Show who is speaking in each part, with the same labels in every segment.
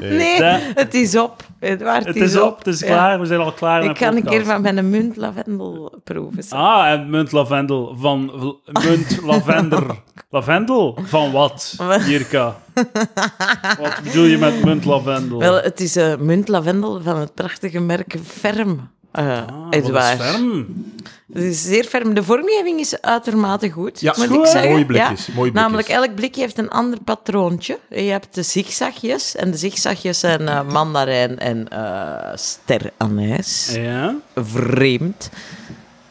Speaker 1: Nee, het is op. Edward,
Speaker 2: Het is op, het is
Speaker 1: Ja.
Speaker 2: klaar, we zijn al klaar.
Speaker 1: Ik
Speaker 2: met
Speaker 1: kan een
Speaker 2: podcast.
Speaker 1: keer van mijn munt lavendel proeven. zeg.
Speaker 2: Ah, en munt lavendel van v- munt lavender. lavendel van wat, Jirka? Wat bedoel je met munt lavendel?
Speaker 1: Wel, het is eh munt lavendel van het prachtige merk Ferm. eh
Speaker 2: Ah, wat is
Speaker 1: Edouard.
Speaker 2: ferm?
Speaker 1: Het is zeer ferm. De vormgeving is uitermate goed,
Speaker 3: Ja,
Speaker 1: moet
Speaker 3: goed,
Speaker 1: ik
Speaker 3: hè?
Speaker 1: zeggen.
Speaker 3: Mooie blikjes, mooie blikjes.
Speaker 1: Namelijk, elk blikje heeft een ander patroontje. Je hebt de zigzagjes. En de zigzagjes zijn eh, mandarijn en eh steranijs.
Speaker 2: Ja?
Speaker 1: Vreemd.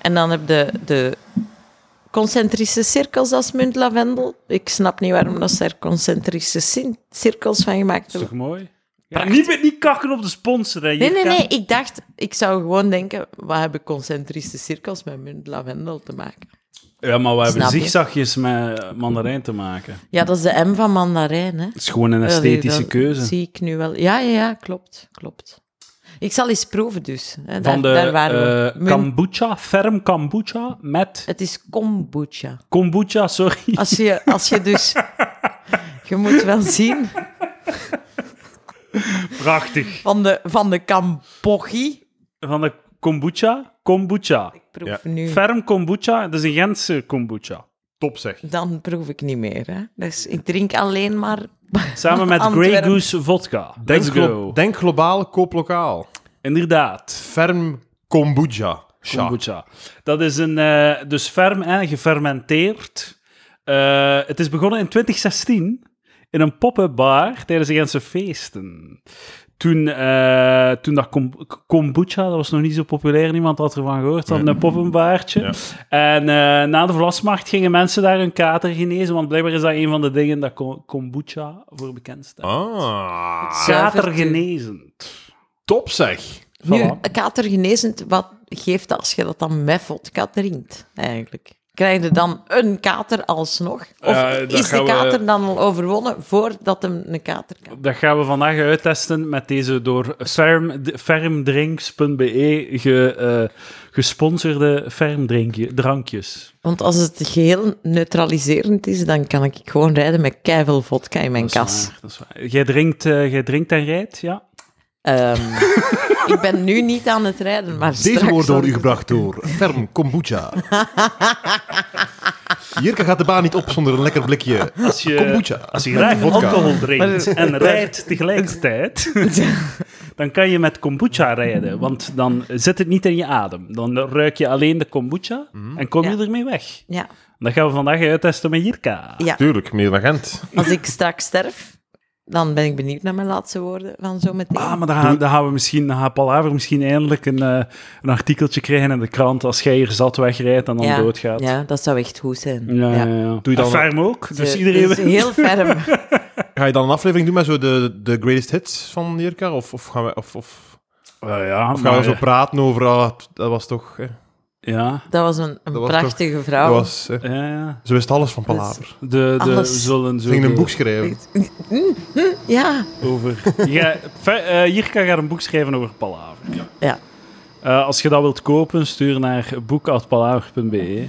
Speaker 1: En dan heb je de concentrische cirkels als muntlavendel. Ik snap niet waarom dat ze er concentrische cin- cirkels van gemaakt
Speaker 2: Is
Speaker 1: hebben.
Speaker 2: toch mooi? Ja,
Speaker 1: Prachtig.
Speaker 2: niet, met- niet kakken op de sponsor, hè,
Speaker 1: Nee, nee,
Speaker 2: Jirka.
Speaker 1: nee. Ik dacht, ik zou gewoon denken, wat hebben concentrische cirkels met muntlavendel te maken?
Speaker 2: Ja, maar we hebben
Speaker 1: Snap je?
Speaker 2: zigzagjes met mandarijn te maken.
Speaker 1: Ja, dat is de M van mandarijn, hè.
Speaker 2: Het is gewoon een
Speaker 1: Allee,
Speaker 2: esthetische
Speaker 1: dat
Speaker 2: keuze.
Speaker 1: Zie ik nu wel. Ja, ja, ja, klopt, klopt. Ik zal eens proeven dus. hè. Daar,
Speaker 2: Van de
Speaker 1: daar waren we.
Speaker 2: eh,
Speaker 1: Munt-
Speaker 2: kombucha, ferm kombucha met
Speaker 1: Het is kombucha.
Speaker 2: kombucha, sorry.
Speaker 1: Als je, als je dus... Je moet wel zien,
Speaker 2: Prachtig.
Speaker 1: van de, van de kambogi...
Speaker 2: Van de kombucha, kombucha.
Speaker 1: Ik proef
Speaker 3: Ja.
Speaker 1: nu...
Speaker 2: Ferm kombucha, dat is een Gentse kombucha.
Speaker 3: Top zeg.
Speaker 1: Dan proef ik niet meer, hè. Dus ik drink alleen maar...
Speaker 2: Samen met Grey
Speaker 1: Antwerp.
Speaker 2: Goose vodka.
Speaker 3: Denk,
Speaker 2: Let's
Speaker 3: glo-
Speaker 2: go.
Speaker 3: denk globaal, koop lokaal.
Speaker 2: Inderdaad.
Speaker 3: Ferm kombucha. Sja.
Speaker 2: Kombucha. Dat is een, eh, dus ferm en gefermenteerd. Eh, het is begonnen in 2016 in een pop-up bar tijdens de Gentse feesten. Toen, eh, toen dat kom- kombucha, dat was nog niet zo populair, niemand had ervan gehoord, dan een pop-up baartje.
Speaker 3: Ja.
Speaker 2: En eh, na de vlasmarkt gingen mensen daar hun kater genezen, want blijkbaar is dat een van de dingen dat kom- kombucha voor bekend staat.
Speaker 3: Ah,
Speaker 2: Kater genezen.
Speaker 3: top zeg.
Speaker 1: Nu,
Speaker 2: Voilà.
Speaker 1: katergenezend, wat geeft dat als je dat dan met vodka drinkt, eigenlijk? Krijg je dan een kater alsnog? Of
Speaker 2: Eh, dat
Speaker 1: is de
Speaker 2: gaan we-
Speaker 1: kater dan al overwonnen voordat hem een kater kan?
Speaker 2: Dat gaan we vandaag uittesten met deze door ferm, fermdrinks.be ge, eh, gesponsorde fermdrankjes.
Speaker 1: Want als het geheel neutraliserend is, dan kan ik gewoon rijden met keiveel vodka in mijn
Speaker 2: Dat is
Speaker 1: kas.
Speaker 2: waar, dat is waar. Jij drinkt, eh, jij drinkt en rijdt, ja?
Speaker 1: Ehm, ik ben nu niet aan het rijden, maar
Speaker 3: Deze
Speaker 1: straks...
Speaker 3: woorden
Speaker 1: zal
Speaker 3: worden u
Speaker 1: ik-
Speaker 3: gebracht door Ferm Kombucha. Jirka gaat de baan niet op zonder een lekker blikje
Speaker 2: Als je,
Speaker 3: kombucha.
Speaker 2: Als je
Speaker 3: Met
Speaker 2: graag
Speaker 3: vodka.
Speaker 2: alcohol drinkt en rijdt tegelijkertijd, dan kan je met kombucha rijden, want dan zit het niet in je adem. Dan ruik je alleen de kombucha en kom je
Speaker 1: Ja.
Speaker 2: ermee weg.
Speaker 1: Ja,
Speaker 2: Dat gaan we vandaag uittesten met Jirka.
Speaker 1: ja,
Speaker 3: Tuurlijk, meer dan Gent.
Speaker 1: als ik straks sterf, dan ben ik benieuwd naar mijn laatste woorden van zo meteen.
Speaker 2: Ah, maar dan gaan, dan gaan we misschien, dan gaat Paul Haver misschien eindelijk een, eh, een artikeltje krijgen in de krant als jij hier zat wegrijdt en dan
Speaker 1: ja,
Speaker 2: doodgaat. Ja,
Speaker 1: Ja, dat zou echt goed zijn.
Speaker 2: ja, ja. Doe je
Speaker 3: dan-
Speaker 2: dat ferm ook? Dus
Speaker 1: Eh,
Speaker 2: iedereen...
Speaker 1: dus heel ferm.
Speaker 3: Ga je dan een aflevering doen met zo de, de greatest hits van Jirka? Of, of gaan we, of, of,
Speaker 2: Eh, ja,
Speaker 3: of gaan we
Speaker 2: maar,
Speaker 3: zo praten over... ah, dat was toch... Hè,
Speaker 2: ja,
Speaker 1: Dat was een, een
Speaker 3: Dat was
Speaker 1: prachtige
Speaker 3: dat
Speaker 1: vrouw.
Speaker 3: was, hè,
Speaker 2: ja, ja.
Speaker 3: zo is het alles van Palaver.
Speaker 2: De, de, we
Speaker 1: Alles.
Speaker 2: zullen zo
Speaker 3: Ze ging een
Speaker 2: de-
Speaker 3: boek schrijven.
Speaker 1: Ja,
Speaker 2: over... ja, Fer- eh, Jirka gaat een boek schrijven over Paul Haver.
Speaker 1: ja.
Speaker 2: Eh, als je dat wilt kopen, stuur naar boek.palhaver.be.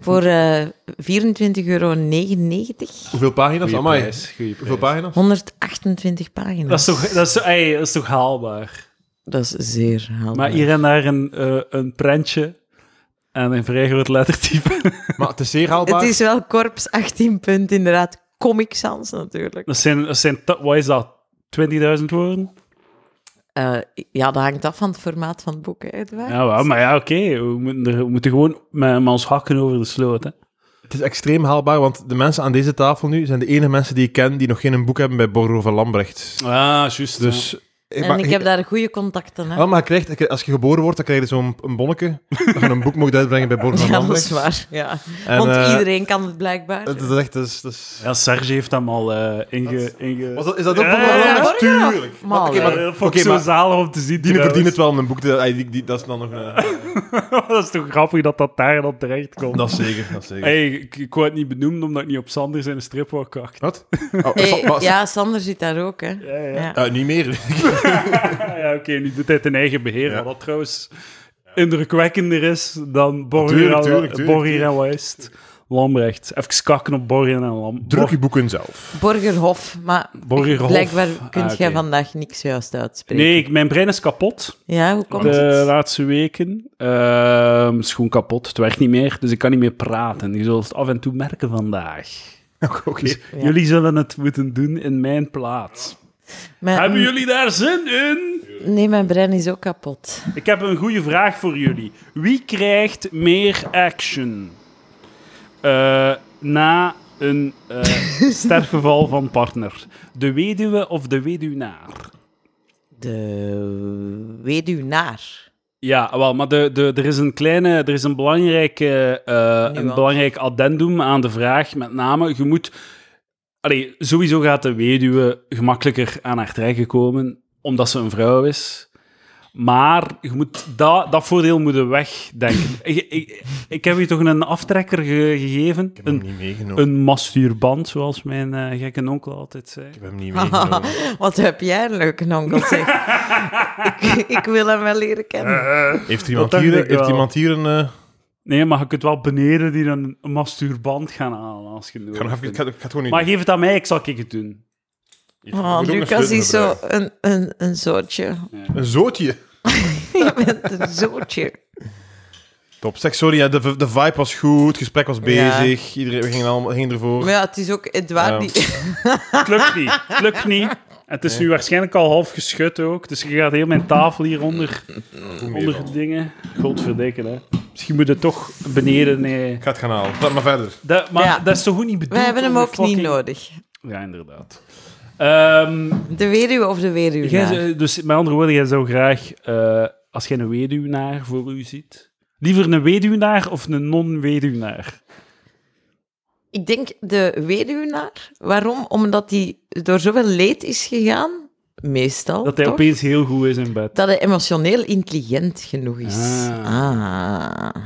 Speaker 1: Voor eh 24,99 euro.
Speaker 3: Hoeveel pagina's?
Speaker 2: Goeie
Speaker 3: Amai.
Speaker 2: prijs, goeie
Speaker 3: Hoeveel
Speaker 2: prijs.
Speaker 3: pagina's?
Speaker 1: 128 pagina's.
Speaker 2: Dat is, toch, dat, is, ey, dat is toch haalbaar?
Speaker 1: Dat is zeer haalbaar.
Speaker 2: Maar hier en daar een, eh, een prentje en een vrij groot lettertype.
Speaker 3: Maar het is zeer haalbaar.
Speaker 1: Het is wel korps 18 punt, inderdaad. Comic Sans natuurlijk.
Speaker 2: Dat zijn, dat zijn ta- wat is dat? 20.000 woorden?
Speaker 1: Eh, ja, dat hangt af van het formaat van het boek, hè, Edouard?
Speaker 2: Ja, wel, maar ja, oké. We, moeten er- we moeten gewoon met, met ons hakken over de sloot. Hè.
Speaker 3: Het is extreem haalbaar, want de mensen aan deze tafel nu zijn de enige mensen die ik ken die nog geen boek hebben bij Borro van Lambrecht.
Speaker 2: Ah, juist. Dus.
Speaker 3: Dus...
Speaker 1: En
Speaker 3: maar-
Speaker 1: ik heb daar goede contacten, hè?
Speaker 3: Ah, maar je krijgt, als je geboren wordt, dan krijg je zo'n een bonnetje. Dat je een boek mocht uitbrengen bij Borgo van
Speaker 1: ja, dat
Speaker 3: Lambrecht.
Speaker 1: is waar. Ja.
Speaker 3: En,
Speaker 1: Want
Speaker 3: eh,
Speaker 1: iedereen kan het blijkbaar.
Speaker 3: Dat is echt... Dat is, dat is...
Speaker 2: Ja, Serge heeft hem al eh inge... inge...
Speaker 3: Was dat, is dat ook
Speaker 2: Ja,
Speaker 3: Borgo
Speaker 2: ja,
Speaker 3: van
Speaker 2: ja.
Speaker 3: Lambrecht?
Speaker 1: Borgo.
Speaker 3: Tuurlijk.
Speaker 1: Maar,
Speaker 3: Oké,
Speaker 1: eh,
Speaker 2: Ja,
Speaker 3: maar-
Speaker 2: dat vond ik
Speaker 3: oké,
Speaker 2: zo
Speaker 3: maar
Speaker 2: zalig om te zien.
Speaker 3: die verdient het
Speaker 2: trouwens.
Speaker 3: wel om een boek te... ah, die, die, dat is dan nog een...
Speaker 2: dat is toch grappig dat dat daar dan terecht komt.
Speaker 3: dat is zeker, dat is zeker.
Speaker 2: Hey, ik, ik wou het niet benoemd omdat ik niet op Sander zijn strip wou kakken.
Speaker 3: Wat? Oh,
Speaker 1: Hey,
Speaker 3: Sa- maar-
Speaker 1: ja, Sander zit daar ook, hè?
Speaker 2: Ja, ja.
Speaker 1: Ja.
Speaker 3: Eh, niet meer.
Speaker 2: Ah, ja, oké, nu doet hij het in eigen beheer.
Speaker 3: Ja.
Speaker 2: Wat dat trouwens indrukwekkender is dan
Speaker 3: Tuurlijk,
Speaker 2: Borger
Speaker 3: tuurlijk,
Speaker 2: en-
Speaker 3: tuurlijk,
Speaker 2: Borger en West. Lambrecht. Even kakken op Borgen en Lambrecht.
Speaker 3: Druk je boeken zelf.
Speaker 1: Borgerhof, maar
Speaker 2: Borgerhof.
Speaker 1: blijkbaar kunt
Speaker 2: Ah,
Speaker 1: jij
Speaker 2: oké.
Speaker 1: vandaag niks juist uitspreken.
Speaker 2: Nee, ik- mijn brein is kapot.
Speaker 1: Ja, hoe komt
Speaker 2: de
Speaker 1: het?
Speaker 2: laatste weken. Ehm, is gewoon kapot. Het werkt niet meer, dus ik kan niet meer praten. Je zult het af en toe merken vandaag.
Speaker 3: Oké.
Speaker 2: Dus
Speaker 1: Ja.
Speaker 2: jullie zullen het moeten doen in mijn plaats.
Speaker 1: Mijn-
Speaker 2: Hebben jullie daar zin in?
Speaker 1: Nee, mijn brein is ook kapot.
Speaker 2: Ik heb een goede vraag voor jullie. Wie krijgt meer action Eh, na een eh sterfgeval van partner? De weduwe of de weduwnaar?
Speaker 1: De weduwnaar.
Speaker 2: Ja, wel, maar de, de, er is een kleine, er is een, belangrijke, eh, een
Speaker 1: Nuance.
Speaker 2: belangrijk addendum aan de vraag. Met name, je moet. Allee, sowieso gaat de weduwe gemakkelijker aan haar trekken komen, omdat ze een vrouw is. Maar je moet dat, dat voordeel moet je wegdenken. ik, ik, ik heb je toch een aftrekker ge- gegeven?
Speaker 3: Ik heb hem
Speaker 2: Een,
Speaker 3: niet meegenomen.
Speaker 2: een mastuurband, zoals mijn eh, gekke onkel altijd zei.
Speaker 3: Ik heb hem niet meegenomen.
Speaker 1: Wat heb jij een leuke onkel, zeg. ik, ik wil hem wel leren
Speaker 2: Eh,
Speaker 1: kennen.
Speaker 3: Heeft iemand,
Speaker 2: dacht
Speaker 3: hier,
Speaker 2: ik wel.
Speaker 3: heeft iemand hier een... eh,
Speaker 2: Nee, maar je kunt wel beneden die een mastuurband gaan halen als je
Speaker 3: Ik
Speaker 2: nodig
Speaker 3: ga, nog even- ik
Speaker 2: vindt.
Speaker 3: ga, ik ga het gewoon niet
Speaker 2: Maar geef het aan mij, ik zal ik het doen.
Speaker 3: doen.
Speaker 1: Oh,
Speaker 3: Ik moet ook nog
Speaker 1: Lucas is
Speaker 3: sleutel
Speaker 1: zo
Speaker 3: gebruiken.
Speaker 1: een, een, een zootje.
Speaker 3: Een zootje.
Speaker 1: Je bent een zootje.
Speaker 3: Top. Zeg, sorry, ja, de, v- de vibe was goed, het gesprek was bezig, iedereen, we gingen, allemaal, gingen ervoor.
Speaker 1: Maar ja, het is ook Edouard
Speaker 3: Ja.
Speaker 1: die...
Speaker 2: Het lukt niet. Het lukt niet. En het is nu waarschijnlijk al half geschud ook. Dus je gaat heel mijn tafel hieronder onder
Speaker 3: Ik
Speaker 2: dingen. Godverdikken, hè. Misschien moet je toch beneden... Nee.
Speaker 3: ga het gaan halen. Laat maar verder.
Speaker 2: Dat, maar
Speaker 1: Ja.
Speaker 2: dat is toch goed niet bedoeld?
Speaker 1: We hebben hem
Speaker 2: om een
Speaker 1: ook niet
Speaker 2: fucking-
Speaker 1: nodig.
Speaker 2: Ja, inderdaad. Ehm,
Speaker 1: De weduwe of de
Speaker 2: jij
Speaker 1: weduwnaar?
Speaker 2: zou- dus met andere woorden, jij zou graag... eh, als jij een weduwnaar voor u ziet... Liever een weduwnaar of een non-weduwnaar?
Speaker 1: Ik denk de weduwnaar. Waarom? Omdat hij door zoveel leed is gegaan, meestal,
Speaker 2: Dat hij
Speaker 1: toch?
Speaker 2: opeens heel goed is in bed.
Speaker 1: Dat hij emotioneel intelligent genoeg is.
Speaker 2: Ah.
Speaker 1: Ah.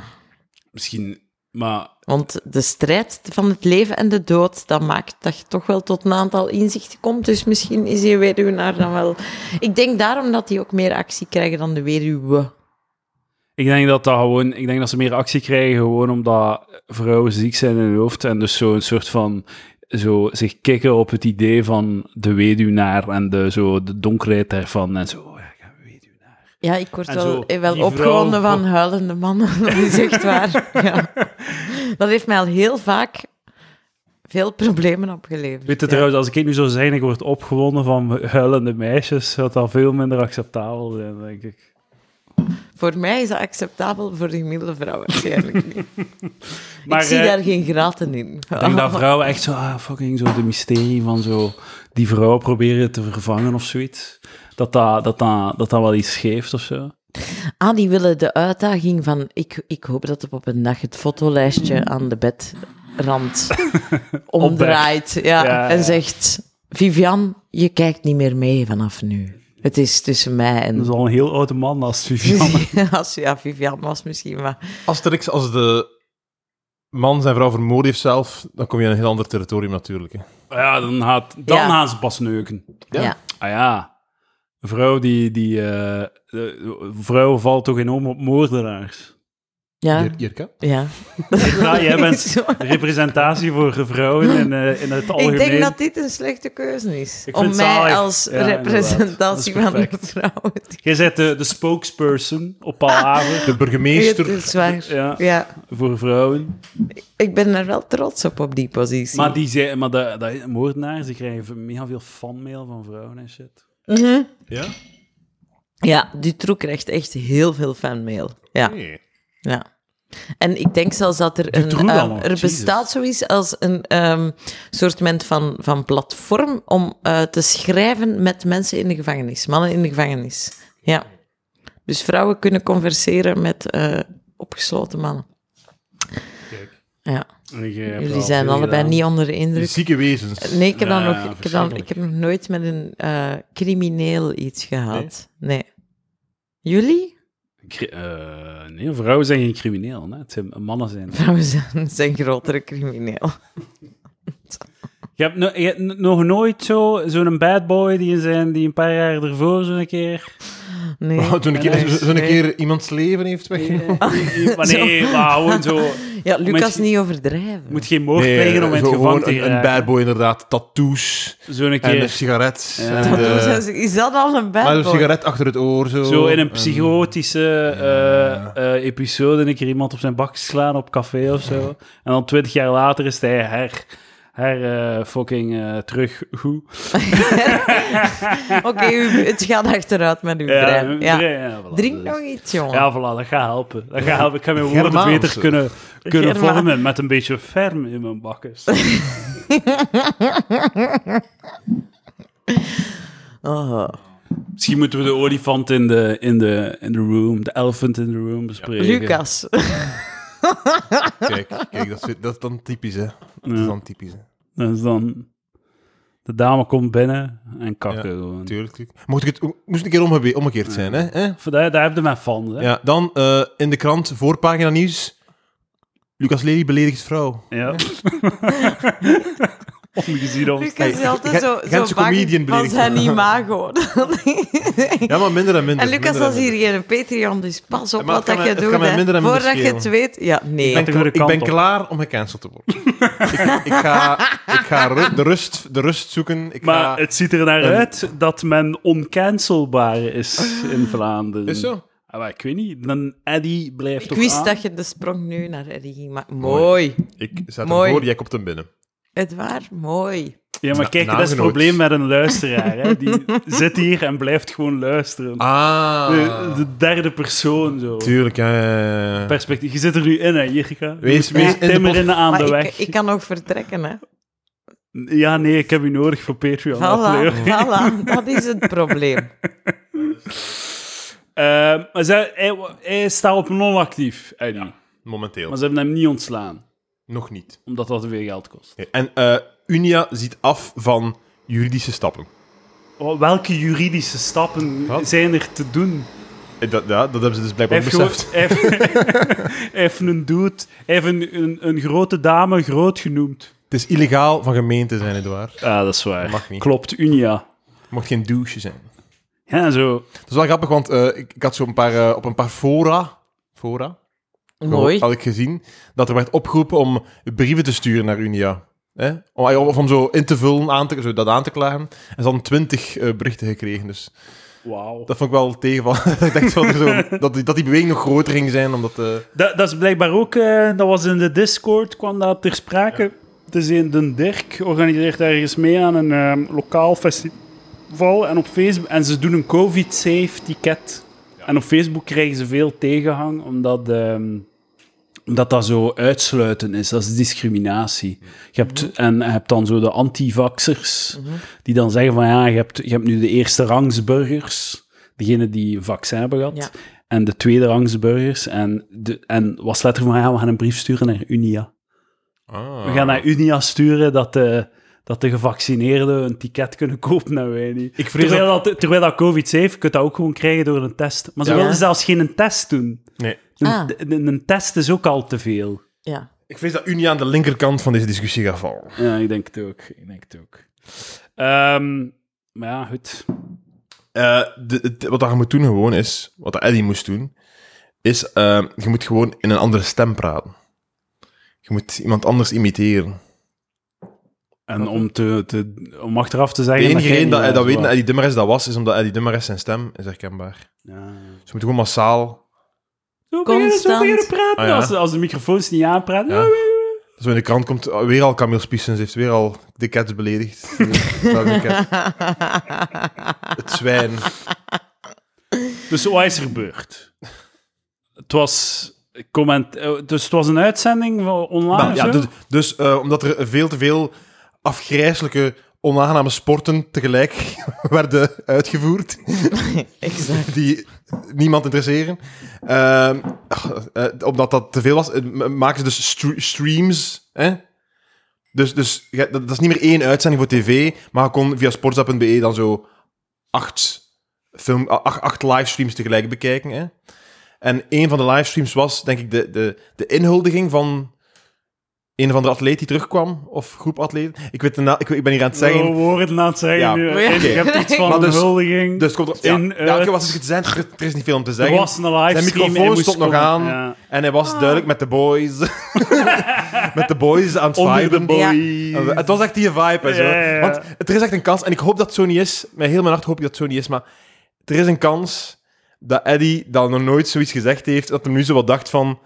Speaker 2: Misschien... Maar
Speaker 1: Want de strijd van het leven en de dood, dat maakt dat je toch wel tot een aantal inzichten komt. Dus misschien is die weduwnaar dan wel... Ik denk daarom dat die ook meer actie krijgen dan de weduwe.
Speaker 2: Ik denk dat, dat gewoon, ik denk dat ze meer actie krijgen gewoon omdat vrouwen ziek zijn in hun hoofd en dus zo'n soort van zo zich kicken op het idee van de weduwnaar en de, zo, de donkerheid daarvan en zo. Ja, ik heb een weduwnaar.
Speaker 1: Ja, ik word
Speaker 2: En
Speaker 1: wel,
Speaker 2: zo,
Speaker 1: eh, wel
Speaker 2: die
Speaker 1: opgewonden
Speaker 2: vrouw-
Speaker 1: van huilende mannen. Dat is echt waar. Ja. Dat heeft mij al heel vaak veel problemen opgeleverd.
Speaker 2: Weet je
Speaker 1: ja.
Speaker 2: trouwens, als ik het nu zou zeggen, ik word opgewonden van huilende meisjes, dat dat veel minder acceptabel zijn, denk ik.
Speaker 1: Voor mij is dat acceptabel, voor de gemiddelde vrouw waarschijnlijk niet.
Speaker 2: Maar,
Speaker 1: ik zie
Speaker 2: eh,
Speaker 1: daar geen graten in.
Speaker 2: Ik denk dat vrouwen echt zo, ah, fucking, zo de mysterie van zo, die vrouwen proberen te vervangen of zoiets. Dat dat, dat, dat, dat, dat wel iets geeft of zo.
Speaker 1: Ah, die willen de uitdaging van... Ik, ik hoop dat op, op een dag het fotolijstje aan de bedrand omdraait. Ja,
Speaker 2: Ja,
Speaker 1: en
Speaker 2: ja.
Speaker 1: zegt... Vivian, je kijkt niet meer mee vanaf nu. Het is tussen mij en...
Speaker 2: Dat is al een heel oude man als Vivian.
Speaker 1: Als, ja, Vivian was misschien, maar...
Speaker 3: Asterix, als de man zijn vrouw vermoord heeft zelf, dan kom je in een heel ander territorium natuurlijk. Hè.
Speaker 2: Ah Ja, dan, gaat, dan
Speaker 1: Ja.
Speaker 2: gaan ze pas neuken.
Speaker 1: Ja.
Speaker 3: Ja.
Speaker 2: Ah ja, een vrouw die... die eh, eh, vrouwen valt toch enorm op moordenaars?
Speaker 1: Ja, ja.
Speaker 3: Hier- Hierke?
Speaker 2: Ja, Ah, jij bent
Speaker 1: Zo.
Speaker 2: representatie voor vrouwen in, eh, in het algemeen.
Speaker 1: Ik denk dat dit een slechte keuze is.
Speaker 2: Ik vind
Speaker 1: Om
Speaker 2: het
Speaker 1: mij
Speaker 2: zalig.
Speaker 1: als
Speaker 2: Ja, inderdaad.
Speaker 1: representatie
Speaker 2: Dat is
Speaker 1: van de
Speaker 2: perfect.
Speaker 1: vrouwen te
Speaker 2: Jij bent de, de spokesperson op
Speaker 1: Ah.
Speaker 2: Palaver
Speaker 3: De burgemeester.
Speaker 1: Het is waar.
Speaker 2: Ja.
Speaker 1: Ja.
Speaker 2: voor vrouwen.
Speaker 1: ik ben er wel trots op, op die positie.
Speaker 2: Maar, die zijn, maar dat, dat, moordenaars die krijgen mega veel fanmail van vrouwen en shit.
Speaker 1: Mhm.
Speaker 3: Ja?
Speaker 1: Ja, die troe krijgt echt heel veel fanmail. Ja,
Speaker 3: Nee.
Speaker 1: ja. En ik denk zelfs dat er een...
Speaker 2: troe
Speaker 1: ehm,
Speaker 2: dan nog,
Speaker 1: er
Speaker 2: Jezus.
Speaker 1: bestaat zoiets als een ehm soort ment van, van platform om eh, te schrijven met mensen in de gevangenis. Mannen in de gevangenis. Ja. Dus vrouwen kunnen converseren met eh, opgesloten mannen. Ja.
Speaker 2: En jij hebt
Speaker 1: Jullie
Speaker 2: al
Speaker 1: zijn
Speaker 2: veel
Speaker 1: allebei
Speaker 2: gedaan.
Speaker 1: niet onder de indruk.
Speaker 3: Zieke wezens.
Speaker 1: Nee, ik heb, dan
Speaker 2: Dus- Ja,
Speaker 1: nog,
Speaker 2: ja,
Speaker 1: ik, heb dan,
Speaker 2: verschrikkelijk.
Speaker 1: ik heb nog nooit met een eh, crimineel iets gehad. Nee. Jullie?
Speaker 2: Cri- eh, nee, vrouwen zijn geen crimineel. Hè? Het zijn mannen zijn.
Speaker 1: Vrouwen zijn, zijn grotere crimineel.
Speaker 2: Je hebt, no- je hebt n- nog nooit zo- zo'n bad boy die, zijn, die een paar jaar ervoor zo'n keer
Speaker 1: Nee.
Speaker 3: Oh, Toen een keer,
Speaker 2: Nee, nee.
Speaker 3: zo'n keer iemands leven heeft weggenomen.
Speaker 2: Maar nee, maar gewoon zo.
Speaker 1: Ja, Lucas
Speaker 2: je-
Speaker 1: niet overdrijven.
Speaker 2: Moet geen moord plegen om in het
Speaker 3: zo
Speaker 2: gevangen
Speaker 3: gewoon
Speaker 2: te
Speaker 3: een, een
Speaker 2: geraken.
Speaker 3: bad boy inderdaad. Tattoos
Speaker 2: Zo'n
Speaker 3: en een
Speaker 2: keer.
Speaker 3: sigaret.
Speaker 2: Ja.
Speaker 3: En, eh,
Speaker 1: Hoe zijn ze- Is dat al een
Speaker 3: maar
Speaker 1: bad
Speaker 3: een
Speaker 1: boy?
Speaker 3: sigaret achter het oor. Zo,
Speaker 2: Zo in een
Speaker 3: En-
Speaker 2: psychotische eh, eh, episode een keer iemand op zijn bak slaan op café of zo. En dan twintig jaar later is hij her, her eh, fucking eh, terug goed.
Speaker 1: Oké, u- het gaat achteruit met uw brein.
Speaker 2: ja,
Speaker 1: Ja.
Speaker 2: voilà.
Speaker 1: Drink
Speaker 2: Dus-
Speaker 1: nog iets, jongen.
Speaker 2: Ja, voilà, dat gaat helpen. Dat gaat helpen. Ik ga mijn woorden
Speaker 3: Germaans.
Speaker 2: beter kunnen, kunnen
Speaker 1: Germaans.
Speaker 2: vormen met een beetje ferm in mijn bakkes.
Speaker 1: Oh.
Speaker 2: Misschien moeten we de olifant in de, in, de, in de room, de elephant in the room bespreken.
Speaker 1: Lucas.
Speaker 3: Kijk, kijk dat, is, dat is dan typisch, hè. Dat is
Speaker 2: Ja.
Speaker 3: dan typisch, hè.
Speaker 2: Dus dan... De dame komt binnen en kakken gewoon.
Speaker 3: Tuurlijk. Mocht ik het, moest een keer omgebe- omgekeerd zijn, hè. hè?
Speaker 2: Voor Daar, daar heb je mijn fans, hè?
Speaker 3: Ja, dan eh, in de krant, voorpagina nieuws. Lucas Lely beledigt vrouw.
Speaker 2: Ja. Ongezien om...
Speaker 1: Lucas is
Speaker 3: Hey,
Speaker 1: altijd
Speaker 3: Gent-
Speaker 1: zo,
Speaker 3: Gentse
Speaker 1: zo bang
Speaker 3: comedian
Speaker 1: van
Speaker 3: beledigd.
Speaker 1: zijn imago.
Speaker 3: Ja, maar minder en minder.
Speaker 1: en Lucas,
Speaker 3: minder
Speaker 1: als hier
Speaker 3: minder.
Speaker 1: geen Patreon is, pas op
Speaker 3: Maar
Speaker 1: wat
Speaker 3: het kan
Speaker 1: dat
Speaker 3: mij-
Speaker 1: je
Speaker 3: het kan
Speaker 1: doet.
Speaker 3: mij
Speaker 1: hè.
Speaker 3: minder en minder
Speaker 1: Voordat je het weet, ja, nee.
Speaker 3: Ik
Speaker 2: de
Speaker 3: ben,
Speaker 2: goede
Speaker 3: ik ben
Speaker 2: kant op.
Speaker 3: klaar om gecanceld te worden. ik, ik ga, ik ga ru- de, rust, de rust zoeken. Ik
Speaker 2: Maar
Speaker 3: ga,
Speaker 2: het ziet er naar
Speaker 3: Een-
Speaker 2: uit dat men oncancelbaar is in Vlaanderen.
Speaker 3: Is zo?
Speaker 2: Ah, maar ik weet niet. Dan Eddy blijft
Speaker 1: Ik
Speaker 2: toch
Speaker 1: wist
Speaker 2: aan?
Speaker 1: dat je de sprong nu naar Eddie ging maken. Mooi.
Speaker 3: Ik zet
Speaker 1: Mooi.
Speaker 3: hem voor, jij komt hem binnen.
Speaker 1: Het waar? Mooi.
Speaker 2: Ja, maar
Speaker 3: Na-
Speaker 2: kijk, dat is het
Speaker 3: naamgenoot.
Speaker 2: probleem met een luisteraar. Hè? Die zit hier en blijft gewoon luisteren.
Speaker 3: Ah.
Speaker 2: De, de derde persoon, zo.
Speaker 3: Tuurlijk, ja, ja, ja, ja.
Speaker 2: Perspectief. Je zit er nu in, hè, Jirka. Je
Speaker 3: Wees-
Speaker 2: moet
Speaker 1: wees
Speaker 2: niet
Speaker 3: in de
Speaker 2: timmeren aan
Speaker 1: maar
Speaker 2: de
Speaker 1: ik,
Speaker 2: weg.
Speaker 1: ik kan nog vertrekken, hè.
Speaker 2: Ja, nee, ik heb u nodig voor Patreon.
Speaker 1: Voilà,
Speaker 2: aflevering.
Speaker 1: voilà. Dat is het probleem.
Speaker 2: Ehm, maar zij, hij, hij staat op non-actief, Eddy.
Speaker 3: Momenteel.
Speaker 2: Maar ze hebben hem niet ontslaan,
Speaker 3: Nog niet.
Speaker 2: omdat dat te veel geld kost.
Speaker 3: Ja, En eh, Unia ziet af van juridische stappen.
Speaker 2: Wel- Welke juridische stappen
Speaker 3: Wat?
Speaker 2: zijn er te doen?
Speaker 3: Eh, Dat, ja, dat hebben ze dus blijkbaar
Speaker 2: gewoon-
Speaker 3: beseft.
Speaker 2: hij heeft, hij heeft een dude, hij heeft een, een, een grote dame groot genoemd.
Speaker 3: Het is illegaal van gemeente zijn, Edouard.
Speaker 2: Ah, dat is waar.
Speaker 3: Mag niet.
Speaker 2: Klopt, Unia.
Speaker 3: Het mag geen douche zijn.
Speaker 2: Ja, zo.
Speaker 3: Dat is wel grappig, want eh, ik, ik had zo een paar, eh, op een paar fora, fora
Speaker 1: Mooi.
Speaker 3: had ik gezien, dat er werd opgeroepen om brieven te sturen naar Unia. Hè? Om, ah, of om zo in te vullen, aan te, zo dat aan te klagen. En ze hadden twintig eh, berichten gekregen, dus
Speaker 2: Wauw. Dat,
Speaker 3: dat vond ik wel tegenval. ik dacht wel zo, dat, die, dat die beweging nog groter ging zijn, omdat... eh,
Speaker 2: dat, is blijkbaar ook, eh, dat was in de Discord, kwam dat ter sprake. Het is in Den Dirk, organiseert ergens mee aan een ehm, lokaal festival. En op Facebook, en ze doen een COVID-safe ticket. En op Facebook krijgen ze veel tegenhang, omdat, ehm, omdat dat zo uitsluiten is. Dat is discriminatie. Je hebt, en je hebt dan zo de antivaxers, die dan zeggen van ja, je hebt, je hebt nu de eerste rangsburgers, degene die een vaccin hebben gehad,
Speaker 1: Ja.
Speaker 2: en de tweede rangsburgers. En, de, en was letterlijk van ja, we gaan een brief sturen naar Unia. We gaan naar Unia sturen dat de, dat de gevaccineerden een ticket kunnen kopen en wij niet.
Speaker 3: Ik vrees
Speaker 2: Terwijl dat, terwijl dat COVID heeft, kun je dat ook gewoon krijgen door een test. Maar ze
Speaker 3: Ja.
Speaker 2: wilden zelfs geen een test doen.
Speaker 3: Nee.
Speaker 2: Een,
Speaker 1: Ah.
Speaker 2: een, een test is ook al te veel.
Speaker 1: Ja.
Speaker 3: Ik vrees dat Unia aan de linkerkant van deze discussie gaat vallen.
Speaker 2: Ja, ik denk het ook. Ik denk het ook. Ehm, maar ja, goed.
Speaker 3: Eh, de, het- wat dat je moet doen gewoon is, wat dat Eddie moest doen, is eh, je moet gewoon in een andere stem praten. Je moet iemand anders imiteren.
Speaker 2: En om, te, te, om achteraf te zeggen...
Speaker 3: de enige
Speaker 2: jij
Speaker 3: reden dat
Speaker 2: niet
Speaker 3: hij
Speaker 2: was,
Speaker 3: dat weet dat
Speaker 2: maar-
Speaker 3: Eddie Dummeres dat was, is omdat Eddie Dummeres zijn stem is herkenbaar.
Speaker 2: Ja.
Speaker 3: Dus je moet gewoon massaal,
Speaker 2: Zo beginnen zo
Speaker 1: Constant.
Speaker 2: beginnen praten
Speaker 3: Ah, ja.
Speaker 2: als, als de microfoons niet aanpraten.
Speaker 3: Ja. zo in de krant komt, ah, weer al Camille Spiessens heeft weer al de cats beledigd. Dat is een cat. Het zwijn.
Speaker 2: Dus wat is er gebeurd? Het was... Comment, eh, dus het was een uitzending van online?
Speaker 3: Maar
Speaker 2: of
Speaker 3: ja,
Speaker 2: zo?
Speaker 3: dus dus eh, omdat er veel te veel afgrijzelijke, onaangename sporten tegelijk werden uitgevoerd,
Speaker 1: exact.
Speaker 3: die niemand interesseren. Ehm, eh, omdat dat te veel was, eh, m- maken ze dus stre- streams. Hè? Dus, dus ja, dat, dat is niet meer één uitzending voor tv, maar je kon via sportza.be dan zo acht, film, a- acht, acht livestreams tegelijk bekijken. Hè? En een van de livestreams was, denk ik, de, de, de inhuldiging van een van de atleten die terugkwam, of groep atleten. Ik, weet de na- ik, weet- ik ben hier aan het zeggen.
Speaker 2: We woorden aan het zeggen
Speaker 3: Ja.
Speaker 2: nu.
Speaker 1: Oké.
Speaker 2: En Je hebt iets van
Speaker 3: Maar dus-
Speaker 2: huldiging.
Speaker 3: Dus het komt er, ja,
Speaker 2: In,
Speaker 3: ja,
Speaker 2: uit.
Speaker 3: oké, wat is het te zijn? Er, er is niet veel om te
Speaker 2: er
Speaker 3: zeggen.
Speaker 2: was een
Speaker 3: Zijn
Speaker 2: livestream. en hij
Speaker 3: microfoon
Speaker 2: moest
Speaker 3: stond nog
Speaker 2: komen.
Speaker 3: aan
Speaker 2: Ja.
Speaker 3: en hij was duidelijk met de boys. met de boys aan het
Speaker 2: Onder de
Speaker 3: viben.
Speaker 2: boys.
Speaker 3: En we- Het was echt die vibe. En zo.
Speaker 2: Ja, ja, ja.
Speaker 3: Want er is echt een kans, en ik hoop dat het zo niet is. Met heel mijn hart hoop ik dat het zo niet is. Maar er is een kans dat Eddie dan nog nooit zoiets gezegd heeft. Dat hij nu zo wat dacht van.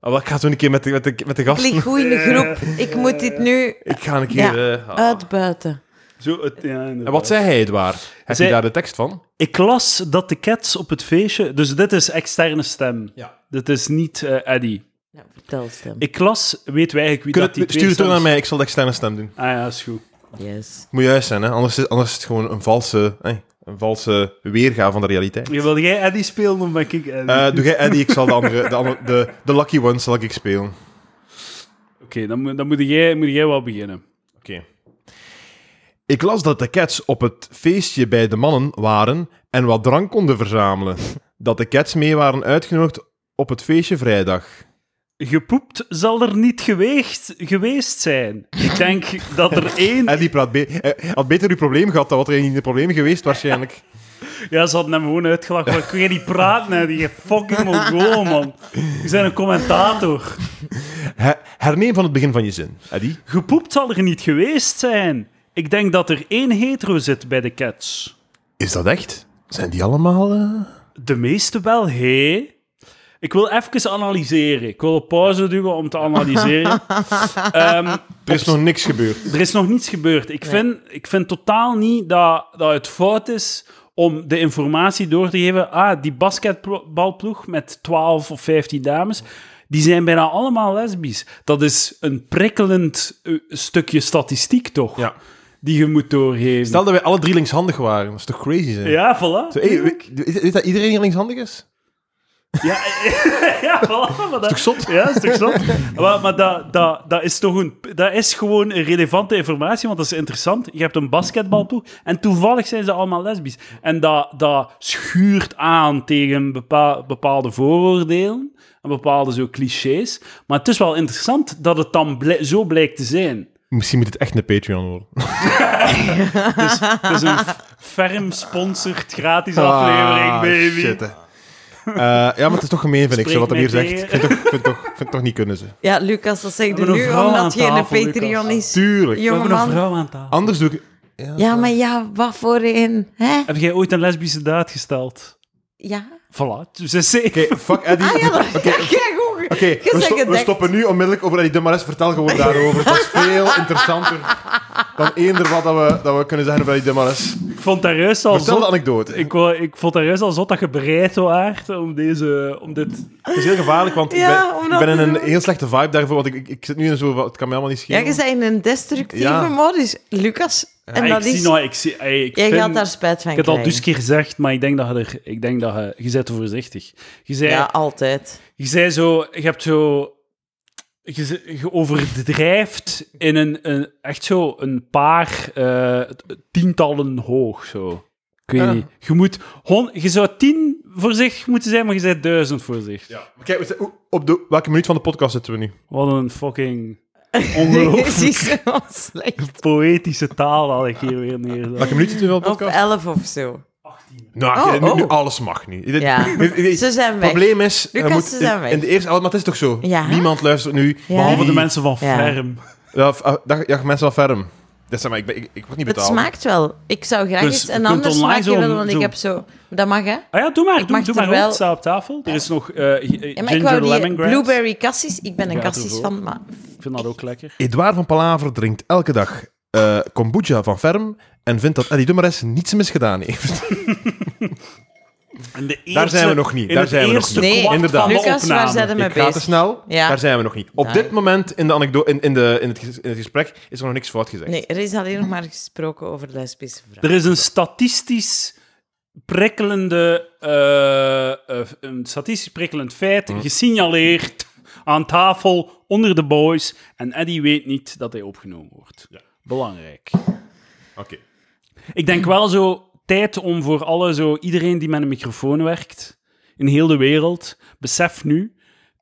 Speaker 3: "Ah, wel, ik ga zo een keer met de, met de, met de gasten.
Speaker 1: Lig goed in de groep. Ik moet dit nu
Speaker 3: Ik ga een keer.
Speaker 1: Ja.
Speaker 3: eh, ah."
Speaker 1: uitbuiten.
Speaker 2: Zo, het, ja, inderdaad.
Speaker 3: En wat zei hij, Edouard? Heb
Speaker 2: Zij-
Speaker 3: je daar de tekst van?
Speaker 2: Ik las dat de cats op het feestje... Dus dit is externe stem.
Speaker 3: Ja.
Speaker 2: Dit is niet eh Eddie.
Speaker 1: Ja, Nou, vertel stem.
Speaker 2: Ik las... Weet wij eigenlijk wie
Speaker 3: Kun
Speaker 2: dat die
Speaker 3: het, stuur het
Speaker 2: twee
Speaker 3: door naar
Speaker 2: stems-
Speaker 3: mij, ik zal de externe stem doen.
Speaker 2: Ah ja, is goed.
Speaker 1: Yes.
Speaker 3: Moet juist zijn, hè? Anders, is, anders is het gewoon een valse, hè? een valse weergave van de realiteit.
Speaker 2: Ja, Wil jij Eddie spelen of ben ik Eddie?
Speaker 3: Eh, doe jij Eddie, ik zal de andere, de, andere- de, de lucky one zal ik spelen.
Speaker 2: Oké, dan, moet- dan moet, jij, moet jij wel beginnen.
Speaker 3: Oké. Ik las dat de cats op het feestje bij de mannen waren en wat drank konden verzamelen. Dat de cats mee waren uitgenodigd op het feestje vrijdag.
Speaker 2: Gepoept zal er niet geweest, geweest zijn. Ik denk dat er één...
Speaker 3: Eddie praat be- eh, had beter uw probleem gehad dan wat er in het probleem geweest waarschijnlijk.
Speaker 2: Ja, ze hadden hem gewoon uitgelachen. Maar kun je niet praten, Eddie? Je fucking Mongool, man. Je bent een commentator.
Speaker 3: Her- herneem van het begin van je zin, Eddie.
Speaker 2: Gepoept zal er niet geweest zijn. Ik denk dat er één hetero zit bij de cats.
Speaker 3: Is dat echt? Zijn die allemaal... eh?
Speaker 2: De meeste wel, hé. Ik wil even analyseren. Ik wil op pauze duwen om te analyseren. Ehm,
Speaker 3: Er is nog niks gebeurd.
Speaker 2: er is nog niets gebeurd. Ik, vind, ik vind totaal niet dat, dat het fout is om de informatie door te geven. Ah, die basketbalploeg met 12 of 15 dames, die zijn bijna allemaal lesbisch. Dat is een prikkelend eh, stukje statistiek, toch?
Speaker 3: Ja.
Speaker 2: Die je moet doorgeven.
Speaker 3: Stel dat wij alle drie linkshandig waren. Dat is toch crazy zijn?
Speaker 2: Ja, voilà.
Speaker 3: Zo, hey, weet, weet- weet dat iedereen hier linkshandig is?
Speaker 2: Ja, ja, voilà. Maar dat,
Speaker 3: Toch zot?
Speaker 2: Ja, is toch zot? maar maar dat, dat, dat is toch een, dat is gewoon een relevante informatie, want dat is interessant. Je hebt een basketbalploeg en toevallig zijn ze allemaal lesbisch. En dat, dat schuurt aan tegen bepa- bepaalde vooroordelen en bepaalde zo clichés. Maar het is wel interessant dat het dan bl- zo blijkt te zijn.
Speaker 3: Misschien moet het echt een Patreon worden.
Speaker 2: Dus Het is een f- ferm sponsored gratis aflevering, baby.
Speaker 3: Ah, shit, hè. Eh, ja, maar het is toch gemeen, vind ik, zo
Speaker 2: Spreek
Speaker 3: wat hem
Speaker 2: mij
Speaker 3: hier zegt. Ik
Speaker 2: tegen.
Speaker 3: vind toch, vind toch, vind toch niet kunnen ze.
Speaker 1: Ja, Lucas, dat zeg je
Speaker 2: hebben een
Speaker 1: nu
Speaker 2: vrouw aan
Speaker 1: omdat je een
Speaker 2: tafel, Lucas.
Speaker 1: Patreon is.
Speaker 3: Tuurlijk.
Speaker 2: We hebben een
Speaker 1: Jongeman.
Speaker 2: vrouw aan tafel.
Speaker 3: Anders doe ik...
Speaker 1: Ja, maar ja, wat voor een, hè?
Speaker 2: Heb jij ooit een lesbische daad gesteld?
Speaker 1: Ja.
Speaker 2: Voilà, dus is safe.
Speaker 3: Oké, fuck Eddie.
Speaker 1: Ah ja,
Speaker 3: Oké,
Speaker 1: dat ja, goed.
Speaker 3: oké,
Speaker 1: Je
Speaker 3: we,
Speaker 1: zegt
Speaker 3: stop- we
Speaker 1: gedekt.
Speaker 3: stoppen nu onmiddellijk over Eddie Dummares. Vertel gewoon daarover. Dat is veel interessanter dan eender wat dat we, dat we kunnen zeggen over Eddie Dummares.
Speaker 2: Ik vond daar juist al
Speaker 3: Vertel de
Speaker 2: zot...
Speaker 3: anekdote.
Speaker 2: Ik, wou- ik vond daar juist al zot dat je bereid waart om, deze, om dit...
Speaker 3: Het is heel gevaarlijk, want
Speaker 1: Ja,
Speaker 3: ik
Speaker 1: om
Speaker 3: ben,
Speaker 1: dat
Speaker 3: ik ben in
Speaker 1: te
Speaker 3: een
Speaker 1: doen.
Speaker 3: heel slechte vibe daarvoor. Want ik, ik, ik zit nu in zo... van, Het kan mij allemaal niet
Speaker 1: Ja,
Speaker 3: schelen.
Speaker 1: je bent in een destructieve
Speaker 3: Ja.
Speaker 1: modus, Lucas. En
Speaker 2: Ah,
Speaker 1: dat
Speaker 2: ik
Speaker 1: is...
Speaker 2: zie nou, ik zie... ey, ik
Speaker 1: Jij
Speaker 2: vind-
Speaker 1: gaat daar spijt van
Speaker 2: Ik heb het al
Speaker 1: krijgen.
Speaker 2: dus keer gezegd, maar ik denk dat je er... Ik denk dat je... Je bent te voorzichtig. Je zei,
Speaker 1: Ja, altijd.
Speaker 2: je zei zo... Je hebt zo... Je, ze- je overdrijft in een, een... Echt zo een paar eh, tientallen hoog, zo. Ik weet
Speaker 3: Ja.
Speaker 2: niet. Je moet... hon- je zou tien voorzichtig moeten zijn, maar je bent duizend voorzichtig.
Speaker 3: Ja. Maar Kijk, we zijn- oe- op de, welke minuut van de podcast zitten we nu?
Speaker 2: Wat een fucking
Speaker 1: Dit
Speaker 2: ongelooflijk
Speaker 1: is zo slecht.
Speaker 2: poëtische taal had ik hier weer neer.
Speaker 3: Welke minuut zitten we wel de
Speaker 1: Op
Speaker 3: podcast?
Speaker 1: 11 of zo.
Speaker 3: Nou,
Speaker 1: Oh,
Speaker 3: je- nu, nu
Speaker 1: oh.
Speaker 3: alles mag nu. Dit-
Speaker 1: Ja.
Speaker 3: dit- dit-
Speaker 1: Ze zijn
Speaker 3: het
Speaker 1: weg.
Speaker 3: probleem is, je
Speaker 1: Lucas,
Speaker 3: moet
Speaker 1: ze
Speaker 3: in,
Speaker 1: zijn weg.
Speaker 3: in de eerste... oh, Maar het is toch zo?
Speaker 1: Ja.
Speaker 3: Niemand luistert nu.
Speaker 1: Ja.
Speaker 2: Behalve de
Speaker 3: Die-
Speaker 2: mensen van
Speaker 1: Ja.
Speaker 2: Ferm.
Speaker 3: Ja, f- ah, dag, ja, mensen van Ferm. Dat zijn maar, ik, ben, ik, ik word niet
Speaker 1: Het
Speaker 3: betaald.
Speaker 1: smaakt wel. Ik zou graag
Speaker 2: Dus
Speaker 1: iets...
Speaker 2: je
Speaker 1: En
Speaker 2: kunt
Speaker 1: anders
Speaker 2: online
Speaker 1: smaak je
Speaker 2: zo-
Speaker 1: wel, want
Speaker 2: zo-
Speaker 1: ik heb zo... Dat mag, hè?
Speaker 2: Ah ja, doe maar. Doe,
Speaker 1: mag
Speaker 2: doe
Speaker 1: er
Speaker 2: maar
Speaker 1: wel-
Speaker 2: op. Het staat op tafel. Er is nog eh, gi- eh,
Speaker 1: Ja, maar ik wou
Speaker 2: ginger
Speaker 1: die
Speaker 2: lemongrass.
Speaker 1: blueberry cassis... Ik ben een
Speaker 2: Ja,
Speaker 1: cassis
Speaker 2: doe zo.
Speaker 1: van, maar...
Speaker 2: Ik vind dat ook lekker.
Speaker 3: Edouard van Palaver drinkt elke dag eh, kombucha van Ferm en vindt dat Eddie Dummeres niets misgedaan heeft.
Speaker 2: En de eerste,
Speaker 3: Daar zijn we nog niet.
Speaker 2: in
Speaker 3: Daar
Speaker 2: het
Speaker 3: zijn we nog
Speaker 2: eerste
Speaker 3: niet.
Speaker 1: Nee,
Speaker 2: kwart
Speaker 3: inderdaad.
Speaker 2: van de
Speaker 1: Lucas, waar
Speaker 2: opname.
Speaker 1: zijn we mee
Speaker 3: Ik ga te
Speaker 1: bezig?
Speaker 3: snel.
Speaker 1: Ja.
Speaker 3: Daar zijn we nog niet. Op
Speaker 1: Nee.
Speaker 3: dit moment in, de anekdo in, in, de, in, het, ges- in het gesprek is er nog niks fout gezegd.
Speaker 1: Nee, er is alleen nog maar gesproken over lesbische vrouwen.
Speaker 2: Er is een statistisch prikkelende, eh, eh, een statistisch prikkelend feit gesignaleerd aan tafel onder de boys. En Eddie weet niet dat hij opgenomen wordt. Belangrijk.
Speaker 3: Oké.
Speaker 2: Ik denk wel zo tijd om voor alle, zo, iedereen die met een microfoon werkt, in heel de wereld, besef nu,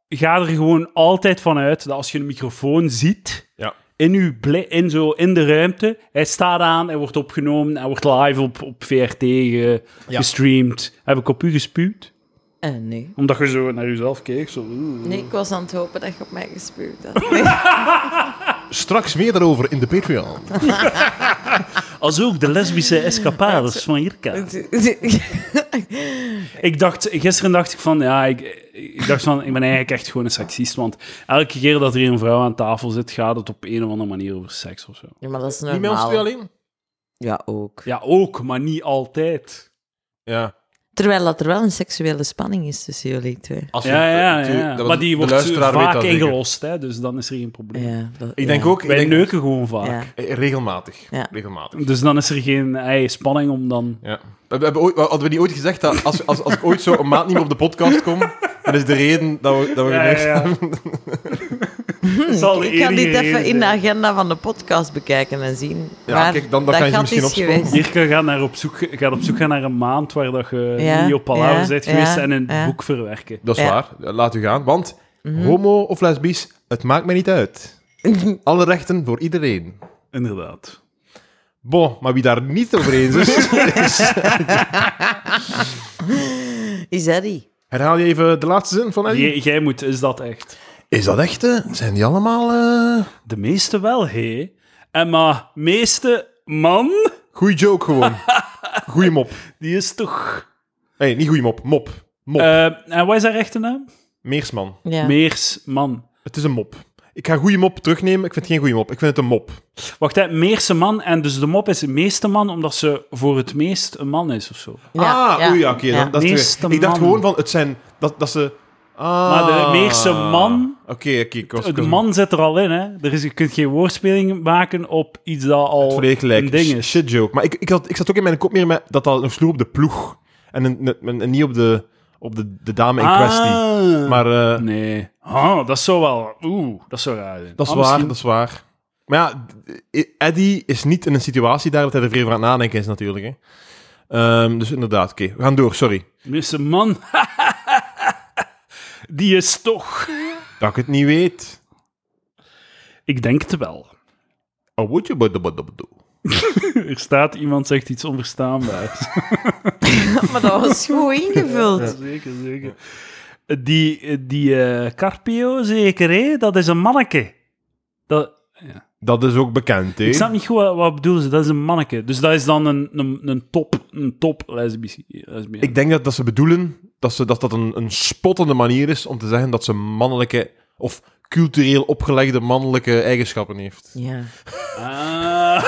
Speaker 2: ga er gewoon altijd van uit dat als je een microfoon ziet
Speaker 3: Ja.
Speaker 2: in, uw bli- in, zo, in de ruimte, hij staat aan, hij wordt opgenomen, hij wordt live op, op VRT ge-
Speaker 3: Ja.
Speaker 2: gestreamd. Heb ik op u gespuwd?
Speaker 1: Eh, nee.
Speaker 2: Omdat je zo naar jezelf keek. Zo. oeh.
Speaker 1: Nee, ik was aan het hopen dat je op mij gespuurd had.
Speaker 3: Straks meer daarover in de Patreon.
Speaker 2: Als ook de lesbische escapades van Jirka. Ik dacht, gisteren dacht ik van, ja, ik, ik dacht van, ik ben eigenlijk echt gewoon een seksist, want elke keer dat er hier een vrouw aan tafel zit, gaat het op een of andere manier over seks of zo.
Speaker 1: Ja, maar dat is
Speaker 3: Niet met ons twee
Speaker 1: normaal.
Speaker 3: alleen?
Speaker 1: Ja, ook.
Speaker 2: Ja, ook, maar niet altijd.
Speaker 3: Ja.
Speaker 1: Terwijl dat er wel een seksuele spanning is tussen jullie twee.
Speaker 3: Als we-
Speaker 2: Ja, ja,
Speaker 3: eh,
Speaker 2: ja.
Speaker 3: tu- dat was-
Speaker 2: Maar die
Speaker 3: de
Speaker 2: wordt
Speaker 3: luisteraar weet
Speaker 2: vaak
Speaker 3: dat zeker.
Speaker 2: ingelost, hè, dus dan is er geen probleem.
Speaker 1: Ja, dat,
Speaker 3: Ik
Speaker 1: ja.
Speaker 3: denk ook... Ik
Speaker 2: Wij
Speaker 3: denk,
Speaker 2: neuken gewoon vaak.
Speaker 1: Ja.
Speaker 3: eh, Regelmatig.
Speaker 1: Ja.
Speaker 3: Regelmatig.
Speaker 2: Dus dan is er geen ey, spanning om dan...
Speaker 3: Ja. We hebben ooit, hadden we die ooit gezegd dat als, als, als ik ooit zo een maand niet meer op de podcast kom, dan is de reden dat we, dat we geneukt hebben.
Speaker 2: Zal de
Speaker 1: Ik ga
Speaker 2: enige
Speaker 1: dit
Speaker 2: reden
Speaker 1: even in de
Speaker 2: zijn.
Speaker 1: agenda van de podcast bekijken en zien.
Speaker 3: eh. Ja,
Speaker 1: waar
Speaker 3: kijk, dan- dan kan je
Speaker 1: dat
Speaker 3: ze
Speaker 1: gat
Speaker 3: misschien
Speaker 1: is
Speaker 3: opsporen.
Speaker 1: geweest.
Speaker 2: Jirka gaat, naar op zoek, gaat op zoek gaan naar een maand waar dat je
Speaker 1: Ja,
Speaker 2: niet op palaver
Speaker 1: ja,
Speaker 2: bent geweest
Speaker 1: ja,
Speaker 2: en een
Speaker 1: ja.
Speaker 2: boek verwerken.
Speaker 3: Dat is
Speaker 1: Ja. Mhm.
Speaker 3: waar. Laat u gaan. Want homo of lesbisch, het maakt me niet uit. Alle rechten voor iedereen.
Speaker 2: Inderdaad.
Speaker 3: Bon, maar wie daar niet over eens is...
Speaker 1: Is dat die?
Speaker 3: Herhaal je even de laatste zin van Eddie?
Speaker 2: Jij- jij moet, is dat echt?
Speaker 3: Is dat echt? eh? Zijn die allemaal... eh
Speaker 2: De meeste wel, hé. En maar meeste man,
Speaker 3: Goeie joke gewoon. Goeie mop.
Speaker 2: die is toch...
Speaker 3: Nee, niet goeie mop. Mop. Mop.
Speaker 2: Eh, en wat is haar echte naam?
Speaker 3: Meersman.
Speaker 1: Ja.
Speaker 2: Meersman.
Speaker 3: Het is een mop. Ik ga goeie mop terugnemen. Ik vind het geen goeie mop. Ik vind het een mop.
Speaker 2: Wacht, hè, Meerse man. En dus de mop is meeste man, omdat ze voor het meest een man is of zo.
Speaker 1: Ja,
Speaker 3: ah,
Speaker 1: ja,
Speaker 3: oei, ja, oké.
Speaker 1: ja.
Speaker 3: dan dat is
Speaker 2: Meeste
Speaker 3: het weer. ik dacht
Speaker 2: man.
Speaker 3: gewoon van, het zijn... Dat, dat ze... Ah.
Speaker 2: Maar de Meerse man-
Speaker 3: Oké, oké. ik was- ik
Speaker 2: De
Speaker 3: was-
Speaker 2: man zit er al in, hè. Er is, je kunt geen woordspeling maken op iets dat
Speaker 3: Het
Speaker 2: al
Speaker 3: volledig gelijk.
Speaker 2: een ding is.
Speaker 3: Shit joke. Maar ik, ik, had, ik zat ook in mijn kop meer met dat dat nog sloeg op de ploeg. En, een- een- en niet op de, op de, de dame in kwestie.
Speaker 2: Ah.
Speaker 3: Maar eh,
Speaker 2: Nee. Ah, dat zou wel... Oeh, dat zou raar zijn.
Speaker 3: dat is
Speaker 2: Ah,
Speaker 3: waar,
Speaker 2: misschien-
Speaker 3: dat is waar. Maar ja, d- Eddie is niet in een situatie daar dat hij er veel van aan het nadenken is natuurlijk. Hè. Ehm, dus inderdaad, oké. We gaan door, sorry.
Speaker 2: Meerse man. die is toch...
Speaker 3: Dat ik het niet weet.
Speaker 2: Ik denk het wel.
Speaker 3: Oh, would you but- but- but- but-
Speaker 2: Er staat iemand zegt iets onverstaanbaars.
Speaker 1: maar dat was goed ingevuld.
Speaker 2: zeker, zeker. Die, die eh Carpio, zeker, hè? dat is een manneke. Dat,
Speaker 3: Dat is ook bekend, hè?
Speaker 2: ik snap niet goed wat, wat bedoelen ze. Dat is een manneke. Dus dat is dan een, een, een top, een top lesbisch.
Speaker 3: Ik denk dat, dat ze bedoelen dat ze, dat, dat een, een spottende manier is om te zeggen dat ze mannelijke of cultureel opgelegde mannelijke eigenschappen heeft.
Speaker 1: Ja.
Speaker 2: Ah,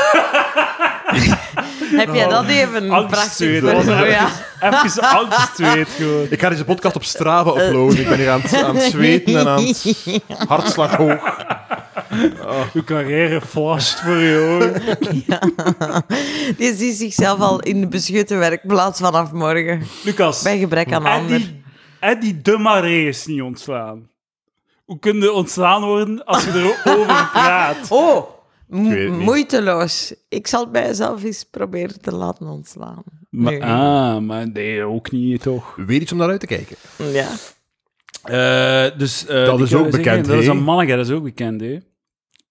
Speaker 1: Heb
Speaker 3: Oh.
Speaker 1: jij dat even
Speaker 2: angst,
Speaker 1: prachtig
Speaker 2: weet je.
Speaker 1: voor? Ja.
Speaker 2: even angst weet gewoon.
Speaker 3: Ik ga deze podcast op Strava
Speaker 2: Eh,
Speaker 3: uploaden. Ik ben hier aan het, aan het zweten en aan het hartslag hoog.
Speaker 2: Uw carrière flasht voor je ogen.
Speaker 1: Die ziet zichzelf al in de beschutte werkplaats vanaf morgen.
Speaker 2: Lucas,
Speaker 1: Bij gebrek aan ander.
Speaker 2: Eddie, Eddie de Maree is niet ontslaan. Hoe kun je ontslaan worden als je erover praat?
Speaker 1: Oh, m-
Speaker 3: weet het niet.
Speaker 1: moeiteloos. Ik zal het bij mezelf eens proberen te laten ontslaan.
Speaker 2: Maar,
Speaker 1: Nu.
Speaker 2: ah, maar nee, ook niet, toch?
Speaker 3: Weer iets om naar uit te kijken.
Speaker 1: Ja.
Speaker 2: dus,
Speaker 3: Dat is ook bekend,
Speaker 2: Dat is
Speaker 3: hè?
Speaker 2: een manneke, dat is ook bekend, hè?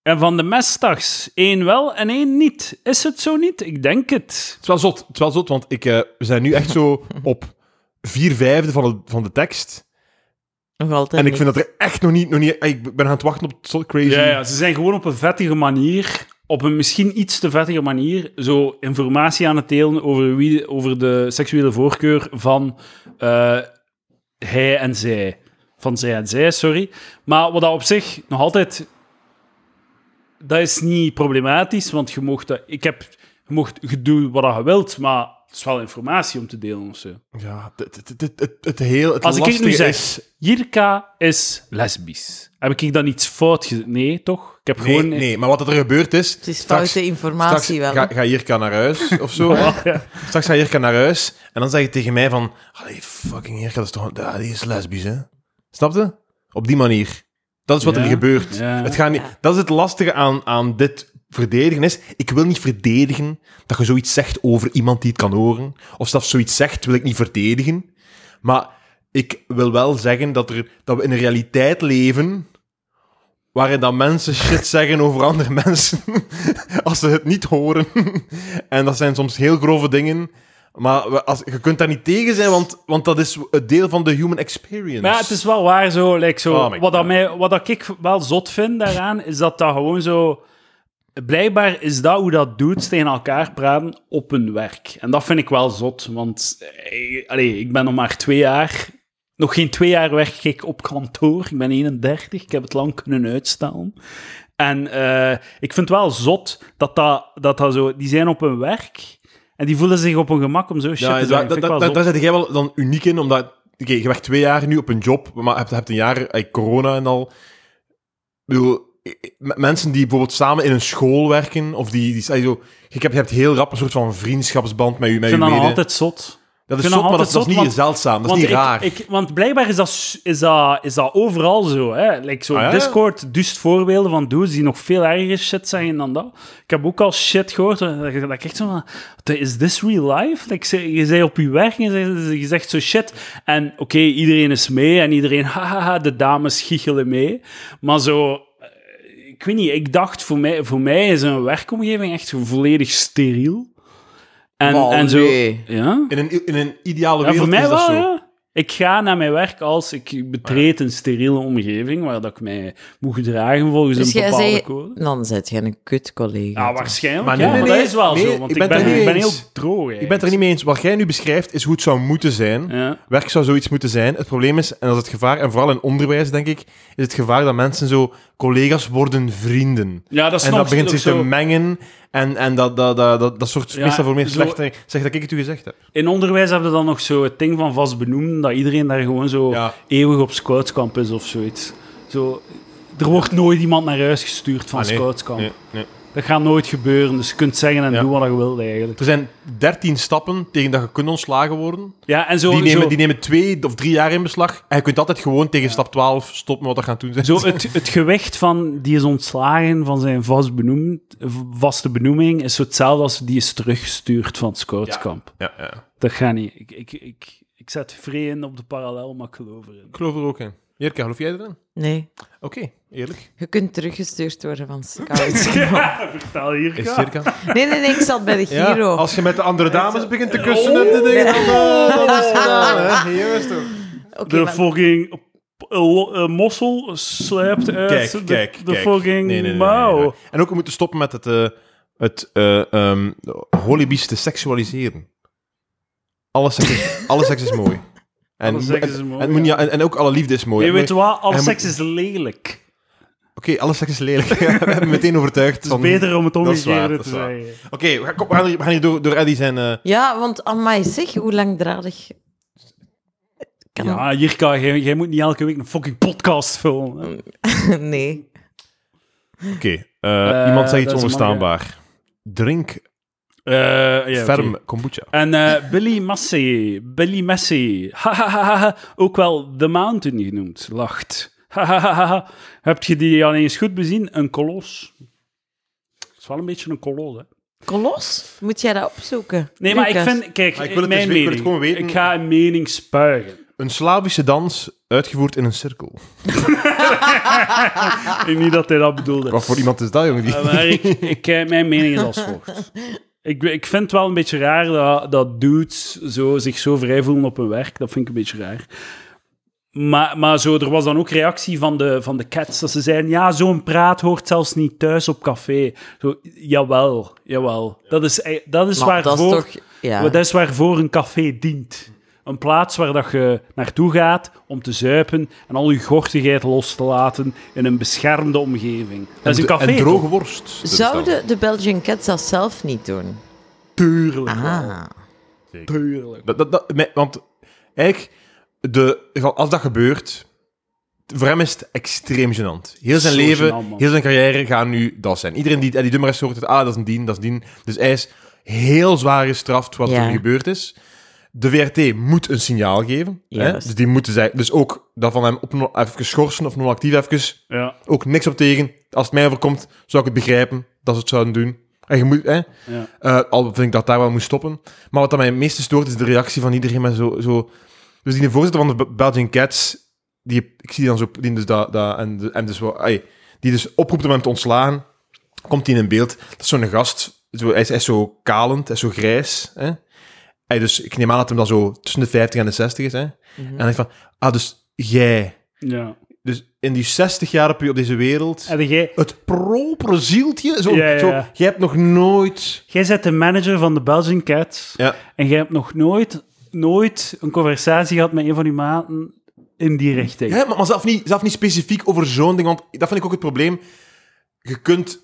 Speaker 2: En van de mestdags, één wel en één niet. Is het zo niet? Ik denk het.
Speaker 3: Het is wel zot, het is wel zot want ik, eh, we zijn nu echt zo op vier vijfde van, het- van de tekst.
Speaker 1: Nog altijd
Speaker 3: En ik
Speaker 1: niet.
Speaker 3: vind dat er echt nog niet... Nog niet ik ben aan het wachten op het soort crazy...
Speaker 2: Ja, ja, ze zijn gewoon op een vettige manier, op een misschien iets te vettige manier, zo informatie aan het delen over, wie, over de seksuele voorkeur van eh, hij en zij. Van zij en zij, sorry. Maar wat dat op zich nog altijd... Dat is niet problematisch, want je mocht... Dat, ik heb... Je mocht je doen wat dat je wilt, maar het is wel informatie om te delen of zo.
Speaker 3: Ja, het, het, het, het, het heel... Het
Speaker 2: Als ik
Speaker 3: lastige
Speaker 2: nu zeg,
Speaker 3: is-
Speaker 2: Jirka is lesbisch. Heb ik dan iets fout gezegd? Nee, toch? Ik heb
Speaker 3: Nee,
Speaker 2: gewoon...
Speaker 3: nee, maar wat er gebeurd is...
Speaker 1: Het is foute informatie wel.
Speaker 3: Ga, dus ga Jirka naar huis, of zo. Straks ga Jirka naar huis en dan zeg je tegen mij van... Allee, fucking Jirka, dat is toch... ja, Die is lesbisch, hè? Snap je? Op die manier. Dat is wat
Speaker 2: Ja,
Speaker 3: er gebeurt.
Speaker 2: ja.
Speaker 3: Het gaat niet,
Speaker 1: Ja.
Speaker 3: Dat is het lastige aan, aan dit verdedigen is... Ik wil niet verdedigen dat je zoiets zegt over iemand die het kan horen. Of zelfs zoiets zegt, wil ik niet verdedigen. Maar ik wil wel zeggen dat, er, dat we in een realiteit leven waarin dat mensen shit zeggen over andere mensen als ze het niet horen. en dat zijn soms heel grove dingen. Maar we- als, je kunt daar niet tegen zijn, want, want dat is een deel van de human experience.
Speaker 2: Maar ja, het is wel waar zo. Like, zo
Speaker 3: Oh my
Speaker 2: wat, dat
Speaker 3: God.
Speaker 2: mij, wat dat ik wel zot vind daaraan, is dat dat gewoon zo. Blijkbaar is dat hoe dat doet, tegen elkaar praten op hun werk. En dat vind ik wel zot, want eh, allee, ik ben nog maar twee jaar. Nog geen twee jaar werk ik op kantoor. Ik ben 31, ik heb het lang kunnen uitstellen. En eh, ik vind het wel zot dat dat, dat dat zo... Die zijn op hun werk en die voelen zich op hun gemak om zo shit dus
Speaker 3: Ja,
Speaker 2: te
Speaker 3: daar,
Speaker 2: zeggen.
Speaker 3: daar,
Speaker 2: Vind ik wel
Speaker 3: daar,
Speaker 2: zot.
Speaker 3: daar zit jij wel dan uniek in, omdat oké, je werkt twee jaar nu op een job, maar hebt, hebt een jaar eh, corona en al. Ik bedoel, eh, eh, m- mensen die bijvoorbeeld samen in een school werken, of die, die eh, zo, je, hebt, je hebt heel rap een soort van vriendschapsband met je, met
Speaker 2: Ik
Speaker 3: je
Speaker 2: vind dat nog
Speaker 3: mede.
Speaker 2: altijd zot.
Speaker 3: dat is
Speaker 2: vind
Speaker 3: zot,
Speaker 2: dat
Speaker 3: maar
Speaker 2: altijd
Speaker 3: dat,
Speaker 2: zot,
Speaker 3: dat is niet
Speaker 2: want-
Speaker 3: zeldzaam, dat is
Speaker 2: want
Speaker 3: niet
Speaker 2: ik-
Speaker 3: raar.
Speaker 2: Ik, want blijkbaar is dat, s- is dat, is dat overal zo. Hè? Like zo
Speaker 3: Ah, ja?
Speaker 2: Discord duist voorbeelden van dudes die nog veel erger shit zeggen dan dat. Ik heb ook al shit gehoord. Dat dat ik echt zo van... "Wat, Is this real life? Like, ze- je zei op je werk en je zegt- je zegt zo shit. En oké, iedereen is mee en iedereen... Hahaha, de dames giechelen mee. Maar zo... eh, Ik weet niet, ik dacht, voor mij, voor mij is een werkomgeving echt volledig steriel. En,
Speaker 1: Maar
Speaker 2: en zo...
Speaker 1: nee.
Speaker 2: Ja?
Speaker 3: in, een, in een ideale
Speaker 2: Ja,
Speaker 3: wereld
Speaker 2: voor mij
Speaker 3: is dat
Speaker 2: wel,
Speaker 3: zo. Ah,
Speaker 2: ja. Ik ga naar mijn werk als ik betreed een steriele omgeving waar dat ik mij moet gedragen volgens
Speaker 1: Dus
Speaker 2: een
Speaker 1: jij
Speaker 2: bepaalde
Speaker 1: zei,
Speaker 2: code.
Speaker 1: dan zet jij een kut collega.
Speaker 3: Ah,
Speaker 2: Ja, waarschijnlijk.
Speaker 3: Maar
Speaker 2: Maar,
Speaker 3: nee,
Speaker 2: ja,
Speaker 3: nee,
Speaker 2: maar
Speaker 3: nee,
Speaker 2: dat is wel
Speaker 3: nee,
Speaker 2: zo, want
Speaker 3: ik
Speaker 2: ik
Speaker 3: ben
Speaker 2: ben,
Speaker 3: het er niet
Speaker 2: ik ben
Speaker 3: eens.
Speaker 2: heel droog.
Speaker 3: Ik ben het er niet mee eens. Wat jij nu beschrijft, is hoe het zou moeten zijn.
Speaker 2: Ja.
Speaker 3: Werk zou zoiets moeten zijn. Het probleem is, en dat is het gevaar, en vooral in onderwijs, denk ik, is het gevaar dat mensen zo collega's worden vrienden.
Speaker 2: ja, dat is
Speaker 3: En
Speaker 2: nog
Speaker 3: dat begint
Speaker 2: ook
Speaker 3: zich te
Speaker 2: zo.
Speaker 3: mengen. En, en dat, dat, dat, dat, dat soort
Speaker 2: Ja,
Speaker 3: meestal voor meer
Speaker 2: zo-
Speaker 3: slechter. Zeg dat ik het u gezegd heb.
Speaker 2: In onderwijs hebben we dan nog zo het ding van vast benoemen dat iedereen daar gewoon zo
Speaker 3: Ja.
Speaker 2: eeuwig op scoutskamp is of zoiets. Zo, er wordt nooit iemand naar huis gestuurd van
Speaker 3: Ah, nee.
Speaker 2: scoutskamp.
Speaker 3: Nee, nee.
Speaker 2: Dat gaat nooit gebeuren, dus je kunt zeggen en
Speaker 3: Ja.
Speaker 2: doen wat je wilt eigenlijk.
Speaker 3: Er zijn 13 stappen tegen dat je kunt ontslagen worden.
Speaker 2: Ja, en zo,
Speaker 3: Die nemen,
Speaker 2: zo-
Speaker 3: die nemen twee of drie jaar in beslag. En je kunt altijd gewoon tegen stap 12 stoppen wat er gaan doen. zijn.
Speaker 2: Zo het, het gewicht van die is ontslagen van zijn vast benoemd, v- vaste benoeming is zo hetzelfde als die is teruggestuurd van het scoutskamp.
Speaker 3: Ja, ja.
Speaker 2: Dat gaat niet. Ik, ik, ik, ik zet vrij in op de parallel, maar ik geloof erin.
Speaker 3: Ik geloof er ook in. Jerka, geloof jij erin?
Speaker 1: Nee,
Speaker 3: Oké, eerlijk.
Speaker 1: je kunt teruggestuurd worden van Scout.
Speaker 2: Vertel hier,
Speaker 3: Is
Speaker 2: Ka.
Speaker 3: het Jerka?
Speaker 1: Nee, nee, nee, ik zat bij de
Speaker 3: Ja,
Speaker 1: Giro.
Speaker 3: als je met de andere dames begint
Speaker 2: Oh,
Speaker 3: te kussen en te dingen, dan, eh, dan is het gedaan. Hè? Juist toch.
Speaker 1: Oké,
Speaker 2: De
Speaker 1: maar-
Speaker 2: fucking eh, lo- eh, mossel sluipt uit
Speaker 3: Kijk,
Speaker 2: de,
Speaker 3: kijk,
Speaker 2: de
Speaker 3: kijk.
Speaker 2: fucking
Speaker 3: Nee, nee, nee, nee,
Speaker 2: mouw.
Speaker 3: nee, nee. En ook, we moeten stoppen met het, eh het eh ehm holibies te seksualiseren. Alle seks is, alle seks is mooi. En,
Speaker 2: Alle seks is
Speaker 3: en-
Speaker 2: mooi,
Speaker 3: En, moet
Speaker 2: ja.
Speaker 3: niet- en, en ook alle liefde is mooi.
Speaker 2: Je
Speaker 3: En
Speaker 2: weet
Speaker 3: moet-
Speaker 2: wat, al
Speaker 3: hij moet-
Speaker 2: seks is lelijk.
Speaker 3: Oké, alle seks is lelijk. We hebben me meteen overtuigd.
Speaker 2: Het is
Speaker 3: van-
Speaker 2: beter om het
Speaker 3: dat is waar,
Speaker 2: omgekeerde
Speaker 3: dat
Speaker 2: te
Speaker 3: is waar.
Speaker 2: zeggen.
Speaker 3: Oké, we, gaan- kom, we gaan hier, we gaan hier door, door Eddie zijn... eh
Speaker 1: Ja, want amai zeg, hoe langdradig... Kan...
Speaker 2: Ja, Jirka, jij, jij moet niet elke week een fucking podcast filmen. hè.
Speaker 1: Nee.
Speaker 3: Oké, eh, iemand zei iets
Speaker 2: dat is
Speaker 3: onverstaanbaar. Drink
Speaker 2: Eh, ja,
Speaker 3: ferm
Speaker 2: oké.
Speaker 3: kombucha.
Speaker 2: En eh, Billy Massey, Billy Messi, hahaha, ook wel The Mountain genoemd, lacht. Hahaha. Heb je die al eens goed bezien? Een kolos. Het is wel een beetje een kolos, hè?
Speaker 1: Kolos? Moet jij dat opzoeken?
Speaker 2: Nee, maar ik
Speaker 1: Lucas?
Speaker 2: vind, kijk,
Speaker 3: Maar ik wil het
Speaker 2: mijn
Speaker 3: dus weten, ik wil
Speaker 2: mening.
Speaker 3: het gewoon weten.
Speaker 2: Ik ga een mening spuigen.
Speaker 3: Een Slavische dans uitgevoerd in een cirkel.
Speaker 2: Ik denk niet dat hij dat bedoelde.
Speaker 3: Wat voor iemand is dat, jongen? Die...
Speaker 2: Eh, maar ik, ik, eh, mijn mening is als volgt. Ik, ik vind het wel een beetje raar dat, dat dudes zo, zich zo vrij voelen op hun werk. Dat vind ik een beetje raar. Maar, maar zo, er was dan ook reactie van de, van de cats. Dat ze zeiden, ja, zo'n praat hoort zelfs niet thuis op café. Zo, jawel, jawel. Dat is, ei- dat is
Speaker 1: Maar dat is
Speaker 2: waarvoor...
Speaker 1: toch... Ja.
Speaker 2: Dat is waarvoor een café dient. Een plaats waar dat je naartoe gaat om te zuipen en al je gortigheid los te laten in een beschermde omgeving. Dat is een
Speaker 3: En-
Speaker 2: café.
Speaker 3: En
Speaker 2: toch?
Speaker 3: droge worst. te bestellen.
Speaker 1: Zouden de Belgian Cats dat zelf niet doen?
Speaker 2: Tuurlijk. wel.
Speaker 1: Ah.
Speaker 2: Tuurlijk.
Speaker 3: Dat, dat, dat, me- want eigenlijk, de, als dat gebeurt, voor hem is het extreem gênant. Heel zijn
Speaker 2: Zo
Speaker 3: leven,
Speaker 2: gênant, man.
Speaker 3: heel zijn carrière gaan nu dat zijn. Iedereen die Eddie Dummer heeft gehoord, heeft, ah, dat is een dien, dat is een dien. Dus hij is heel zwaar gestraft wat
Speaker 1: Ja.
Speaker 3: er gebeurd is. De WRT moet een signaal geven. Hè?
Speaker 1: Juist.
Speaker 3: Dus die moeten zij, dus ook dat van hem op, nul- even schorsen of non-actief even,
Speaker 2: Ja,
Speaker 3: ook niks op tegen. Als het mij overkomt, zou ik het begrijpen dat ze het zouden doen. En je moet, hè,
Speaker 2: ja.
Speaker 3: eh, al vind ik dat daar wel moest stoppen. Maar wat dat mij het meeste stoort, is de reactie van iedereen met zo... zo Dus die de voorzitter van de B- Belgian Cats, die, ik zie die dan zo, die dus dat, dat, en, en dus, wel- ai, die dus oproept om hem te ontslagen, komt hij in beeld. Dat is zo'n gast, zo, hij, is, hij is zo kalend, hij is zo grijs. Hè? Hij, dus ik neem aan dat hem dan zo tussen de 50 en de 60 is. Hè? En dan denk ik van, ah, dus jij.
Speaker 2: Ja.
Speaker 3: Dus in die 60 jaar op, op deze wereld,
Speaker 2: En jij,
Speaker 3: het propere zieltje, zo,
Speaker 2: Ja, ja,
Speaker 3: zo,
Speaker 2: ja.
Speaker 3: jij hebt nog nooit...
Speaker 2: jij bent de manager van de Belgian Cats.
Speaker 3: Ja.
Speaker 2: En jij hebt nog nooit, nooit een conversatie gehad met een van die maten in die richting.
Speaker 3: Ja, maar, maar zelf, niet, zelf niet specifiek over zo'n ding, want dat vind ik ook het probleem. Je kunt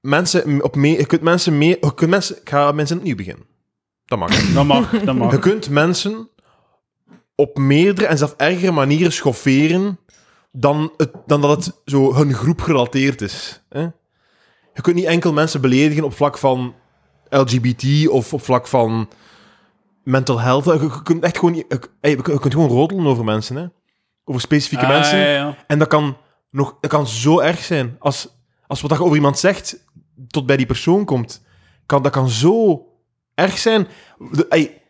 Speaker 3: mensen op mee... Je kunt mensen mee... Je kunt mensen... Ik ga mensen opnieuw beginnen. Dat mag.
Speaker 2: Dat mag, dat mag.
Speaker 3: Je kunt mensen op meerdere en zelf ergere manieren schofferen dan, het, dan dat het zo hun groep gerelateerd is. Hè? Je kunt niet enkel mensen beledigen op vlak van LGBT of op vlak van mental health. Je, je kunt echt gewoon, niet- je, hey, je kunt- je kunt gewoon rodelen over mensen, hè? over specifieke
Speaker 2: Ah,
Speaker 3: mensen.
Speaker 2: ja, ja.
Speaker 3: En dat kan, nog, dat kan zo erg zijn. Als, als wat je over iemand zegt, tot bij die persoon komt. Kan, dat kan zo erg zijn. De- ey,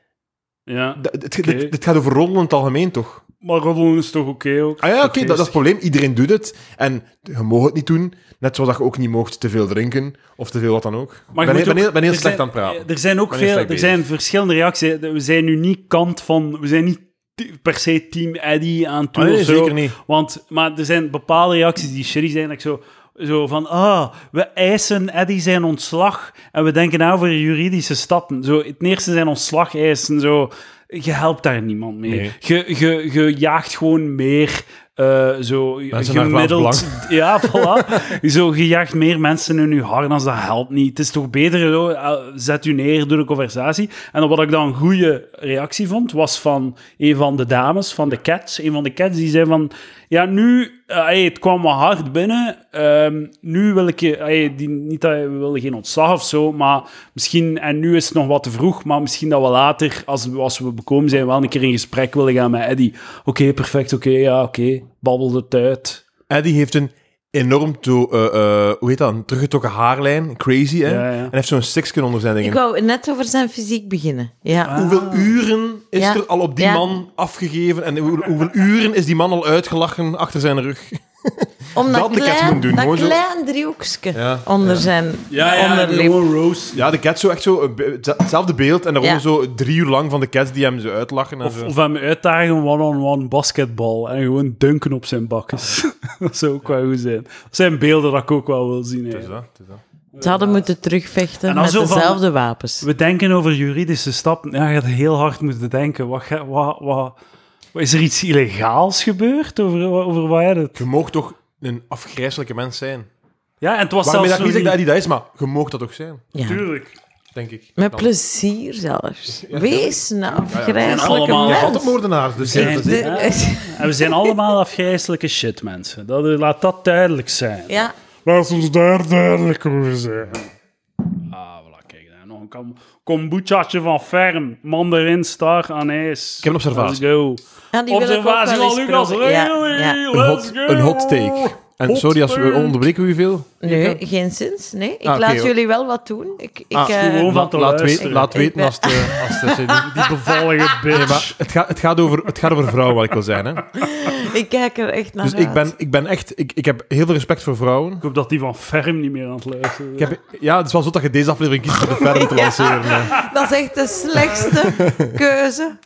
Speaker 2: Ja.
Speaker 3: D- Het
Speaker 2: Oké.
Speaker 3: dit, dit gaat over roddelen in het algemeen, toch?
Speaker 2: Maar roddelen is toch oké ook?
Speaker 3: Ah ja, oké, dat, dat is het
Speaker 2: Feest.
Speaker 3: probleem. Iedereen doet het. En je mag het niet doen. Net zoals dat je ook niet mocht te veel drinken. Of te veel wat dan ook. Ik ben,
Speaker 2: je moet
Speaker 3: heel- ben
Speaker 2: ook-
Speaker 3: heel, ben heel
Speaker 2: er
Speaker 3: slecht
Speaker 2: zijn-
Speaker 3: aan het praten.
Speaker 2: Er zijn ook
Speaker 3: Ben heel
Speaker 2: veel,
Speaker 3: slecht
Speaker 2: er
Speaker 3: bezig.
Speaker 2: zijn verschillende reacties. We zijn nu niet kant van, we zijn niet t- per se team Eddy aan toe
Speaker 3: Ah, nee,
Speaker 2: of zo.
Speaker 3: zeker niet.
Speaker 2: Want, maar er zijn bepaalde reacties die shitty zijn. dat ik zo, zo van, ah, we eisen Eddy zijn ontslag. En we denken nou over juridische stappen. Zo, het eerste zijn ontslag eisen. Zo, je helpt daar niemand mee.
Speaker 3: Nee.
Speaker 2: Je, je, je jaagt gewoon meer... eh, zo
Speaker 3: Mensen naar Vlaams
Speaker 2: gemiddeld. Ja, voilà. zo, je jaagt meer mensen in je harnas, dat helpt niet. Het is toch beter, zo, eh, zet u neer, doe een conversatie. En wat ik dan een goede reactie vond, was van een van de dames, van de cats. Een van de cats die zei van, ja, nu, eh, hey, het kwam me hard binnen. Ehm, nu wil ik je, hey, die, niet dat we willen geen ontslag of zo, maar misschien, en nu is het nog wat te vroeg, maar misschien dat we later, als, als we bekomen zijn, wel een keer in gesprek willen gaan met Eddy. Oké, perfect, oké, ja, oké. Babbel het uit.
Speaker 3: Eddie heeft een enorm, to, eh, eh, hoe heet dat, een teruggetrokken haarlijn. Crazy, hè?
Speaker 2: Ja, ja.
Speaker 3: En heeft zo'n seksken onder zijn
Speaker 1: Ik
Speaker 3: dingen.
Speaker 1: wou net over zijn fysiek beginnen.
Speaker 2: Ah.
Speaker 1: Ja.
Speaker 3: Hoeveel uren is
Speaker 1: Ja.
Speaker 3: er al op die
Speaker 1: Ja.
Speaker 3: man afgegeven? En hoe- hoeveel uren is die man al uitgelachen achter zijn rug?
Speaker 1: Om dat,
Speaker 3: Dat de cats
Speaker 1: klein,
Speaker 3: moeten doen,
Speaker 1: dat
Speaker 3: gewoon zo.
Speaker 1: klein driehoekje
Speaker 3: Ja,
Speaker 1: onder zijn onderlip.
Speaker 2: gewoon roast.
Speaker 3: Ja, de cat zo echt zo, een be- het- hetzelfde beeld. En daarom
Speaker 1: Ja.
Speaker 3: zo drie uur lang van de cats die hem zo uitlachen. En
Speaker 2: Of,
Speaker 3: zo.
Speaker 2: of hem uitdagen one-on-one basketbal en gewoon dunken op zijn bakjes.
Speaker 3: Ah,
Speaker 2: dat zou ook wel goed zijn. Dat zijn beelden dat ik ook wel wil zien.
Speaker 3: Het is
Speaker 2: hè.
Speaker 3: dat, het is dat.
Speaker 1: Ze hadden moeten
Speaker 2: En
Speaker 1: terugvechten
Speaker 2: dan
Speaker 1: met
Speaker 2: zo van-
Speaker 1: dezelfde wapens.
Speaker 2: We denken over juridische stappen. Ja, je gaat heel hard moeten denken. Wat, ga- wat, wat, wat- is er iets illegaals gebeurd over, over wat jij dat...
Speaker 3: Je mag toch een afgrijzelijke mens zijn?
Speaker 2: Ja, en het was
Speaker 3: Waarmee
Speaker 2: zelfs
Speaker 3: dat ik
Speaker 2: nog
Speaker 3: niet zeg
Speaker 2: niet...
Speaker 3: dat hij dat is, maar je mag dat toch zijn?
Speaker 1: Ja.
Speaker 2: Tuurlijk.
Speaker 3: Denk ik.
Speaker 1: Met
Speaker 3: Dan.
Speaker 1: plezier zelfs.
Speaker 3: Ja,
Speaker 1: Wees nou
Speaker 2: Zijn
Speaker 1: afgrijzelijke
Speaker 2: allemaal-
Speaker 3: Ja,
Speaker 1: mens.
Speaker 3: altijd moordenaars. Dus
Speaker 2: Zijn
Speaker 3: ja, dat is-
Speaker 2: dit- En we zijn allemaal afgrijzelijke shit, mensen. Dat, laat dat duidelijk zijn.
Speaker 1: Ja,
Speaker 2: Laat ons daar duidelijk over zijn. Ah, voilà, kijk daar. Nog een kom- kombuchaatje van Ferm. Mandarin, star, anijs.
Speaker 3: Ik heb een observatie.
Speaker 2: Let's go.
Speaker 1: ja die wil ik ook
Speaker 2: Observatie
Speaker 1: wel
Speaker 2: van
Speaker 1: eens
Speaker 2: Lucas.
Speaker 1: proberen. Ja,
Speaker 2: Really?
Speaker 1: ja.
Speaker 3: een, hot,
Speaker 2: Let's go.
Speaker 3: een hot take. En
Speaker 2: Hot
Speaker 3: sorry als we
Speaker 2: take.
Speaker 3: onderbreken u veel.
Speaker 1: Nee, geen zins. Nee. Ik
Speaker 3: Ah, oké,
Speaker 1: laat
Speaker 3: hoor.
Speaker 1: jullie wel wat doen. Ik, ik,
Speaker 3: Ah,
Speaker 1: eh,
Speaker 2: gewoon. Om van
Speaker 3: Laat,
Speaker 2: te
Speaker 3: laat, weten,
Speaker 2: luisteren.
Speaker 3: laat
Speaker 1: Ik
Speaker 3: weten
Speaker 1: ben-
Speaker 3: als de... Als de CD
Speaker 2: Die bevallige bitch.
Speaker 3: maar het, gaat, het, gaat over, het gaat over vrouwen, wat ik wil zijn. Hè.
Speaker 1: ik kijk er echt naar
Speaker 3: Dus ik
Speaker 1: uit.
Speaker 3: ben, ik ben echt... Ik, ik heb heel veel respect voor vrouwen.
Speaker 2: Ik hoop dat die van Ferm niet meer aan het luisteren is.
Speaker 3: Ik heb, ja, het is wel zo dat je deze aflevering kiest voor de verder te
Speaker 1: Ja.
Speaker 3: lanceren. hè.
Speaker 1: Dat is echt de slechtste keuze.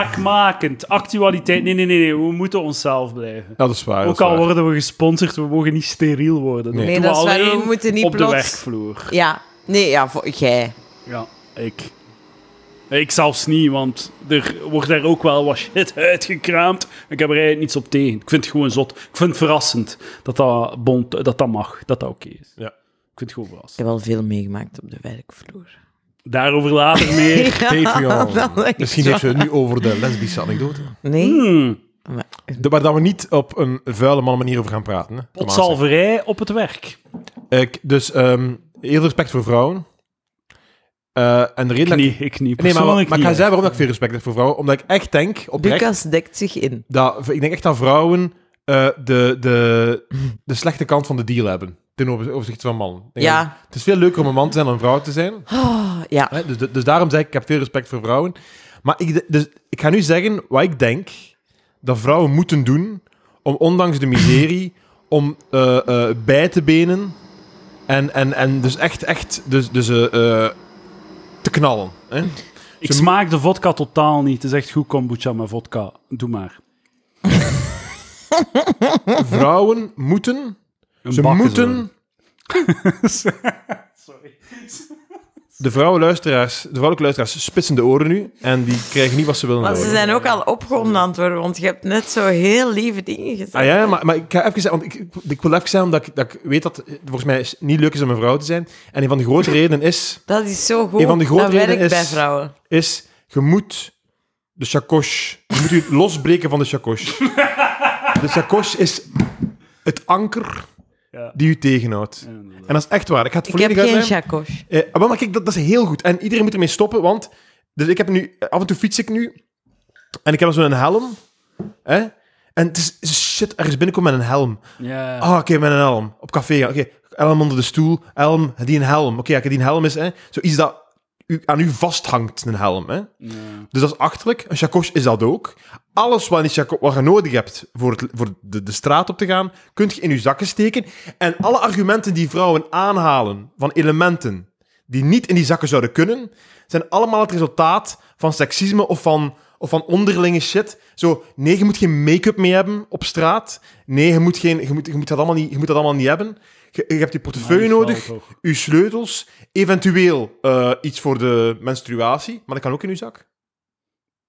Speaker 2: Spraakmakend, actualiteit. Nee, nee, nee, nee. We moeten onszelf blijven.
Speaker 3: Ja, dat is waar. dat
Speaker 2: Ook
Speaker 3: is waar.
Speaker 2: al worden we gesponsord, we mogen niet steriel worden.
Speaker 3: Nee.
Speaker 2: Dat
Speaker 1: Nee,
Speaker 2: doen
Speaker 1: dat is
Speaker 2: we
Speaker 1: waar.
Speaker 2: alleen
Speaker 1: We moeten niet
Speaker 2: op
Speaker 1: plots-
Speaker 2: de werkvloer.
Speaker 1: Ja, nee, ja, voor, jij.
Speaker 2: Ja, ik. Ik zelfs niet, want er wordt daar ook wel wat shit uitgekraamd. Ik heb er eigenlijk niets op tegen. Ik vind het gewoon zot. Ik vind het verrassend dat dat, bond, dat, dat mag, dat dat oké is.
Speaker 3: Ja.
Speaker 2: Ik vind het gewoon
Speaker 1: Ik
Speaker 2: verrassend.
Speaker 1: heb al veel meegemaakt op de werkvloer.
Speaker 2: Daarover later meer.
Speaker 3: Patreon.
Speaker 1: dat is
Speaker 3: Misschien heeft ze het nu over de lesbische anekdote.
Speaker 1: Nee,
Speaker 2: Hmm,
Speaker 1: maar
Speaker 3: De- Waar dat we niet op een vuile man manier over gaan praten. Hè, Tomaas.
Speaker 2: potsalverij op het werk.
Speaker 3: Ik, dus ehm heel respect voor vrouwen. Eh, en de reden
Speaker 2: Ik
Speaker 3: dat ik-
Speaker 2: niet, ik niet.
Speaker 3: Nee, maar, maar,
Speaker 2: Persoonlijk
Speaker 3: maar ik ga
Speaker 2: niet.
Speaker 3: zeggen waarom dat ik veel respect heb voor vrouwen. Omdat ik echt denk, oprecht,
Speaker 1: Lucas dekt zich in.
Speaker 3: dat, ik denk echt dat vrouwen eh, de, de, de slechte kant van de deal hebben. Ten over- opzichte van mannen. Ik denk
Speaker 1: Ja.
Speaker 3: dat- Het is veel leuker om een man te zijn dan een vrouw te zijn.
Speaker 1: Oh, ja.
Speaker 3: Hè, Dus, dus daarom zeg ik, ik heb veel respect voor vrouwen. Maar ik, de- dus, ik ga nu zeggen wat ik denk dat vrouwen moeten doen om ondanks de miserie om eh, eh, bij te benen en, en, en dus echt, echt dus, dus, eh, eh, te knallen. Hè?
Speaker 2: Ik smaak de vodka totaal niet. Het is echt goed kombucha met vodka. Doe maar.
Speaker 3: Vrouwen moeten,
Speaker 2: Een
Speaker 3: ze
Speaker 2: bakkes
Speaker 3: moeten,
Speaker 2: worden. Sorry.
Speaker 3: de vrouwen luisteraars, de vrouwelijke luisteraars spitsen de oren nu en die krijgen niet wat ze willen
Speaker 1: Maar ze
Speaker 3: horen.
Speaker 1: zijn ook al opgewonden aan het worden, want je hebt net zo heel lieve dingen gezegd.
Speaker 3: Ah ja, maar, maar ik ga even zeggen, want ik, ik- ik wil even zeggen, omdat ik, dat ik weet dat het volgens mij niet leuk is om een vrouw te zijn. En een van de grote redenen is,
Speaker 1: Dat is zo goed.
Speaker 3: Een van de grote
Speaker 1: dat werkt
Speaker 3: redenen is-
Speaker 1: bij vrouwen.
Speaker 3: is je moet de chakosh, je moet je losbreken van de chakosh. De chakosh is het anker
Speaker 2: Ja.
Speaker 3: die u tegenhoudt. En dat is echt waar. Ik ga het
Speaker 1: Ik heb
Speaker 3: volledig
Speaker 1: geen
Speaker 3: uitleggen.
Speaker 1: chacos.
Speaker 3: Eh, maar, maar kijk, dat, dat is heel goed. En iedereen moet ermee stoppen, want... Dus ik heb nu... Af en toe fiets ik nu. En ik heb zo'n helm. Hè? En het is, het is shit, ergens binnenkomen met een helm.
Speaker 2: Ja.
Speaker 3: Ah, oké, met een helm. Op café gaan. Oké, helm onder de stoel. Helm, die een helm. Oké, ja, die een helm is, hè. Zoiets dat u, aan u vasthangt, een helm, hè.
Speaker 2: Ja.
Speaker 3: Dus dat is achterlijk. Een chakos is dat ook. Alles wat, in die chako- wat je nodig hebt voor, het, voor de, de straat op te gaan, kunt je in je zakken steken. En alle argumenten die vrouwen aanhalen van elementen die niet in die zakken zouden kunnen, zijn allemaal het resultaat van seksisme of van, of van onderlinge shit. Zo, nee, je moet geen make-up mee hebben op straat. Nee, je moet, geen, je moet, je moet, dat, allemaal niet, je moet dat allemaal niet hebben. Je, je hebt je portefeuille
Speaker 2: Maar die
Speaker 3: nodig,
Speaker 2: vrouw toch.
Speaker 3: je sleutels, eventueel eh, iets voor de menstruatie, maar dat kan ook in je zak.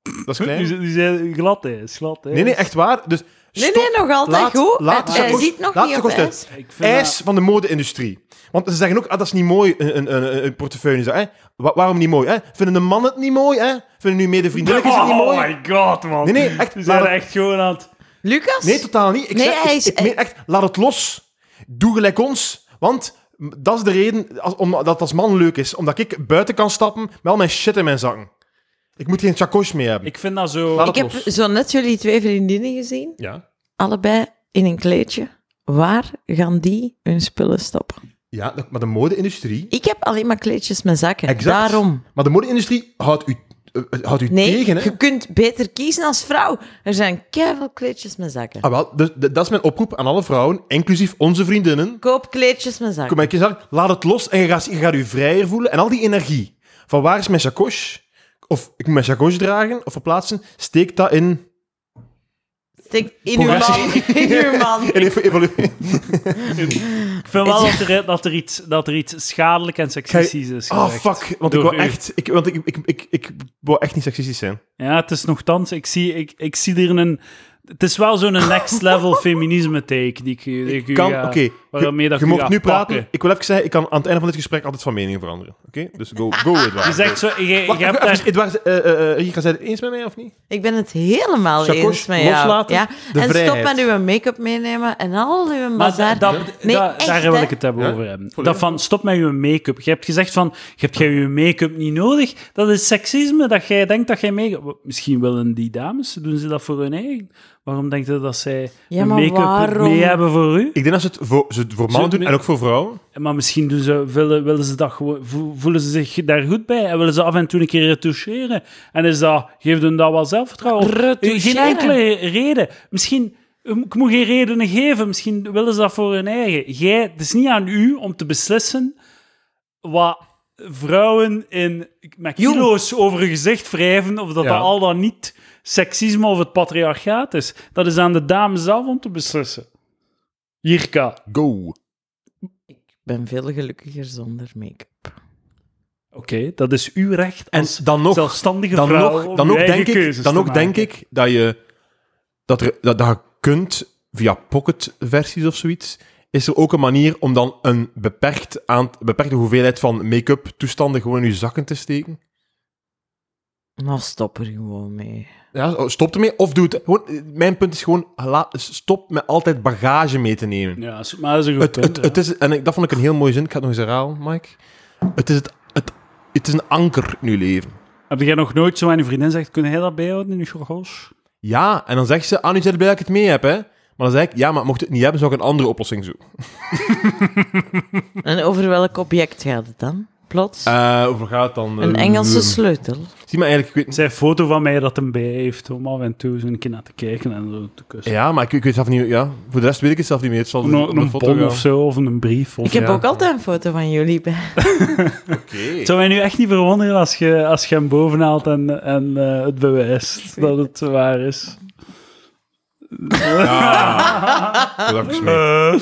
Speaker 3: Dat is klein.
Speaker 2: Die, zijn- die zijn glad, hè. Is glad, hè.
Speaker 3: Nee, nee, echt waar. Dus
Speaker 1: Nee,
Speaker 3: stop.
Speaker 1: nee, nog altijd
Speaker 3: Laat-
Speaker 1: goed.
Speaker 3: laat
Speaker 1: Het-
Speaker 3: de
Speaker 1: hij
Speaker 3: chacos-
Speaker 1: ziet nog
Speaker 3: laat
Speaker 1: niet
Speaker 3: de
Speaker 1: op
Speaker 3: chacos
Speaker 1: ijs.
Speaker 2: Ik vind
Speaker 3: Eis van de mode-industrie. Want ze zeggen ook, ah, dat is niet mooi, een, een, een, een portefeuille. Zo, hè? Wa- waarom niet mooi? Hè? Vinden de mannen het niet mooi? Hè? Vinden nu mede
Speaker 2: dat-
Speaker 3: vriendinnetjes het niet
Speaker 2: Oh
Speaker 3: mooi?
Speaker 2: my god, man.
Speaker 3: Nee, nee, echt,
Speaker 2: We zijn
Speaker 3: maar-
Speaker 2: echt gewoon aan het...
Speaker 1: Lucas?
Speaker 3: Nee, totaal niet. Ik,
Speaker 1: Nee,
Speaker 3: zeg,
Speaker 1: hij
Speaker 3: ik-
Speaker 1: is-
Speaker 3: ik meen echt, laat het los. Doe gelijk ons. Want dat is de reden als, omdat dat als man leuk is. Omdat ik buiten kan stappen met al mijn shit in mijn zakken. Ik moet geen chakos mee hebben.
Speaker 2: Ik vind dat zo...
Speaker 3: Laat
Speaker 1: Ik
Speaker 3: het
Speaker 1: heb
Speaker 3: los.
Speaker 1: zo net jullie twee vriendinnen gezien.
Speaker 3: Ja.
Speaker 1: Allebei in een kleedje. Waar gaan die hun spullen stoppen?
Speaker 3: ja, dat- maar de mode-industrie...
Speaker 1: Ik heb alleen maar kleedjes met zakken.
Speaker 3: Exact.
Speaker 1: Daarom.
Speaker 3: Maar de mode-industrie houdt u, eh, eh, houdt u
Speaker 1: Nee,
Speaker 3: tegen, hè?
Speaker 1: je kunt beter kiezen als vrouw. Er zijn keihard kleedjes met zakken.
Speaker 3: Ah, wel, dus, d- dat is mijn oproep aan alle vrouwen, inclusief onze vriendinnen.
Speaker 1: Koop kleedjes met zakken.
Speaker 3: Kom maar, ik zeg, laat het los en je gaat, je gaat je vrijer voelen. En al die energie, van waar is mijn chakos? Of ik moet mijn chakos dragen of verplaatsen, steek dat in...
Speaker 1: Steek in uw man.
Speaker 3: Progressie.
Speaker 1: In uw man.
Speaker 3: in evo- evolu-
Speaker 2: Ik vind wel dat er, dat er, iets, dat er iets schadelijk en seksistisch is
Speaker 3: Ah,
Speaker 2: gezegd.
Speaker 3: fuck. Want ik
Speaker 2: Door
Speaker 3: wou
Speaker 2: u.
Speaker 3: echt, ik, want ik, ik, ik, ik wou echt niet seksistisch zijn.
Speaker 2: Ja, het is nogthans... Ik zie, ik, ik zie er een... Het is wel zo'n next level feminisme take die ik, die ik u
Speaker 3: Kan,
Speaker 2: ga-
Speaker 3: oké.
Speaker 2: waarmee
Speaker 3: Je,
Speaker 2: dat
Speaker 3: je
Speaker 2: ik u
Speaker 3: mocht
Speaker 2: ga
Speaker 3: nu
Speaker 2: pakken.
Speaker 3: praten. Ik wil even zeggen, ik kan aan het einde van dit gesprek altijd van mening veranderen. Oké? Dus go, go Edouard.
Speaker 2: Je zegt zo... Je, je
Speaker 3: Wacht,
Speaker 2: hebt
Speaker 3: even,
Speaker 2: daar...
Speaker 3: even, Edouard, eh, eh, eh, hier, gaan zij het eens met mij of niet?
Speaker 1: Ik ben het helemaal
Speaker 3: Chacos,
Speaker 1: eens met jou.
Speaker 3: loslaten,
Speaker 1: ja?
Speaker 3: de
Speaker 1: en
Speaker 3: vrijheid.
Speaker 1: stop met uw make-up meenemen en al uw
Speaker 2: Maar
Speaker 1: bazaar.
Speaker 2: da- da-
Speaker 1: Nee,
Speaker 2: da-
Speaker 1: echt,
Speaker 2: daar
Speaker 1: hè?
Speaker 2: wil ik het hebben
Speaker 3: Ja,
Speaker 2: over hebben.
Speaker 3: volledig.
Speaker 2: Dat van, stop met je make-up. Je hebt gezegd van, je hebt jij je make-up niet nodig. Dat is seksisme, dat jij denkt dat jij make-up... Misschien willen die dames, doen ze dat voor hun eigen? Waarom denkt je dat zij
Speaker 1: Ja,
Speaker 2: hun
Speaker 1: maar
Speaker 2: make-up
Speaker 1: waarom?
Speaker 2: mee hebben voor u?
Speaker 3: Ik denk dat ze het voor, ze het voor mannen
Speaker 2: Zo-
Speaker 3: doen en ook voor vrouwen.
Speaker 2: Maar misschien doen ze, willen, willen ze dat gewoon, vo- voelen ze zich daar goed bij en willen ze af en toe een keer retoucheren. En is dat, geeft hun dat wel zelfvertrouwen? Of-
Speaker 1: Retoucheren?
Speaker 2: Geen enkele reden. Misschien, um, ik moet geen redenen geven, misschien willen ze dat voor hun eigen. Jij, het is niet aan u om te beslissen wat vrouwen in, met
Speaker 1: Jong.
Speaker 2: kilo's over hun gezicht wrijven, of dat,
Speaker 3: Ja.
Speaker 2: dat al dan niet seksisme of het patriarchaat is. Dat is aan de dame zelf om te beslissen. Jirka.
Speaker 3: Go.
Speaker 1: Ik ben veel gelukkiger zonder make-up.
Speaker 2: Oké, dat is uw recht
Speaker 3: En
Speaker 2: als
Speaker 3: dan nog,
Speaker 2: zelfstandige
Speaker 3: dan
Speaker 2: vrouw
Speaker 3: nog,
Speaker 2: om
Speaker 3: dan
Speaker 2: uw
Speaker 3: ook,
Speaker 2: eigen
Speaker 3: denk ik,
Speaker 2: keuzes
Speaker 3: dan
Speaker 2: te
Speaker 3: ook denk
Speaker 2: maken.
Speaker 3: ik dat je, dat, er, dat, dat je kunt, via pocketversies of zoiets, is er ook een manier om dan een beperkt aan, beperkte hoeveelheid van make-up toestanden gewoon in je zakken te steken.
Speaker 1: Nou, stop er gewoon mee.
Speaker 3: Ja, stop ermee. Of doe het. Gewoon, mijn punt is gewoon, laat- stop met altijd bagage mee te nemen.
Speaker 2: Ja, is- maar dat is een goed
Speaker 3: Het,
Speaker 2: punt,
Speaker 3: het,
Speaker 2: ja.
Speaker 3: het is, en ik, dat vond ik een heel mooie zin. Ik ga het nog eens herhalen, Mike. Het is, het, het, het is een anker in je leven.
Speaker 2: Heb jij nog nooit zo aan je vriendin gezegd, kun jij dat bijhouden in je chocos?
Speaker 3: Ja, en dan zegt ze, ah, nu zijn blij dat ik het mee heb, hè. Maar dan zeg ik, ja, maar mocht het niet hebben, zou ik een andere oplossing zoeken.
Speaker 1: En over welk object gaat het dan? Plots.
Speaker 3: Eh, over gaat het dan?
Speaker 1: een
Speaker 3: Eh,
Speaker 1: Engelse
Speaker 2: hmm.
Speaker 3: eh,
Speaker 1: sleutel.
Speaker 3: Zie maar eigenlijk, ik weet niet.
Speaker 2: zijn foto van mij dat hem bij heeft om af en toe zo'n keer naar te kijken en zo te kussen.
Speaker 3: Ja, maar ik, ik weet zelf niet. Ja. Voor de rest weet ik het zelf niet meer. Het zal
Speaker 2: Of
Speaker 3: op
Speaker 2: een,
Speaker 3: de
Speaker 2: een
Speaker 3: foto
Speaker 2: bon
Speaker 3: gaan.
Speaker 2: of zo, of een brief. Of,
Speaker 1: Ik heb
Speaker 2: ja.
Speaker 1: ook altijd een foto van jullie bij.
Speaker 3: Oké.
Speaker 2: Het zou mij nu echt niet verwonderen als je, als je hem bovenhaalt en, en eh, het bewijst dat het waar is.
Speaker 3: Dat heb ik eens mee.
Speaker 2: Eh,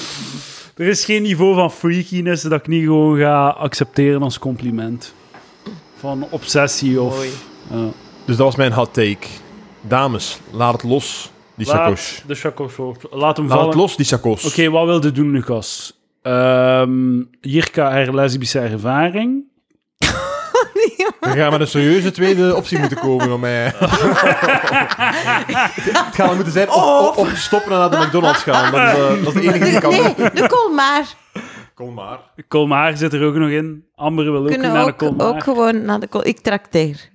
Speaker 2: er is geen niveau van freakiness dat ik niet gewoon ga accepteren als compliment. Van obsessie of... eh.
Speaker 1: Mooi.
Speaker 2: Ja.
Speaker 3: Dus dat was mijn hot take. Dames, laat het los, die chakos.
Speaker 2: Laat de chakos los. Laat hem
Speaker 3: Laat
Speaker 2: vallen.
Speaker 3: het los, die chakos.
Speaker 2: Oké, wat wil je doen, Lucas? Ehm Jirka, haar lesbische ervaring.
Speaker 3: We gaan met een serieuze tweede optie moeten komen om mij. het gaat wel moeten zijn of, of, of stoppen en naar de McDonald's gaan. Dat is, eh, dat is de enige die kan.
Speaker 1: Nee, de Colmar.
Speaker 3: Kom maar.
Speaker 2: Colmar zit er ook nog in. Amber wil ook
Speaker 1: Kunnen
Speaker 2: naar
Speaker 1: ook,
Speaker 2: de Colmar.
Speaker 1: ook gewoon naar de Colmar. Ik trakteer.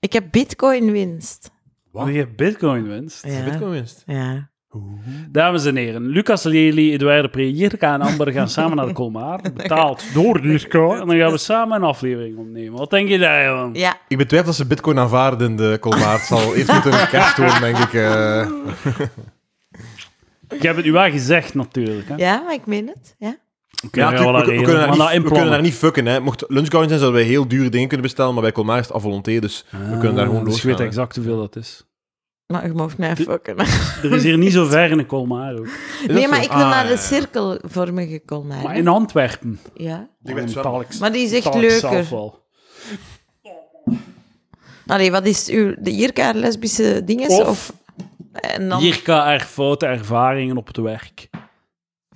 Speaker 1: Ik heb bitcoin winst.
Speaker 2: Wil je bitcoin winst?
Speaker 1: Ja. ja.
Speaker 2: Dames en heren, Lucas Lely, Eduard Pre, Jirka en Amber gaan samen naar de Colmar. Betaald door Jirka. En dan gaan we samen een aflevering opnemen. Wat denk je daarvan?
Speaker 1: Ja,
Speaker 3: Ik betwijfel dat ze bitcoin aanvaarden in de Colmar. Het zal eerst moeten gecashed worden, denk ik. eh.
Speaker 2: Ik heb het u wel gezegd natuurlijk. Hè?
Speaker 1: ja, maar ik meen het. Ja.
Speaker 3: Ja,
Speaker 2: we
Speaker 3: natuurlijk,
Speaker 2: wel
Speaker 3: we, we
Speaker 2: regelen.
Speaker 3: kunnen daar
Speaker 2: Maar
Speaker 3: niet,
Speaker 2: dat in
Speaker 3: we kunnen daar
Speaker 2: plannen.
Speaker 3: niet fucken. Hè. Mocht lunchgarden zijn, zouden wij heel dure dingen kunnen bestellen. Maar bij Colmar is het à volonté, dus we kunnen daar gewoon
Speaker 2: Ah, dus
Speaker 3: los.
Speaker 2: Ik weet exact hoeveel dat is.
Speaker 1: Maar je mag mij fokken.
Speaker 2: Er is hier niet zo ver in de Colmar ook.
Speaker 1: Nee, maar ik wil
Speaker 3: Ah,
Speaker 1: naar de cirkelvormige Colmar.
Speaker 2: Maar in Antwerpen.
Speaker 1: Ja.
Speaker 2: Betaal ik-
Speaker 1: Maar die is echt
Speaker 2: betaal ik zelf
Speaker 1: leuker.
Speaker 2: wel.
Speaker 1: Allee, wat is uw... De Jirka haar lesbische dinges?
Speaker 2: Of-
Speaker 1: Of... En dan
Speaker 2: Jirka, haar foute ervaringen op het werk.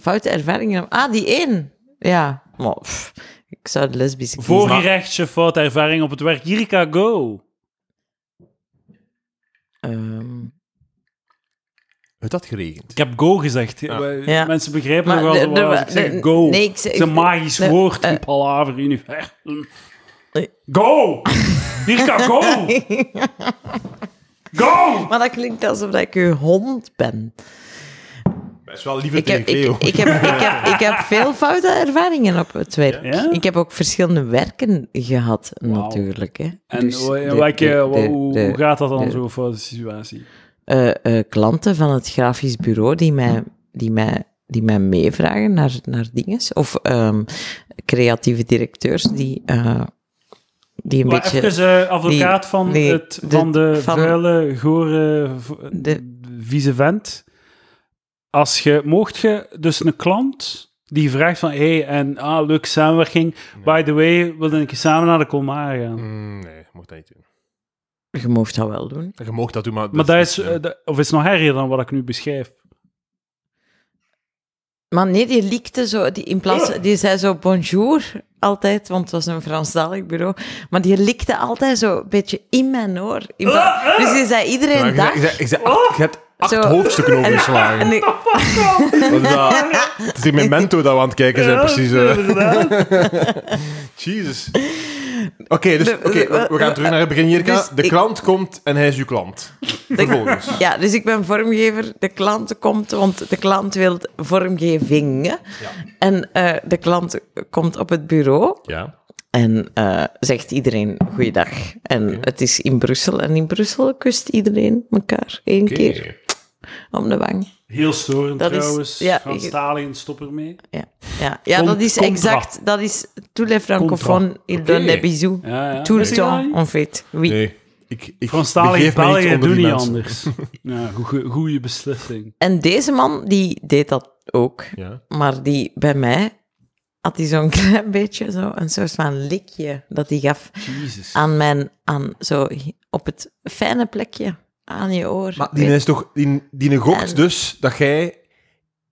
Speaker 1: foute ervaringen. Ah, die één. Ja. Maar, pff, ik zou de lesbische kiezen.
Speaker 2: Voorgerechtje, foute ervaring op het werk. Jirka, go!
Speaker 1: Ehm,
Speaker 3: Heeft dat geregend?
Speaker 2: Ik heb go gezegd.
Speaker 3: Ja.
Speaker 2: Wij-
Speaker 1: Ja.
Speaker 2: Mensen begrijpen
Speaker 1: Maar
Speaker 2: nog wel
Speaker 1: de-
Speaker 2: zo
Speaker 1: de-
Speaker 2: wel als ik
Speaker 1: de-
Speaker 2: zeg go.
Speaker 1: nee, ik zeg-
Speaker 2: het is een magisch
Speaker 1: de-
Speaker 2: woord in
Speaker 1: eh.
Speaker 2: Palaver Universum.
Speaker 1: Nee.
Speaker 2: Go! Jirka, go! Go!
Speaker 1: maar dat klinkt alsof ik uw hond ben.
Speaker 3: Best wel liever
Speaker 1: Ik heb,
Speaker 3: tegen
Speaker 1: ik,
Speaker 3: Cleo.
Speaker 1: ik, heb, ik, heb, ik heb veel foute ervaringen op het werk.
Speaker 2: Ja?
Speaker 1: Ik heb ook verschillende werken gehad,
Speaker 2: Wauw.
Speaker 1: natuurlijk. Hè.
Speaker 2: En
Speaker 1: Dus
Speaker 2: hoe- in
Speaker 1: de-
Speaker 2: welke,
Speaker 1: de-
Speaker 2: hoe-
Speaker 1: de-
Speaker 2: hoe,
Speaker 1: de-
Speaker 2: hoe gaat dat dan,
Speaker 1: de-
Speaker 2: zo'n foute situatie?
Speaker 1: eh, eh, klanten van het grafisch bureau die mij, die mij, die mij meevragen naar, naar dingen. Of ehm, creatieve directeurs die, eh, die een
Speaker 2: Maar
Speaker 1: beetje...
Speaker 2: even eh, advocaat van,
Speaker 1: nee,
Speaker 2: het,
Speaker 1: de-
Speaker 2: van de,
Speaker 1: van-
Speaker 2: vuile, gore, v-
Speaker 1: De-
Speaker 2: vieze vent. Als je, mocht je dus een klant die vraagt van, hé, hey, en ah, leuke samenwerking. By the way, wilde ik samen naar de Colmar gaan.
Speaker 3: Mm, nee, je mocht dat niet doen.
Speaker 1: Je mag dat wel doen.
Speaker 3: Je mocht dat doen, maar...
Speaker 2: Maar dat is, eh, dat- of is nog erger dan wat ik nu beschrijf.
Speaker 1: Maar nee, die likte zo, die, in plaats, die zei zo bonjour altijd, want het was een Franstalig bureau. Maar die likte altijd zo een beetje in mijn oor. In pla- dus die zei
Speaker 3: Maar
Speaker 1: iedereen
Speaker 3: je,
Speaker 1: dag.
Speaker 3: je, je, je- acht, je hebt acht
Speaker 1: Zo.
Speaker 3: hoofdstukken
Speaker 1: En
Speaker 3: overgeslagen.
Speaker 1: ik-
Speaker 3: Wat is dat? Het is hier mijn mentor dat we aan het kijken zijn, precies. eh. Jezus. Oké, dus
Speaker 1: De-
Speaker 3: oké, we- we gaan terug naar het begin, Jirka.
Speaker 1: Dus
Speaker 3: de
Speaker 1: ik-
Speaker 3: klant komt en hij is uw klant. Vervolgens.
Speaker 1: Ja, dus ik ben vormgever. De klant komt, want de klant wil vormgeving. En eh, de klant komt op het bureau
Speaker 3: Ja.
Speaker 1: en eh, zegt iedereen goeiedag. En het is in Brussel. En in Brussel kust iedereen elkaar één keer om de wang.
Speaker 2: Heel storend
Speaker 1: Dat is-
Speaker 2: trouwens.
Speaker 1: ja,
Speaker 2: Van
Speaker 1: ik-
Speaker 2: Stalin, stop ermee.
Speaker 1: Ja, ja. ja
Speaker 2: Cont-
Speaker 1: dat is
Speaker 2: contra.
Speaker 1: exact. Dat is tous les francophones, ils
Speaker 3: Oké.
Speaker 1: donnent des bisous.
Speaker 2: Ja, ja.
Speaker 1: Tout
Speaker 2: Weet
Speaker 1: le
Speaker 2: je
Speaker 1: temps,
Speaker 2: dat?
Speaker 1: en fait. Oui.
Speaker 3: Nee. Ik, ik
Speaker 2: Van Stalin,
Speaker 3: begeef mij niet
Speaker 2: België,
Speaker 3: onder
Speaker 2: doe
Speaker 3: die
Speaker 2: niet
Speaker 3: mensen.
Speaker 2: anders. Ja, goeie, goeie beslissing.
Speaker 1: En deze man, die deed dat ook.
Speaker 3: Ja.
Speaker 1: Maar die bij mij had hij zo'n klein beetje zo, een soort van likje dat hij gaf
Speaker 2: Jezus.
Speaker 1: aan mijn, aan zo op het fijne plekje aan je oor.
Speaker 3: Maar die is toch... Die, die gokt
Speaker 1: En-
Speaker 3: dus dat jij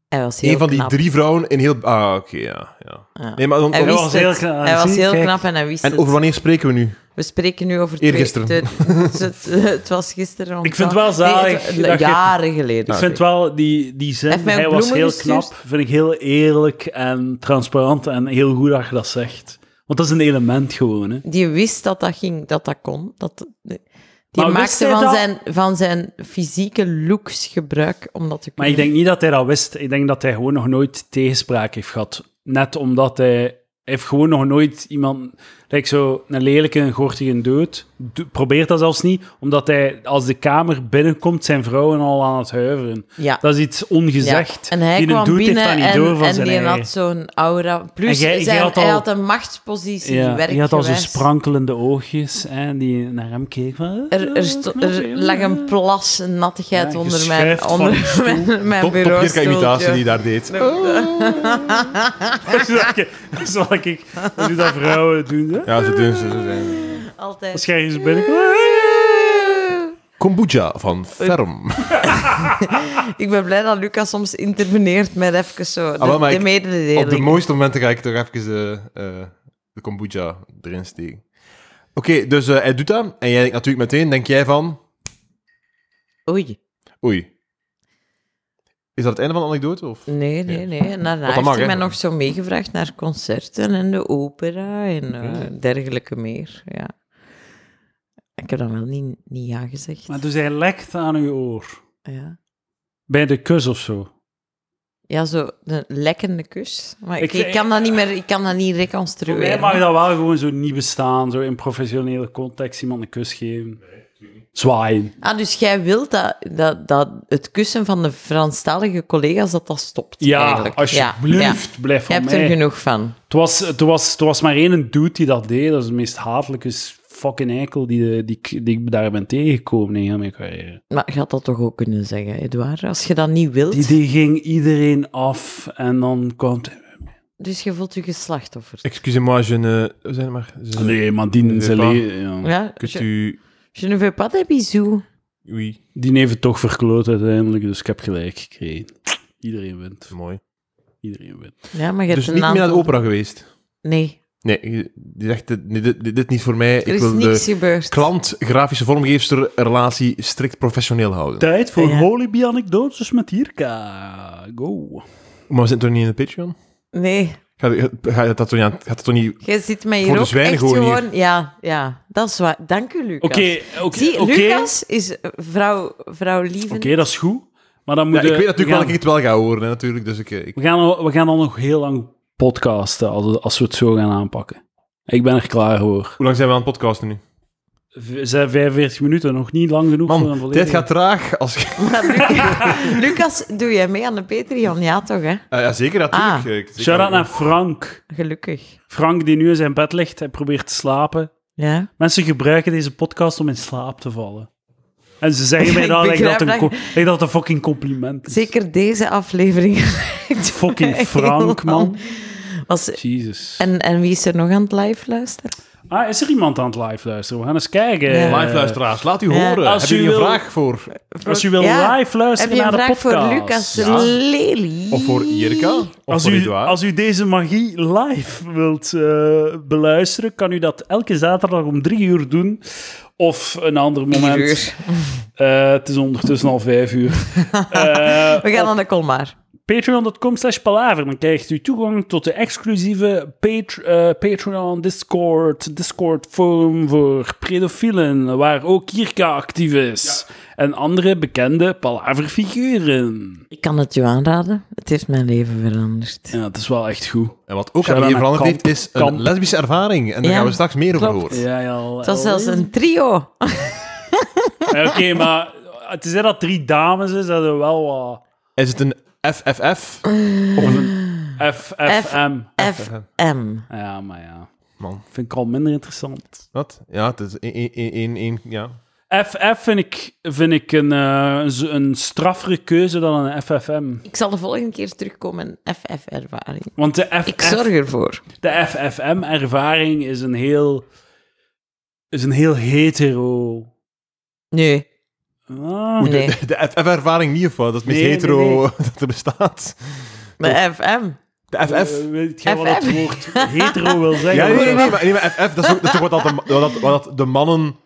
Speaker 1: hij was heel
Speaker 3: een van die
Speaker 1: knap.
Speaker 3: drie vrouwen in heel... Ah, oké, ja, ja.
Speaker 1: Ja.
Speaker 3: Nee, maar dan,
Speaker 1: Hij
Speaker 2: was
Speaker 1: wist
Speaker 2: heel
Speaker 1: het.
Speaker 2: knap.
Speaker 1: Hij was
Speaker 2: Zie,
Speaker 1: heel
Speaker 2: kijk.
Speaker 1: knap en hij wist
Speaker 3: en over
Speaker 1: het.
Speaker 3: wanneer spreken we nu?
Speaker 1: We spreken nu over...
Speaker 3: Eergisteren.
Speaker 1: twee- twee- dus het, het was gisteren. om
Speaker 2: Ik vind
Speaker 1: twaalf-
Speaker 2: het wel zalig
Speaker 1: het-
Speaker 2: dat je-
Speaker 1: jaren geleden.
Speaker 2: Ik vind wel die, die
Speaker 1: Hij
Speaker 2: zin,
Speaker 1: heeft mij
Speaker 2: hij
Speaker 1: ook
Speaker 2: was
Speaker 1: bloemen
Speaker 2: heel
Speaker 1: gestuurd.
Speaker 2: knap, vind ik heel eerlijk en transparant en heel goed dat je dat zegt. Want dat is een element gewoon, hè.
Speaker 1: Die wist dat dat ging, dat dat kon. Dat, die
Speaker 2: Maar wist
Speaker 1: maakte
Speaker 2: hij
Speaker 1: van
Speaker 2: dat?
Speaker 1: zijn, van zijn fysieke looks gebruik om dat te
Speaker 2: Maar
Speaker 1: kunnen.
Speaker 2: ik denk niet dat hij dat wist. Ik denk dat hij gewoon nog nooit tegenspraak heeft gehad. Net omdat hij heeft gewoon nog nooit iemand, like zo een lelijke, een gortige dood. Do- probeert dat zelfs niet, omdat hij als de kamer binnenkomt, zijn vrouwen al aan het huiveren.
Speaker 1: Ja.
Speaker 2: Dat is iets ongezegd.
Speaker 1: Ja. En hij
Speaker 2: die een
Speaker 1: kwam
Speaker 2: dood heeft
Speaker 1: binnen
Speaker 2: dat niet
Speaker 1: en,
Speaker 2: door van
Speaker 1: en
Speaker 2: zijn
Speaker 1: die
Speaker 2: eigen.
Speaker 1: had zo'n aura. Plus,
Speaker 2: En jij- jij
Speaker 1: zijn-
Speaker 2: had
Speaker 1: hij
Speaker 2: al-
Speaker 1: had een machtspositie.
Speaker 2: Ja,
Speaker 1: werkgewijs.
Speaker 2: die had al zo'n sprankelende oogjes en die naar hem keek van... "Eh,
Speaker 1: Er, er, sto- er lag een plas nattigheid
Speaker 2: Ja,
Speaker 1: onder
Speaker 2: geschrijft
Speaker 1: mijn,
Speaker 2: van
Speaker 1: onder
Speaker 2: een stoel.
Speaker 1: mijn, mijn
Speaker 3: Top, topjerka
Speaker 1: bureaustoeltje.
Speaker 3: imitatie die je daar deed.
Speaker 2: Zal ik... Dat doet dat vrouwen doen, hè?
Speaker 3: Ja, ze doen ze. ze zijn-
Speaker 2: Als
Speaker 1: Altijd.
Speaker 2: jij eens binnen...
Speaker 3: Kombucha van Ferm.
Speaker 1: Ik ben blij dat Lucas soms interveneert met even zo de,
Speaker 3: Ah, wel, maar
Speaker 1: de
Speaker 3: ik-
Speaker 1: mededeling.
Speaker 3: Op de mooiste momenten ga ik toch even eh, eh, de kombucha erin steken. Oké, dus eh, hij doet dat. En jij denkt natuurlijk meteen, denk jij van...
Speaker 1: Oei.
Speaker 3: Oei. Is dat het einde van de anekdote? Of?
Speaker 1: Nee, nee, nee. En daarna
Speaker 3: dat
Speaker 1: heeft
Speaker 3: mag,
Speaker 1: hij
Speaker 3: hè?
Speaker 1: mij nog zo meegevraagd naar concerten en de opera en eh, dergelijke meer. Ja. Ik heb dan wel niet, niet ja gezegd.
Speaker 2: Maar dus hij lekt aan uw oor.
Speaker 1: Ja.
Speaker 2: Bij de kus of zo.
Speaker 1: ja, zo een lekkende kus. Maar ik,
Speaker 2: Ik-
Speaker 1: ik, kan dat niet meer, ik kan dat niet
Speaker 2: Voor mij
Speaker 1: reconstrueren.
Speaker 2: mag dat wel gewoon zo niet bestaan. Zo in professionele context iemand een kus geven. Zwaaien.
Speaker 1: Ah, dus jij wilt dat, dat, dat het kussen van de Franstalige collega's dat dat stopt?
Speaker 2: Ja,
Speaker 1: eigenlijk.
Speaker 2: alsjeblieft, blijf
Speaker 1: Je
Speaker 2: van
Speaker 1: hebt
Speaker 2: mij.
Speaker 1: er genoeg van.
Speaker 2: Het was, het, was, het was maar één dude die dat deed. Dat is de meest hatelijke fucking eikel die, die, die, ik daar ben tegengekomen in heel mijn carrière.
Speaker 1: Maar je had dat toch ook kunnen zeggen, Edouard? Als je dat niet wilt,
Speaker 2: Die, die ging iedereen af en dan kwam... het-
Speaker 1: dus je voelt je geslachtofferd.
Speaker 3: Excusez-moi, je ne... hoe Zijn het maar... Je-
Speaker 2: Nee, maar die... ze le- ja.
Speaker 1: Ja,
Speaker 3: Kunt
Speaker 1: je,
Speaker 3: u...
Speaker 1: je ne veux pas de bisous.
Speaker 3: Oei.
Speaker 2: Die heeft het toch verkloot uiteindelijk, dus ik heb gelijk gekregen. Iedereen wint.
Speaker 3: Mooi.
Speaker 2: Iedereen wint.
Speaker 1: Ja, maar je hebt
Speaker 3: Dus
Speaker 1: een
Speaker 3: niet meer naar de
Speaker 1: aantal-
Speaker 3: opera geweest?
Speaker 1: Nee,
Speaker 3: Nee, je- die zegt, dit, dit, dit- dit niet voor mij.
Speaker 1: er
Speaker 3: Ik
Speaker 1: is
Speaker 3: wil
Speaker 1: niks
Speaker 3: de
Speaker 1: gebeurd.
Speaker 3: klant-grafische vormgeefster-relatie strikt professioneel houden.
Speaker 2: Tijd voor
Speaker 1: Ja.
Speaker 2: Holibi-anekdotes met Hirka. Go.
Speaker 3: Maar we zitten toch niet in de Patreon?
Speaker 1: Nee,
Speaker 3: Gaat ga, dat toch niet... aan- Gaat dat toch niet...
Speaker 1: jij zit mij
Speaker 3: Voor
Speaker 1: hier
Speaker 3: de
Speaker 1: ook
Speaker 3: zwijnen
Speaker 1: echt
Speaker 3: gewoon hier.
Speaker 1: gewoon... Ja, ja, dat is waar. Dank u, Lucas.
Speaker 2: Oké, oké,
Speaker 1: Zie,
Speaker 2: oké.
Speaker 1: Lucas is vrouw, vrouw Lieven.
Speaker 2: Oké, dat is goed. Maar dan moet
Speaker 3: Ja, ik
Speaker 2: je-
Speaker 3: weet natuurlijk
Speaker 2: we
Speaker 3: wel
Speaker 2: gaan,
Speaker 3: dat ik het wel ga horen, hè, natuurlijk. Dus ik... eh, ik...
Speaker 2: we, gaan, al- we gaan al nog heel lang podcasten als, als we het zo gaan aanpakken. Ik ben er klaar voor.
Speaker 3: Hoe lang zijn we aan het podcasten nu?
Speaker 2: V- Zijn 45 minuten nog niet lang genoeg voor een
Speaker 3: Man,
Speaker 2: volledige...
Speaker 3: tijd gaat traag. Als... ik-
Speaker 1: Maar Luc- Lucas, doe jij mee aan de Patreon? Ja, toch, hè?
Speaker 3: Ah, ja, zeker, natuurlijk.
Speaker 1: Ah.
Speaker 3: Eh, ik- zeker.
Speaker 2: Shout-out naar Frank.
Speaker 1: Gelukkig.
Speaker 2: Frank die nu in zijn bed ligt, hij probeert te slapen.
Speaker 1: Ja.
Speaker 2: Mensen gebruiken deze podcast om in slaap te vallen. En ze zeggen mij
Speaker 1: Ik
Speaker 2: dan dat ik dat,
Speaker 1: begrijp
Speaker 2: een,
Speaker 1: dat
Speaker 2: co- dat ik dat een fucking compliment is.
Speaker 1: Zeker deze aflevering.
Speaker 2: Fucking
Speaker 1: Heel
Speaker 2: Frank, man.
Speaker 1: Was,
Speaker 2: Jezus.
Speaker 1: en, en wie is er nog aan het live luisteren?
Speaker 2: Ah, is er iemand aan het live luisteren? We gaan eens kijken.
Speaker 1: Ja.
Speaker 2: Eh,
Speaker 3: Live luisteraars, laat u
Speaker 1: Ja.
Speaker 3: horen.
Speaker 2: Als
Speaker 3: Heb je
Speaker 2: u
Speaker 3: een
Speaker 2: wil-
Speaker 3: vraag voor?
Speaker 2: Als u wil
Speaker 1: Ja.
Speaker 2: live
Speaker 1: Heb
Speaker 2: luisteren
Speaker 1: je een
Speaker 2: naar de
Speaker 1: vraag
Speaker 2: podcast.
Speaker 1: voor Lucas
Speaker 3: Ja.
Speaker 1: Lely?
Speaker 3: Of voor Jirka? Of
Speaker 2: Als
Speaker 3: voor
Speaker 2: u,
Speaker 3: Edouard?
Speaker 2: als u deze magie live wilt eh, beluisteren, kan u dat elke zaterdag om drie uur doen. Of een ander moment.
Speaker 1: Vier uur.
Speaker 2: Eh, het is ondertussen al vijf uur. Eh,
Speaker 1: We gaan aan de Colmar.
Speaker 2: Patreon.com slash palaver. Dan krijgt u toegang tot de exclusieve Pat- eh, Patreon Discord, Discord forum voor pedofielen, waar ook Kirka actief is. En andere bekende palaver figuren.
Speaker 1: Ik kan het u aanraden. Het heeft mijn leven veranderd.
Speaker 2: Ja, het is wel echt goed.
Speaker 3: En wat ook aan
Speaker 2: Shout-out naar
Speaker 3: mij veranderd
Speaker 2: Kamp.
Speaker 3: heeft, is een
Speaker 2: Kamp.
Speaker 3: lesbische ervaring. En daar
Speaker 1: Ja,
Speaker 3: gaan we straks meer over
Speaker 1: klopt.
Speaker 3: horen.
Speaker 2: Ja, ja, al-
Speaker 1: Het was
Speaker 2: al-
Speaker 1: zelfs een trio.
Speaker 2: Ja, Oké, maar het is dat het drie dames is, dat er wel wat...
Speaker 3: Is het een FFF?
Speaker 2: Of een FFM.
Speaker 1: FM.
Speaker 2: Ja, maar ja.
Speaker 3: Man.
Speaker 2: Vind ik al minder interessant.
Speaker 3: Wat? Ja, het is één- één- één- één- één- ja.
Speaker 2: FF vind ik, vind ik een, eh, een z- een straffere keuze dan een FFM.
Speaker 1: Ik zal de volgende keer terugkomen en FF-ervaring.
Speaker 2: Want de,
Speaker 1: Ik
Speaker 2: FF,
Speaker 1: zorg ervoor.
Speaker 2: de FFM-ervaring is een heel... Is een heel hetero...
Speaker 1: Nee.
Speaker 2: Ah,
Speaker 1: Nee.
Speaker 3: De, de FF-ervaring niet of wat? Dat is het meest
Speaker 2: Nee, nee,
Speaker 3: hetero
Speaker 2: nee.
Speaker 3: dat er bestaat.
Speaker 1: Bij FM.
Speaker 3: De FF?
Speaker 2: eh, weet jij wat
Speaker 1: FF?
Speaker 2: het woord hetero wil zeggen?
Speaker 3: Ja, nee, nee, nee, maar, nee, maar FF, dat is, ook, dat is ook wat, dat de, wat, dat, wat dat de mannen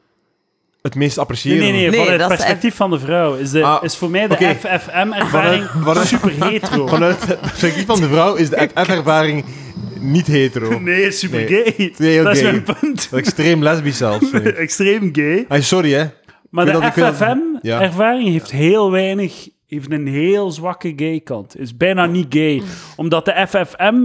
Speaker 3: het meest appreciëren.
Speaker 2: Nee, nee, nee,
Speaker 1: Nee,
Speaker 2: vanuit het
Speaker 1: dat is
Speaker 2: perspectief van de vrouw is, de,
Speaker 3: Ah,
Speaker 2: is voor mij de
Speaker 3: oké.
Speaker 2: FFM-ervaring
Speaker 3: Vanuit- vanuit-
Speaker 2: super hetero.
Speaker 3: Vanuit het perspectief van de vrouw is de FF-ervaring niet hetero.
Speaker 2: Nee, super
Speaker 3: Nee.
Speaker 2: gay.
Speaker 3: Nee, heel
Speaker 2: dat is
Speaker 3: gay.
Speaker 2: mijn punt.
Speaker 3: Dat is Extreem lesbisch zelfs. vind ik.
Speaker 2: Extreem gay.
Speaker 3: Hey, sorry hè.
Speaker 2: Maar
Speaker 3: Ik
Speaker 2: de
Speaker 3: vind dat- ik vind dat-
Speaker 2: FFM-ervaring
Speaker 3: ja.
Speaker 2: heeft heel weinig heeft een heel zwakke gay kant. Is bijna niet gay. Omdat de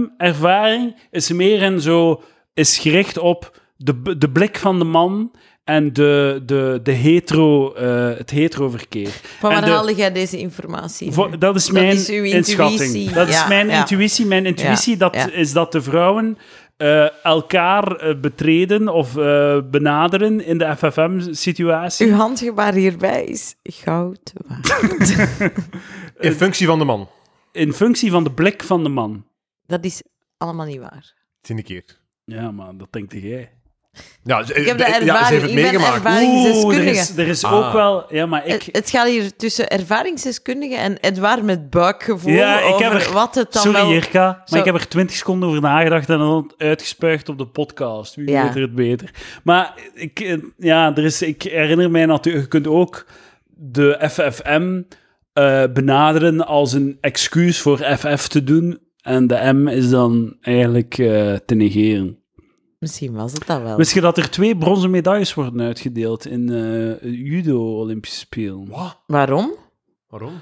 Speaker 2: FFM-ervaring is meer in zo... Is gericht op de, b- de blik van de man en de, de, de hetero, eh, het hetero-verkeer.
Speaker 1: Van
Speaker 2: En
Speaker 1: waar
Speaker 2: de-
Speaker 1: haalde jij deze informatie?
Speaker 2: Vo- dat is mijn
Speaker 1: is uw
Speaker 2: inschatting.
Speaker 1: intuïtie.
Speaker 2: Dat is
Speaker 1: Ja,
Speaker 2: mijn
Speaker 1: ja.
Speaker 2: intuïtie. Mijn intuïtie
Speaker 1: Ja,
Speaker 2: dat,
Speaker 1: ja.
Speaker 2: is dat de vrouwen eh, elkaar eh, betreden of eh, benaderen in de FFM-situatie.
Speaker 1: Uw handgebaar hierbij is goud waard.
Speaker 3: In functie van de man.
Speaker 2: In functie van de blik van de man.
Speaker 1: Dat is allemaal niet waar.
Speaker 3: Tiende keer.
Speaker 2: Ja, maar dat denkt jij.
Speaker 3: Ja, ze-
Speaker 1: Ik heb dat
Speaker 3: ja, ze
Speaker 1: ervaring.
Speaker 3: heeft het
Speaker 1: ik ben
Speaker 3: meegemaakt.
Speaker 2: Oeh, er
Speaker 1: ervaringsdeskundige.
Speaker 2: is, er is
Speaker 3: Ah.
Speaker 2: ook wel... Ja, maar
Speaker 1: Het,
Speaker 2: ik...
Speaker 1: het gaat hier tussen ervaringsdeskundige en Edouard met buikgevoel
Speaker 2: Ja, ik heb
Speaker 1: over
Speaker 2: er-
Speaker 1: wat het dan
Speaker 2: Sorry,
Speaker 1: wel...
Speaker 2: Jirka, maar
Speaker 1: Zo.
Speaker 2: ik heb er 20 seconden over nagedacht en dan uitgespuugd op de podcast. Wie
Speaker 1: Ja.
Speaker 2: weet er het beter. Maar ik, eh, ja, er is, ik herinner mij natuurlijk, je kunt ook de FFM eh, benaderen als een excuus voor FF te doen. En de M is dan eigenlijk eh, te negeren.
Speaker 1: Oh. Misschien was het dat wel.
Speaker 2: Wist je dat er twee bronzen medailles worden uitgedeeld in eh, judo-Olympische Spelen?
Speaker 3: Wat?
Speaker 1: Waarom?
Speaker 3: Waarom?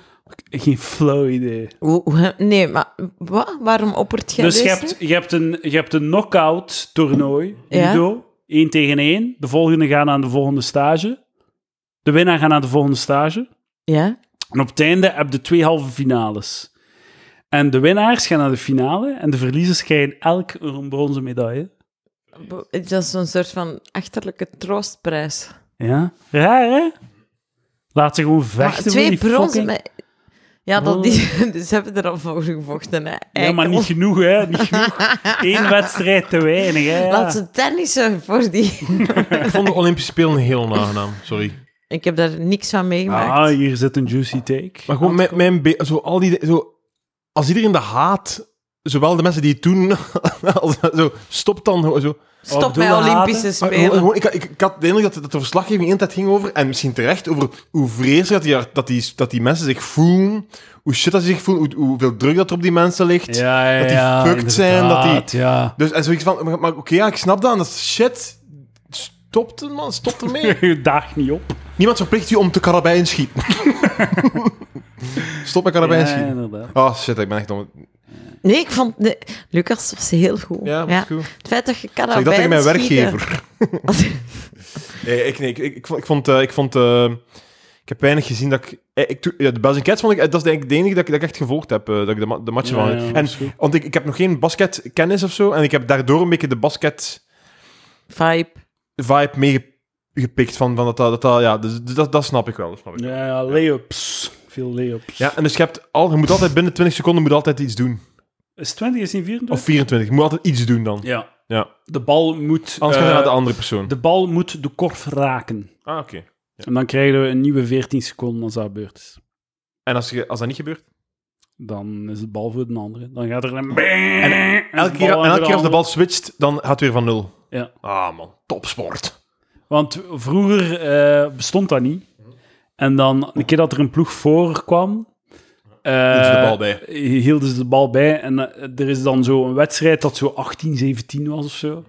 Speaker 2: Geen flauw idee.
Speaker 1: Hoe- hoe- Nee, maar wat? waarom oppert jij
Speaker 2: dus je
Speaker 1: deze?
Speaker 2: hebt, je, hebt een, je hebt een knock-out toernooi,
Speaker 1: Ja.
Speaker 2: judo, 1 tegen 1. De volgende gaan aan de volgende stage. De winnaar gaat naar de volgende stage.
Speaker 1: Ja?
Speaker 2: En op het einde heb je de twee halve finales. En de winnaars gaan naar de finale en de verliezers krijgen elk een bronzen medaille.
Speaker 1: Bo- Dat is zo'n soort van achterlijke troostprijs.
Speaker 2: Ja, raar hè? Laat ze gewoon
Speaker 1: Maar
Speaker 2: vechten. voor
Speaker 1: twee
Speaker 2: die
Speaker 1: bronzen...
Speaker 2: fucking-
Speaker 1: me- Ja, dat die, dus ze hebben er al voor gevochten. Hè.
Speaker 2: Ja, maar niet genoeg hè, niet genoeg. Eén wedstrijd te weinig hè. ja.
Speaker 1: Laat ze tennissen voor die...
Speaker 3: Ik vond de Olympische Spelen heel onaangenaam, sorry.
Speaker 1: Ik heb daar niks van meegemaakt.
Speaker 2: Ah, hier zit een juicy take.
Speaker 3: Maar gewoon Ah, mijn, mijn be- zo al die, zo, als iedereen de haat, zowel de mensen die het doen, als, zo, stop dan gewoon zo.
Speaker 1: Stop
Speaker 2: Abdullah
Speaker 1: met Olympische
Speaker 2: Haten.
Speaker 3: Maar
Speaker 1: Spelen.
Speaker 3: gewoon- gewoon, ik, ik, ik had de indruk dat, dat de verslaggeving de hele tijd ging over, en misschien terecht, over hoe vreselijk dat die, dat die, dat die mensen zich voelen, hoe shit dat ze zich voelen, hoe, hoeveel druk dat er op die mensen ligt.
Speaker 2: Ja, ja,
Speaker 3: Dat die
Speaker 2: ja,
Speaker 3: fucked zijn, dat die-
Speaker 2: inderdaad, Ja.
Speaker 3: Dus, en zoiets van, maar, maar oké, ja, ik snap dat, en dat is shit. Stop het, man, stop ermee.
Speaker 2: Je daagt niet op.
Speaker 3: Niemand verplicht je om te karabijn schieten. stop met karabijn
Speaker 2: Ja,
Speaker 3: schieten.
Speaker 2: inderdaad.
Speaker 3: Oh shit, ik ben echt om.
Speaker 1: Nee, ik vond... nee, Lucas was heel goed.
Speaker 3: Ja, dat is goed.
Speaker 1: Het feit dat je
Speaker 3: Zeg
Speaker 1: karabijn
Speaker 3: ik dat tegen mijn
Speaker 1: schieten-
Speaker 3: werkgever. Nee, ik, nee, ik, ik, ik vond, ik vond, eh, ik, vond eh, ik heb weinig gezien dat ik... eh, ik toe- ja, de Belgian Cats vond ik... eh, Dat is denk ik de enige dat ik, dat ik echt gevolgd heb, eh, dat ik de, ma- de matchen
Speaker 2: Ja,
Speaker 3: van...
Speaker 2: ja, dat
Speaker 3: en,
Speaker 2: is goed.
Speaker 3: want ik, ik heb nog geen basketkennis of zo, en ik heb daardoor een beetje de basket-vibe
Speaker 1: Vibe.
Speaker 3: meegepikt van, van dat, dat, dat, dat- Ja, dus, dus dat, dat snap ik wel. dat snap ik. Ja.
Speaker 2: Ja, ja, lay-ups. Veel lay-ups.
Speaker 3: en dus je, hebt al, je moet altijd binnen 20 seconden moet altijd iets doen.
Speaker 2: Is 20, is niet 24?
Speaker 3: Of 24. Je moet altijd iets doen dan.
Speaker 2: Ja.
Speaker 3: Ja.
Speaker 2: De bal moet...
Speaker 3: Anders
Speaker 2: eh,
Speaker 3: gaat het naar de andere persoon.
Speaker 2: de bal moet de korf raken.
Speaker 3: Ah, oké.
Speaker 2: En dan krijgen we een nieuwe 14 seconden als dat gebeurd is.
Speaker 3: En als, je, als dat niet gebeurt?
Speaker 2: Dan is de bal voor de andere. Dan gaat er een...
Speaker 3: En elke keer, en elke keer als de bal switcht, dan gaat het weer van nul.
Speaker 2: Ja.
Speaker 3: Ah, man. Topsport.
Speaker 2: Want vroeger eh, bestond dat niet. En dan, een keer dat er een ploeg voor kwam... eh,
Speaker 3: Hielden ze de bal bij.
Speaker 2: Hielden ze de bal bij. En eh, er is dan zo een wedstrijd dat zo 18, 17 was of zo.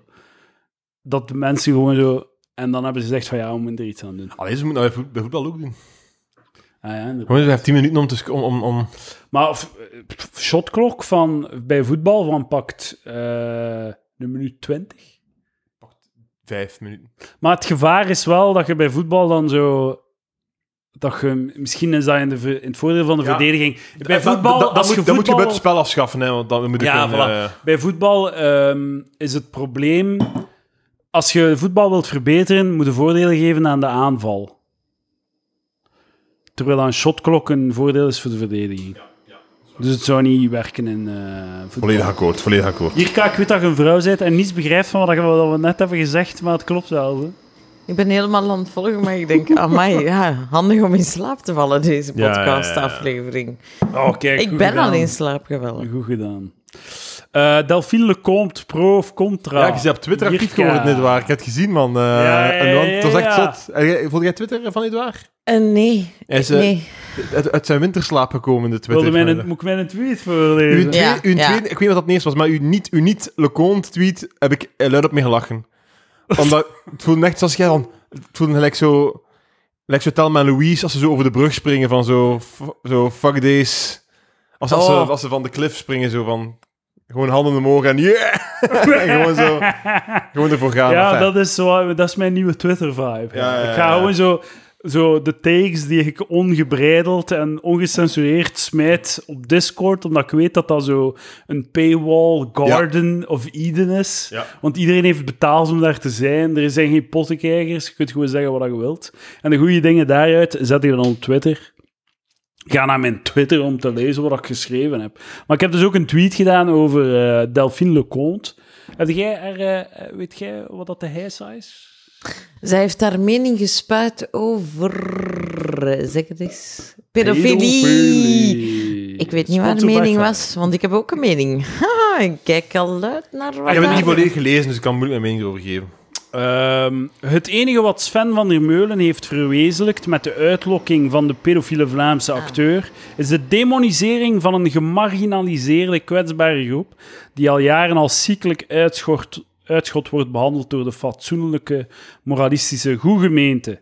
Speaker 2: Dat de mensen gewoon zo... En dan hebben ze gezegd van ja, we moeten er iets aan doen.
Speaker 3: Allee, ze moeten nou voet- bij voetbal ook doen.
Speaker 2: Ah, ja, inderdaad.
Speaker 3: Gewoon, je hebt 10 minuten om te... sc- Om, om, om...
Speaker 2: Maar of, eh, shotklok van, bij voetbal van pakt eh een minuut 20.
Speaker 3: Vijf minuten.
Speaker 2: Maar het gevaar is wel dat je bij voetbal dan zo. Dat je, misschien is dat in, de, ver- in het voordeel van de
Speaker 3: Ja.
Speaker 2: verdediging. Bij
Speaker 3: Eh, Dat-
Speaker 2: voetbal,
Speaker 3: dat, dat,
Speaker 2: als
Speaker 3: moet,
Speaker 2: je
Speaker 3: dat moet je
Speaker 2: voetbal-
Speaker 3: buiten spel afschaffen, hè, want dan moet je...
Speaker 2: Ja,
Speaker 3: gewoon,
Speaker 2: voilà.
Speaker 3: eh,
Speaker 2: Bij voetbal ehm, is het probleem. Als je voetbal wilt verbeteren, moet je voordelen geven aan de aanval. Terwijl een shotklok een voordeel is voor de verdediging. Dus het zou niet werken in eh, voetbal.
Speaker 3: volledig akkoord, volledig akkoord.
Speaker 2: Jirka, ik weet dat je een vrouw bent en niets begrijpt van wat we, wat we net hebben gezegd, maar het klopt wel. Hè?
Speaker 1: Ik ben helemaal aan het volgen, maar ik denk, amai, ja, handig om in slaap te vallen, deze
Speaker 3: Ja, ja, ja, ja.
Speaker 1: podcastaflevering.
Speaker 2: Oh, kijk,
Speaker 1: Ik ben al in slaap gevallen.
Speaker 2: Goed gedaan. Eh Delphine Lecomte, pro of contra?
Speaker 3: Ja, je bent op Twitter actief
Speaker 2: Jirka.
Speaker 3: geworden, nietwaar? Ik heb het gezien, man. Eh,
Speaker 2: Ja, ja,
Speaker 3: en, want, het was
Speaker 2: ja,
Speaker 3: echt
Speaker 2: ja.
Speaker 3: zot. En jij- Volg jij Twitter van Edouard?
Speaker 1: Eh, nee,
Speaker 3: Hij is, eh,
Speaker 1: nee.
Speaker 3: Uit, uit zijn winterslaap gekomen, de Twitter.
Speaker 2: Wilde mij
Speaker 3: van
Speaker 2: een, moet ik mij een tweet voorlezen?
Speaker 3: Uw twee,
Speaker 1: Ja,
Speaker 3: uw
Speaker 1: ja.
Speaker 3: tweede- ik weet niet wat dat niet was, maar uw niet, uw niet Leconte tweet heb ik eh, luid op mee gelachen. Omdat het voelde echt zoals jij dan. Het voelde gelijk zo. Lex Telma en Louise, als ze zo over de brug springen van zo, f- zo fuck this. Als, als,
Speaker 1: Oh.
Speaker 3: ze, als ze van de cliff springen, zo van... Gewoon handen omhoog en yeah! en gewoon zo... Gewoon ervoor gaan.
Speaker 2: Ja,
Speaker 3: Enfin,
Speaker 2: dat is, zo, dat is mijn nieuwe Twitter-vibe.
Speaker 3: Ja, ja,
Speaker 2: Ik ga
Speaker 3: ja.
Speaker 2: gewoon zo, zo de takes die ik ongebreideld en ongecensureerd smijt op Discord, omdat ik weet dat dat zo een paywall garden of Eden is.
Speaker 3: Ja.
Speaker 2: Want iedereen heeft betaald om daar te zijn. Er zijn geen pottenkijkers. Je kunt gewoon zeggen wat je wilt. En de goede dingen daaruit zet ik dan op Twitter. Ga naar mijn Twitter om te lezen wat ik geschreven heb. Maar ik heb dus ook een tweet gedaan over eh Delphine Leconte. Heb jij er, eh, eh, weet jij wat dat de heisa is?
Speaker 1: Zij heeft haar mening gespuit over. Zeg het eens. Pedofilie. Ik weet niet wat haar
Speaker 2: Sponsored by
Speaker 1: mening
Speaker 2: Fire.
Speaker 1: was, want ik heb ook een mening. Haha, ik kijk al uit naar wat.
Speaker 3: Ik heb het niet
Speaker 1: daar-
Speaker 3: volledig gelezen, dus ik kan moeilijk mijn mening erover geven.
Speaker 2: Ehm, het enige wat Sven van der Meulen heeft verwezenlijkt met de uitlokking van de pedofiele Vlaamse
Speaker 1: Ah.
Speaker 2: acteur, is de demonisering van een gemarginaliseerde, kwetsbare groep die al jaren als ziekelijk uitschort, uitschot wordt behandeld door de fatsoenlijke, moralistische goegemeente.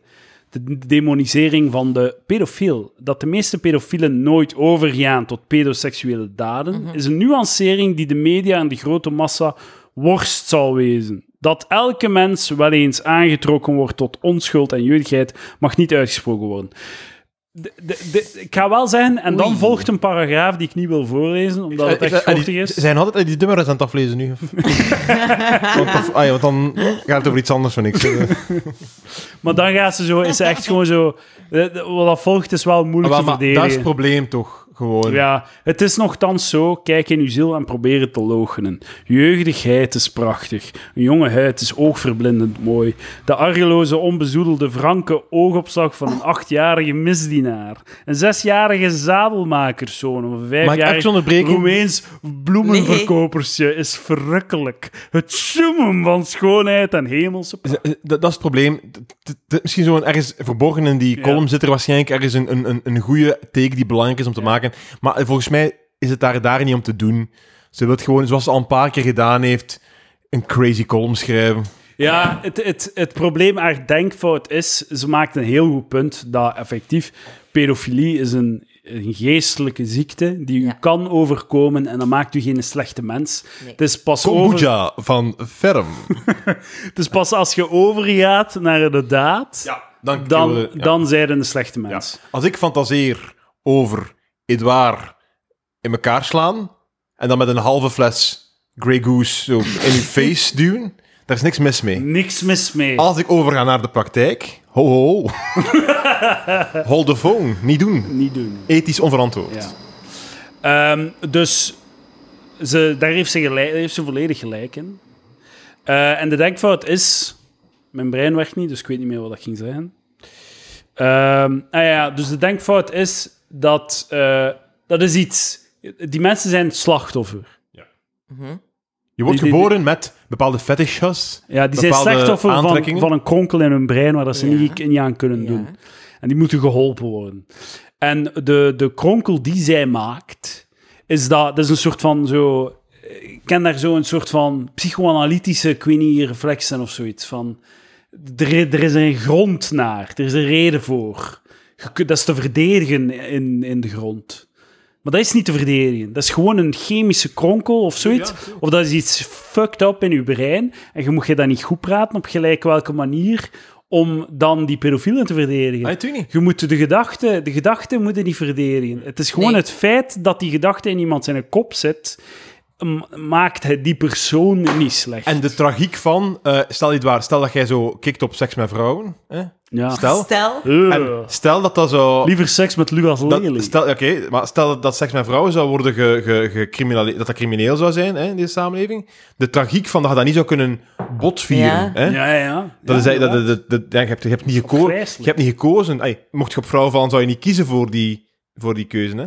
Speaker 2: De demonisering van de pedofiel. Dat de meeste pedofielen nooit overgaan tot pedoseksuele daden,
Speaker 3: Mhm.
Speaker 2: is een nuancering die de media en de grote massa worst zal wezen. Dat elke mens wel eens aangetrokken wordt tot onschuld en jeugdigheid mag niet uitgesproken worden. De- de- de- ik ga wel zeggen, en dan
Speaker 1: Oei.
Speaker 2: volgt een paragraaf die ik niet wil voorlezen, omdat het echt
Speaker 3: Eh, eh,
Speaker 2: schortig
Speaker 3: die-
Speaker 2: is.
Speaker 3: Zijn altijd eh, die dummer aan het aflezen nu? of? want, dat- ah ja, want dan gaat het over iets anders van niks. Eh,
Speaker 2: Maar dan gaat ze zo, is ze echt gewoon zo. eh, de- Wat dat volgt is wel moeilijk
Speaker 3: Ah, maar,
Speaker 2: te
Speaker 3: maar dat is
Speaker 2: verdedigen.
Speaker 3: het probleem toch, gewoon.
Speaker 2: ja, het is nogthans zo. Kijk in uw ziel en probeer het te loochenen. Jeugdigheid is prachtig. Een jonge huid is oogverblindend mooi. De argeloze, onbezoedelde, wranke oogopslag van een achtjarige misdienaar. Een zesjarige zadelmakerszoon of een
Speaker 3: Mag ik
Speaker 2: vijfjarige
Speaker 3: even onderbreken?
Speaker 2: Roemeens bloemenverkopersje is verrukkelijk. Het zoemen van schoonheid en hemelse
Speaker 3: Z- eh, Dat, dat is het probleem. T- t- t- Misschien zo'n ergens verborgen in die
Speaker 2: Ja.
Speaker 3: column zit er waarschijnlijk ergens een, een, een, een goede take die belangrijk is om te maken. Maar eh, volgens mij is het daar, daar niet om te doen. Ze wil het gewoon, zoals ze al een paar keer gedaan heeft, een crazy column schrijven.
Speaker 2: Ja, het, het, het probleem haar denkfout is, ze maakt een heel goed punt dat effectief pedofilie is een, een geestelijke ziekte die u
Speaker 1: Ja.
Speaker 2: kan overkomen en dat maakt u geen slechte mens.
Speaker 1: Nee.
Speaker 2: Het, is pas over,
Speaker 3: Kombucha van Ferm.
Speaker 2: het is pas als je overgaat naar de daad,
Speaker 3: dan,
Speaker 2: dan,
Speaker 3: eh, ja.
Speaker 2: dan zijn je een slechte mens.
Speaker 3: Als ik fantaseer over Edouard in elkaar slaan en dan met een halve fles Grey Goose zo in uw face duwen, daar is niks mis mee.
Speaker 2: Niks mis mee.
Speaker 3: Als ik overga naar de praktijk, ho ho, ho. hold the phone, niet doen.
Speaker 2: Niet doen.
Speaker 3: Ethisch onverantwoord.
Speaker 2: Ja. Ehm, dus ze, daar heeft ze, gelijk, daar heeft ze volledig gelijk in. Eh, en de denkfout is... Mijn brein werkt niet, dus ik weet niet meer wat dat ging zijn. Ehm, ah ja, dus de denkfout is dat... eh, dat is iets. Die mensen zijn het slachtoffer.
Speaker 3: Je wordt
Speaker 2: Die- die-
Speaker 3: geboren met bepaalde fetishes.
Speaker 2: Ja, die zijn
Speaker 3: Bepaalde
Speaker 2: slachtoffer van,
Speaker 3: aantrekkingen?
Speaker 2: van een kronkel in hun brein waar dat ze
Speaker 1: Ja.
Speaker 2: niet, niet aan kunnen
Speaker 1: Ja.
Speaker 2: doen. En die moeten geholpen worden. En de, de kronkel die zij maakt, is dat, dat is een soort van zo. Ik ken daar zo een soort van psychoanalytische, ik weet niet, reflexen of zoiets. Van, er, er is een grond naar, er is een reden voor. Je kunt- dat is te verdedigen in, in de grond. Maar dat is niet te verdedigen. Dat is gewoon een chemische kronkel of zoiets. of dat is iets fucked up in je brein. En je moet je dat niet goed praten op gelijk welke manier om dan die pedofielen te verdedigen.
Speaker 3: natuurlijk Ah, niet.
Speaker 2: Je moet de gedachten, de gedachten moeten niet verdedigen. Het is gewoon
Speaker 1: Nee.
Speaker 2: het feit dat die gedachte in iemand zijn kop zit, m- maakt het die persoon niet slecht.
Speaker 3: En de tragiek van, eh, stel Edouard, stel dat jij zo kikt op seks met vrouwen. Hè?
Speaker 2: ja.
Speaker 3: Stel.
Speaker 1: Stel.
Speaker 2: Ugh.
Speaker 3: En stel dat dat zo...
Speaker 2: Liever seks met Lucas Lely.
Speaker 3: Dat, stel, oké, maar stel dat, dat seks met vrouwen zou worden ge, ge, gecriminali- dat dat crimineel zou zijn hè, in deze samenleving. De tragiek van dat je dat niet zou kunnen botvieren.
Speaker 1: Ja.
Speaker 3: Hè?
Speaker 2: Ja, ja.
Speaker 3: Dat
Speaker 2: Ja,
Speaker 3: is, eigenlijk-
Speaker 2: inderdaad.
Speaker 3: dat, dat, dat, ja, je, hebt, je, hebt niet geko- je
Speaker 2: Afgrijselijk.
Speaker 3: hebt niet gekozen. Ai, mocht je op vrouwen vallen, zou je niet kiezen voor die, voor die keuze. Hè?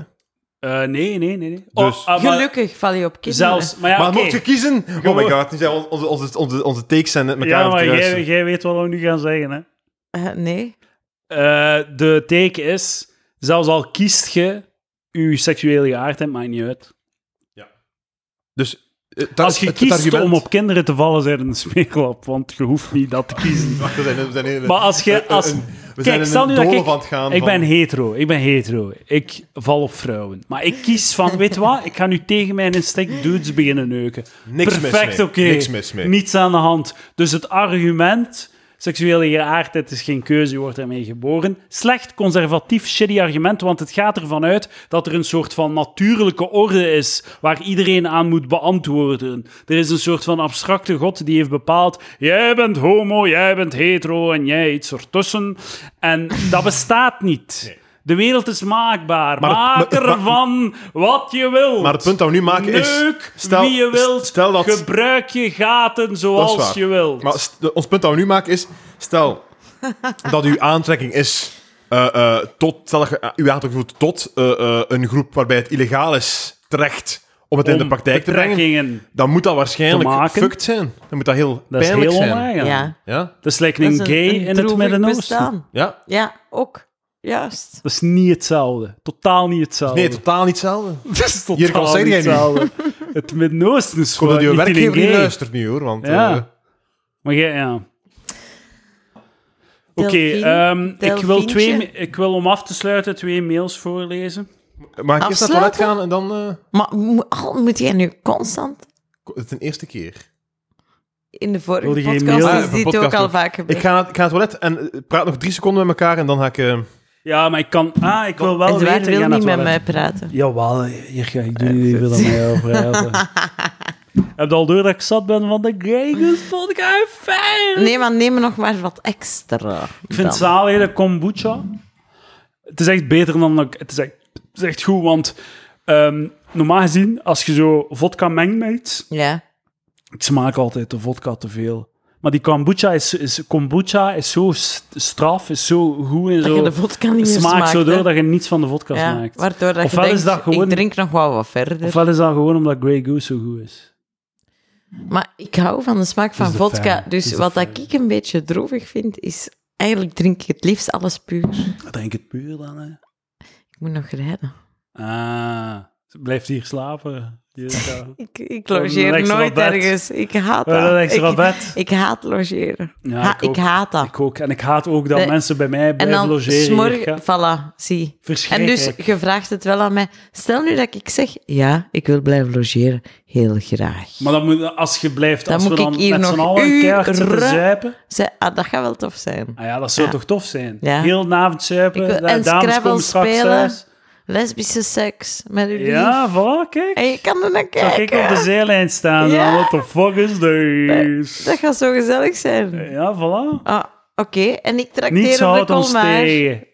Speaker 2: Eh, nee, nee, nee. nee. ah,
Speaker 3: Dus-
Speaker 2: maar
Speaker 1: Gelukkig val je op kinderen.
Speaker 2: Zelfs, maar ja,
Speaker 3: maar
Speaker 2: oké.
Speaker 3: mocht je kiezen... Oh my god, nu zijn onze, onze, onze, onze, onze takes zijn met elkaar
Speaker 2: Ja,
Speaker 3: aan
Speaker 2: maar
Speaker 3: het
Speaker 2: jij,
Speaker 3: kruisen.
Speaker 2: jij weet wat we nu gaan zeggen, hè.
Speaker 1: Eh, nee.
Speaker 2: Eh, de take is, zelfs al kiest je je seksuele geaardheid, maakt niet uit.
Speaker 3: Dus, eh, het-
Speaker 2: Als je
Speaker 3: het- het
Speaker 2: kiest
Speaker 3: argument-
Speaker 2: om op kinderen te vallen, zijn er een smeerlap, want je hoeft niet dat te kiezen.
Speaker 3: Wacht, we zijn- we zijn heel-
Speaker 2: Maar als je-
Speaker 3: een-
Speaker 2: als-
Speaker 3: een- Eh, We zijn in
Speaker 2: stel
Speaker 3: een
Speaker 2: nu dat
Speaker 3: doolhof
Speaker 2: ik-
Speaker 3: aan het gaan.
Speaker 2: Ik
Speaker 3: van-
Speaker 2: ben hetero, ik ben hetero. Ik val op vrouwen. Maar ik kies van, weet wat, ik ga nu tegen mijn instinct dudes beginnen neuken.
Speaker 3: Niks mis
Speaker 2: Perfect,
Speaker 3: mee.
Speaker 2: oké.
Speaker 3: Niks mis mee.
Speaker 2: Niets aan de hand. Dus het argument, seksuele geaardheid is geen keuze, je wordt ermee geboren. Slecht, conservatief, shitty argument, want het gaat ervan uit dat er een soort van natuurlijke orde is waar iedereen aan moet beantwoorden. Er is een soort van abstracte god die heeft bepaald, jij bent homo, jij bent hetero en jij iets ertussen. En dat bestaat niet. De wereld is maakbaar.
Speaker 3: Maar het-
Speaker 2: Maak
Speaker 3: maar- maar-
Speaker 2: ervan wat je wilt.
Speaker 3: Maar het punt dat we nu maken is...
Speaker 2: Neuk
Speaker 3: stel-
Speaker 2: wie je wilt.
Speaker 3: stel dat-
Speaker 2: Gebruik je gaten
Speaker 3: Dat is
Speaker 2: zoals
Speaker 3: waar.
Speaker 2: je wilt.
Speaker 3: Maar st- ons punt dat we nu maken is... Stel dat uw aantrekking is... eh, eh, tot, stel dat je, eh, uw aantrekking voelt tot eh, eh, een groep waarbij het illegaal is terecht om het in
Speaker 2: Om
Speaker 3: de praktijk te brengen,
Speaker 2: betrekkingen.
Speaker 3: dan moet dat
Speaker 2: te
Speaker 3: waarschijnlijk
Speaker 2: maken.
Speaker 3: fucked zijn. Dan moet dat heel
Speaker 2: Dat is
Speaker 3: pijnlijk
Speaker 2: heel
Speaker 3: zijn.
Speaker 2: onaangenaam.
Speaker 1: Ja.
Speaker 3: Ja?
Speaker 2: Dat is like
Speaker 1: Dat
Speaker 2: een
Speaker 1: is een-
Speaker 2: gay
Speaker 1: een
Speaker 2: in het
Speaker 1: droevig
Speaker 2: Midden-Oosten.
Speaker 1: bestaan.
Speaker 3: Ja?
Speaker 1: Ja, ook. Juist.
Speaker 2: Dat is niet hetzelfde. Totaal niet hetzelfde.
Speaker 3: Nee, totaal niet hetzelfde.
Speaker 2: dat is totaal
Speaker 3: Hier kan zij
Speaker 2: niet
Speaker 3: jij nu.
Speaker 2: hetzelfde. Het Midden-Oosten is
Speaker 3: Ik hoop dat
Speaker 2: gewoon
Speaker 3: je
Speaker 2: niet
Speaker 3: werkgever niet
Speaker 2: gay.
Speaker 3: luistert nu, hoor. Want,
Speaker 2: Ja.
Speaker 3: eh,
Speaker 2: Maar jij, ja. Oké,
Speaker 1: Delphine,
Speaker 2: ehm, ik, wil
Speaker 1: delfientje.
Speaker 2: twee ma- ik wil om af te sluiten twee mails voorlezen.
Speaker 3: mag ik eerst naar het toilet
Speaker 1: Afsluiten?
Speaker 3: gaan en dan... eh,
Speaker 1: Maar mo- al moet jij nu constant...
Speaker 3: ko- het is een eerste keer.
Speaker 1: In de vorige
Speaker 2: Wil je geen
Speaker 1: podcast
Speaker 3: mail?
Speaker 1: is
Speaker 3: Ah, de
Speaker 1: dit
Speaker 3: podcast
Speaker 1: ook al
Speaker 3: ook.
Speaker 1: vaak gebeurd.
Speaker 3: Ik ga, naar- ik ga naar het toilet en eh, praat nog drie seconden met elkaar en dan ga ik... eh,
Speaker 2: Ja, maar ik kan... Ah, ik wil wel
Speaker 1: En
Speaker 2: weten...
Speaker 1: wil
Speaker 2: ja,
Speaker 1: niet met
Speaker 2: natuurlijk.
Speaker 1: mij praten.
Speaker 2: Jawel, hier ga ik doen. Ik wil dat mij over hebben. Heb je al door dat ik zat ben van de Grey Goose Vodka? Fijn!
Speaker 1: Nee, maar neem nog maar wat extra.
Speaker 2: Ik vind zalig de kombucha. Het is echt beter dan... dat ik- Het is echt, het is echt goed, want... ehm, normaal gezien, als je zo vodka mengt met iets...
Speaker 1: Ja.
Speaker 2: Ik smaak altijd de vodka te veel. Maar die kombucha is, is, kombucha is zo st- straf, is zo goed en
Speaker 1: Dat
Speaker 2: zo...
Speaker 1: je de vodka niet meer
Speaker 2: smaakt
Speaker 1: smaakt.
Speaker 2: zo
Speaker 1: hè.
Speaker 2: door dat je niets van de vodka
Speaker 1: ja,
Speaker 2: smaakt.
Speaker 1: Waardoor dat
Speaker 2: Ofwel
Speaker 1: je
Speaker 2: is
Speaker 1: denkt,
Speaker 2: dat gewoon-
Speaker 1: ik drink nog wel wat verder.
Speaker 2: Ofwel is dat gewoon omdat Grey Goose zo goed is.
Speaker 1: Maar ik hou van de smaak van
Speaker 2: is de
Speaker 1: vodka.
Speaker 2: fijn. Het
Speaker 1: Dus
Speaker 2: is de
Speaker 1: wat
Speaker 2: fijn.
Speaker 1: dat ik een beetje droevig vind, is... Eigenlijk drink ik het liefst alles puur.
Speaker 2: Dat denk het puur dan, hè.
Speaker 1: Ik moet nog rijden.
Speaker 2: Ah, ze blijft hier slapen. Hier is dat.
Speaker 1: Ik, ik
Speaker 2: Een
Speaker 1: logeer
Speaker 2: extra
Speaker 1: nooit
Speaker 2: bed.
Speaker 1: ergens. Ik haat
Speaker 2: Wel
Speaker 1: dat.
Speaker 2: een extra
Speaker 1: ik,
Speaker 2: bed.
Speaker 1: ik haat logeren.
Speaker 2: Ja,
Speaker 1: Ha-
Speaker 2: ik
Speaker 1: ik,
Speaker 2: ook.
Speaker 1: haat dat.
Speaker 2: Ik ook. En ik haat ook dat
Speaker 1: Nee.
Speaker 2: mensen bij mij
Speaker 1: en
Speaker 2: blijven
Speaker 1: dan
Speaker 2: logeren. hier,
Speaker 1: smorgen...
Speaker 2: hè.
Speaker 1: Voilà, zie. En dus,
Speaker 2: Verschrikkelijk.
Speaker 1: je vraagt het wel aan mij. Stel nu dat ik zeg, ja, ik wil blijven logeren. Heel graag.
Speaker 2: Maar dan moet, als je blijft,
Speaker 1: Dan
Speaker 2: als we
Speaker 1: moet ik
Speaker 2: dan
Speaker 1: hier
Speaker 2: met
Speaker 1: nog
Speaker 2: z'n allen een keihard zitten
Speaker 1: uren-
Speaker 2: zuipen.
Speaker 1: Zei, ah, dat gaat wel tof zijn.
Speaker 2: Ah ja, dat zou
Speaker 1: Ja.
Speaker 2: toch tof zijn?
Speaker 1: Ja.
Speaker 2: Heel de avond zuipen,
Speaker 1: Ik wil-
Speaker 2: da-
Speaker 1: en
Speaker 2: dames
Speaker 1: Scrabble
Speaker 2: komen straks
Speaker 1: spelen.
Speaker 2: thuis.
Speaker 1: Lesbische seks met uw lief.
Speaker 2: Ja, voilà, kijk.
Speaker 1: En je kan er naar
Speaker 2: Zag
Speaker 1: kijken.
Speaker 2: ik op de zijlijn staan.
Speaker 1: Ja.
Speaker 2: What the fuck is
Speaker 1: Dat
Speaker 2: this?
Speaker 1: gaat zo gezellig zijn.
Speaker 2: Ja, voilà.
Speaker 1: Ah, Oké, en ik
Speaker 2: Niets
Speaker 1: trakteer op
Speaker 2: houdt
Speaker 1: de
Speaker 2: ons
Speaker 1: Colmar.
Speaker 2: tegen.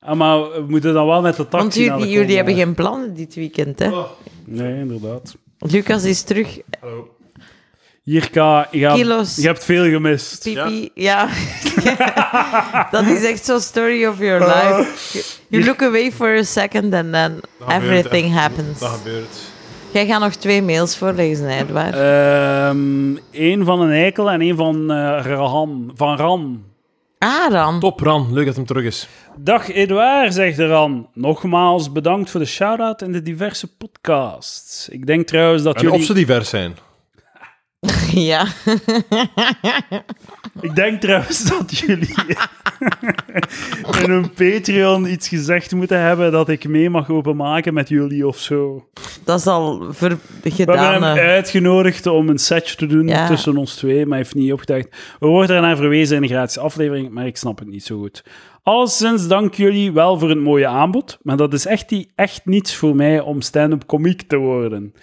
Speaker 2: Ah, maar we moeten dan wel met de taxi
Speaker 1: Want
Speaker 2: naar de
Speaker 1: jullie, jullie
Speaker 2: Colmar.
Speaker 1: hebben geen plannen dit weekend, hè?
Speaker 3: Oh.
Speaker 2: Nee, inderdaad.
Speaker 1: Lucas is terug.
Speaker 2: Jirka, je,
Speaker 1: Kilo's.
Speaker 2: je hebt veel gemist.
Speaker 1: Pipi, ja. Dat is echt zo'n story of your
Speaker 2: Oh.
Speaker 1: life. You look away for a second and then
Speaker 3: gebeurt
Speaker 1: everything
Speaker 3: echt-
Speaker 1: happens.
Speaker 3: dat gebeurt.
Speaker 1: Jij gaat nog twee mails voorlezen,
Speaker 2: Eh,
Speaker 1: Edouard.
Speaker 2: Ehm Eén van een eikel en één van eh, Rahan. Van Ran.
Speaker 1: ah, dan.
Speaker 3: Top, Ran. Leuk dat hem terug is.
Speaker 2: Dag Edouard, zegt Ran. Nogmaals bedankt voor de shout-out en de diverse podcasts. Ik denk trouwens dat
Speaker 3: En of
Speaker 2: jullie...
Speaker 3: ze divers zijn.
Speaker 1: Ja.
Speaker 2: Ik denk trouwens dat jullie in hun Patreon iets gezegd moeten hebben dat ik mee mag openmaken met jullie of zo.
Speaker 1: Dat is al ver-
Speaker 2: We hebben hem
Speaker 1: gedaan.
Speaker 2: eh,
Speaker 1: hè.
Speaker 2: uitgenodigd om een setje te doen
Speaker 1: Ja.
Speaker 2: tussen ons twee, maar hij heeft niet opgedacht. We worden ernaar verwezen in de gratis aflevering, maar ik snap het niet zo goed. Alleszins dank jullie wel voor het mooie aanbod, maar dat is echt, die, echt niets voor mij om stand-up komiek te worden.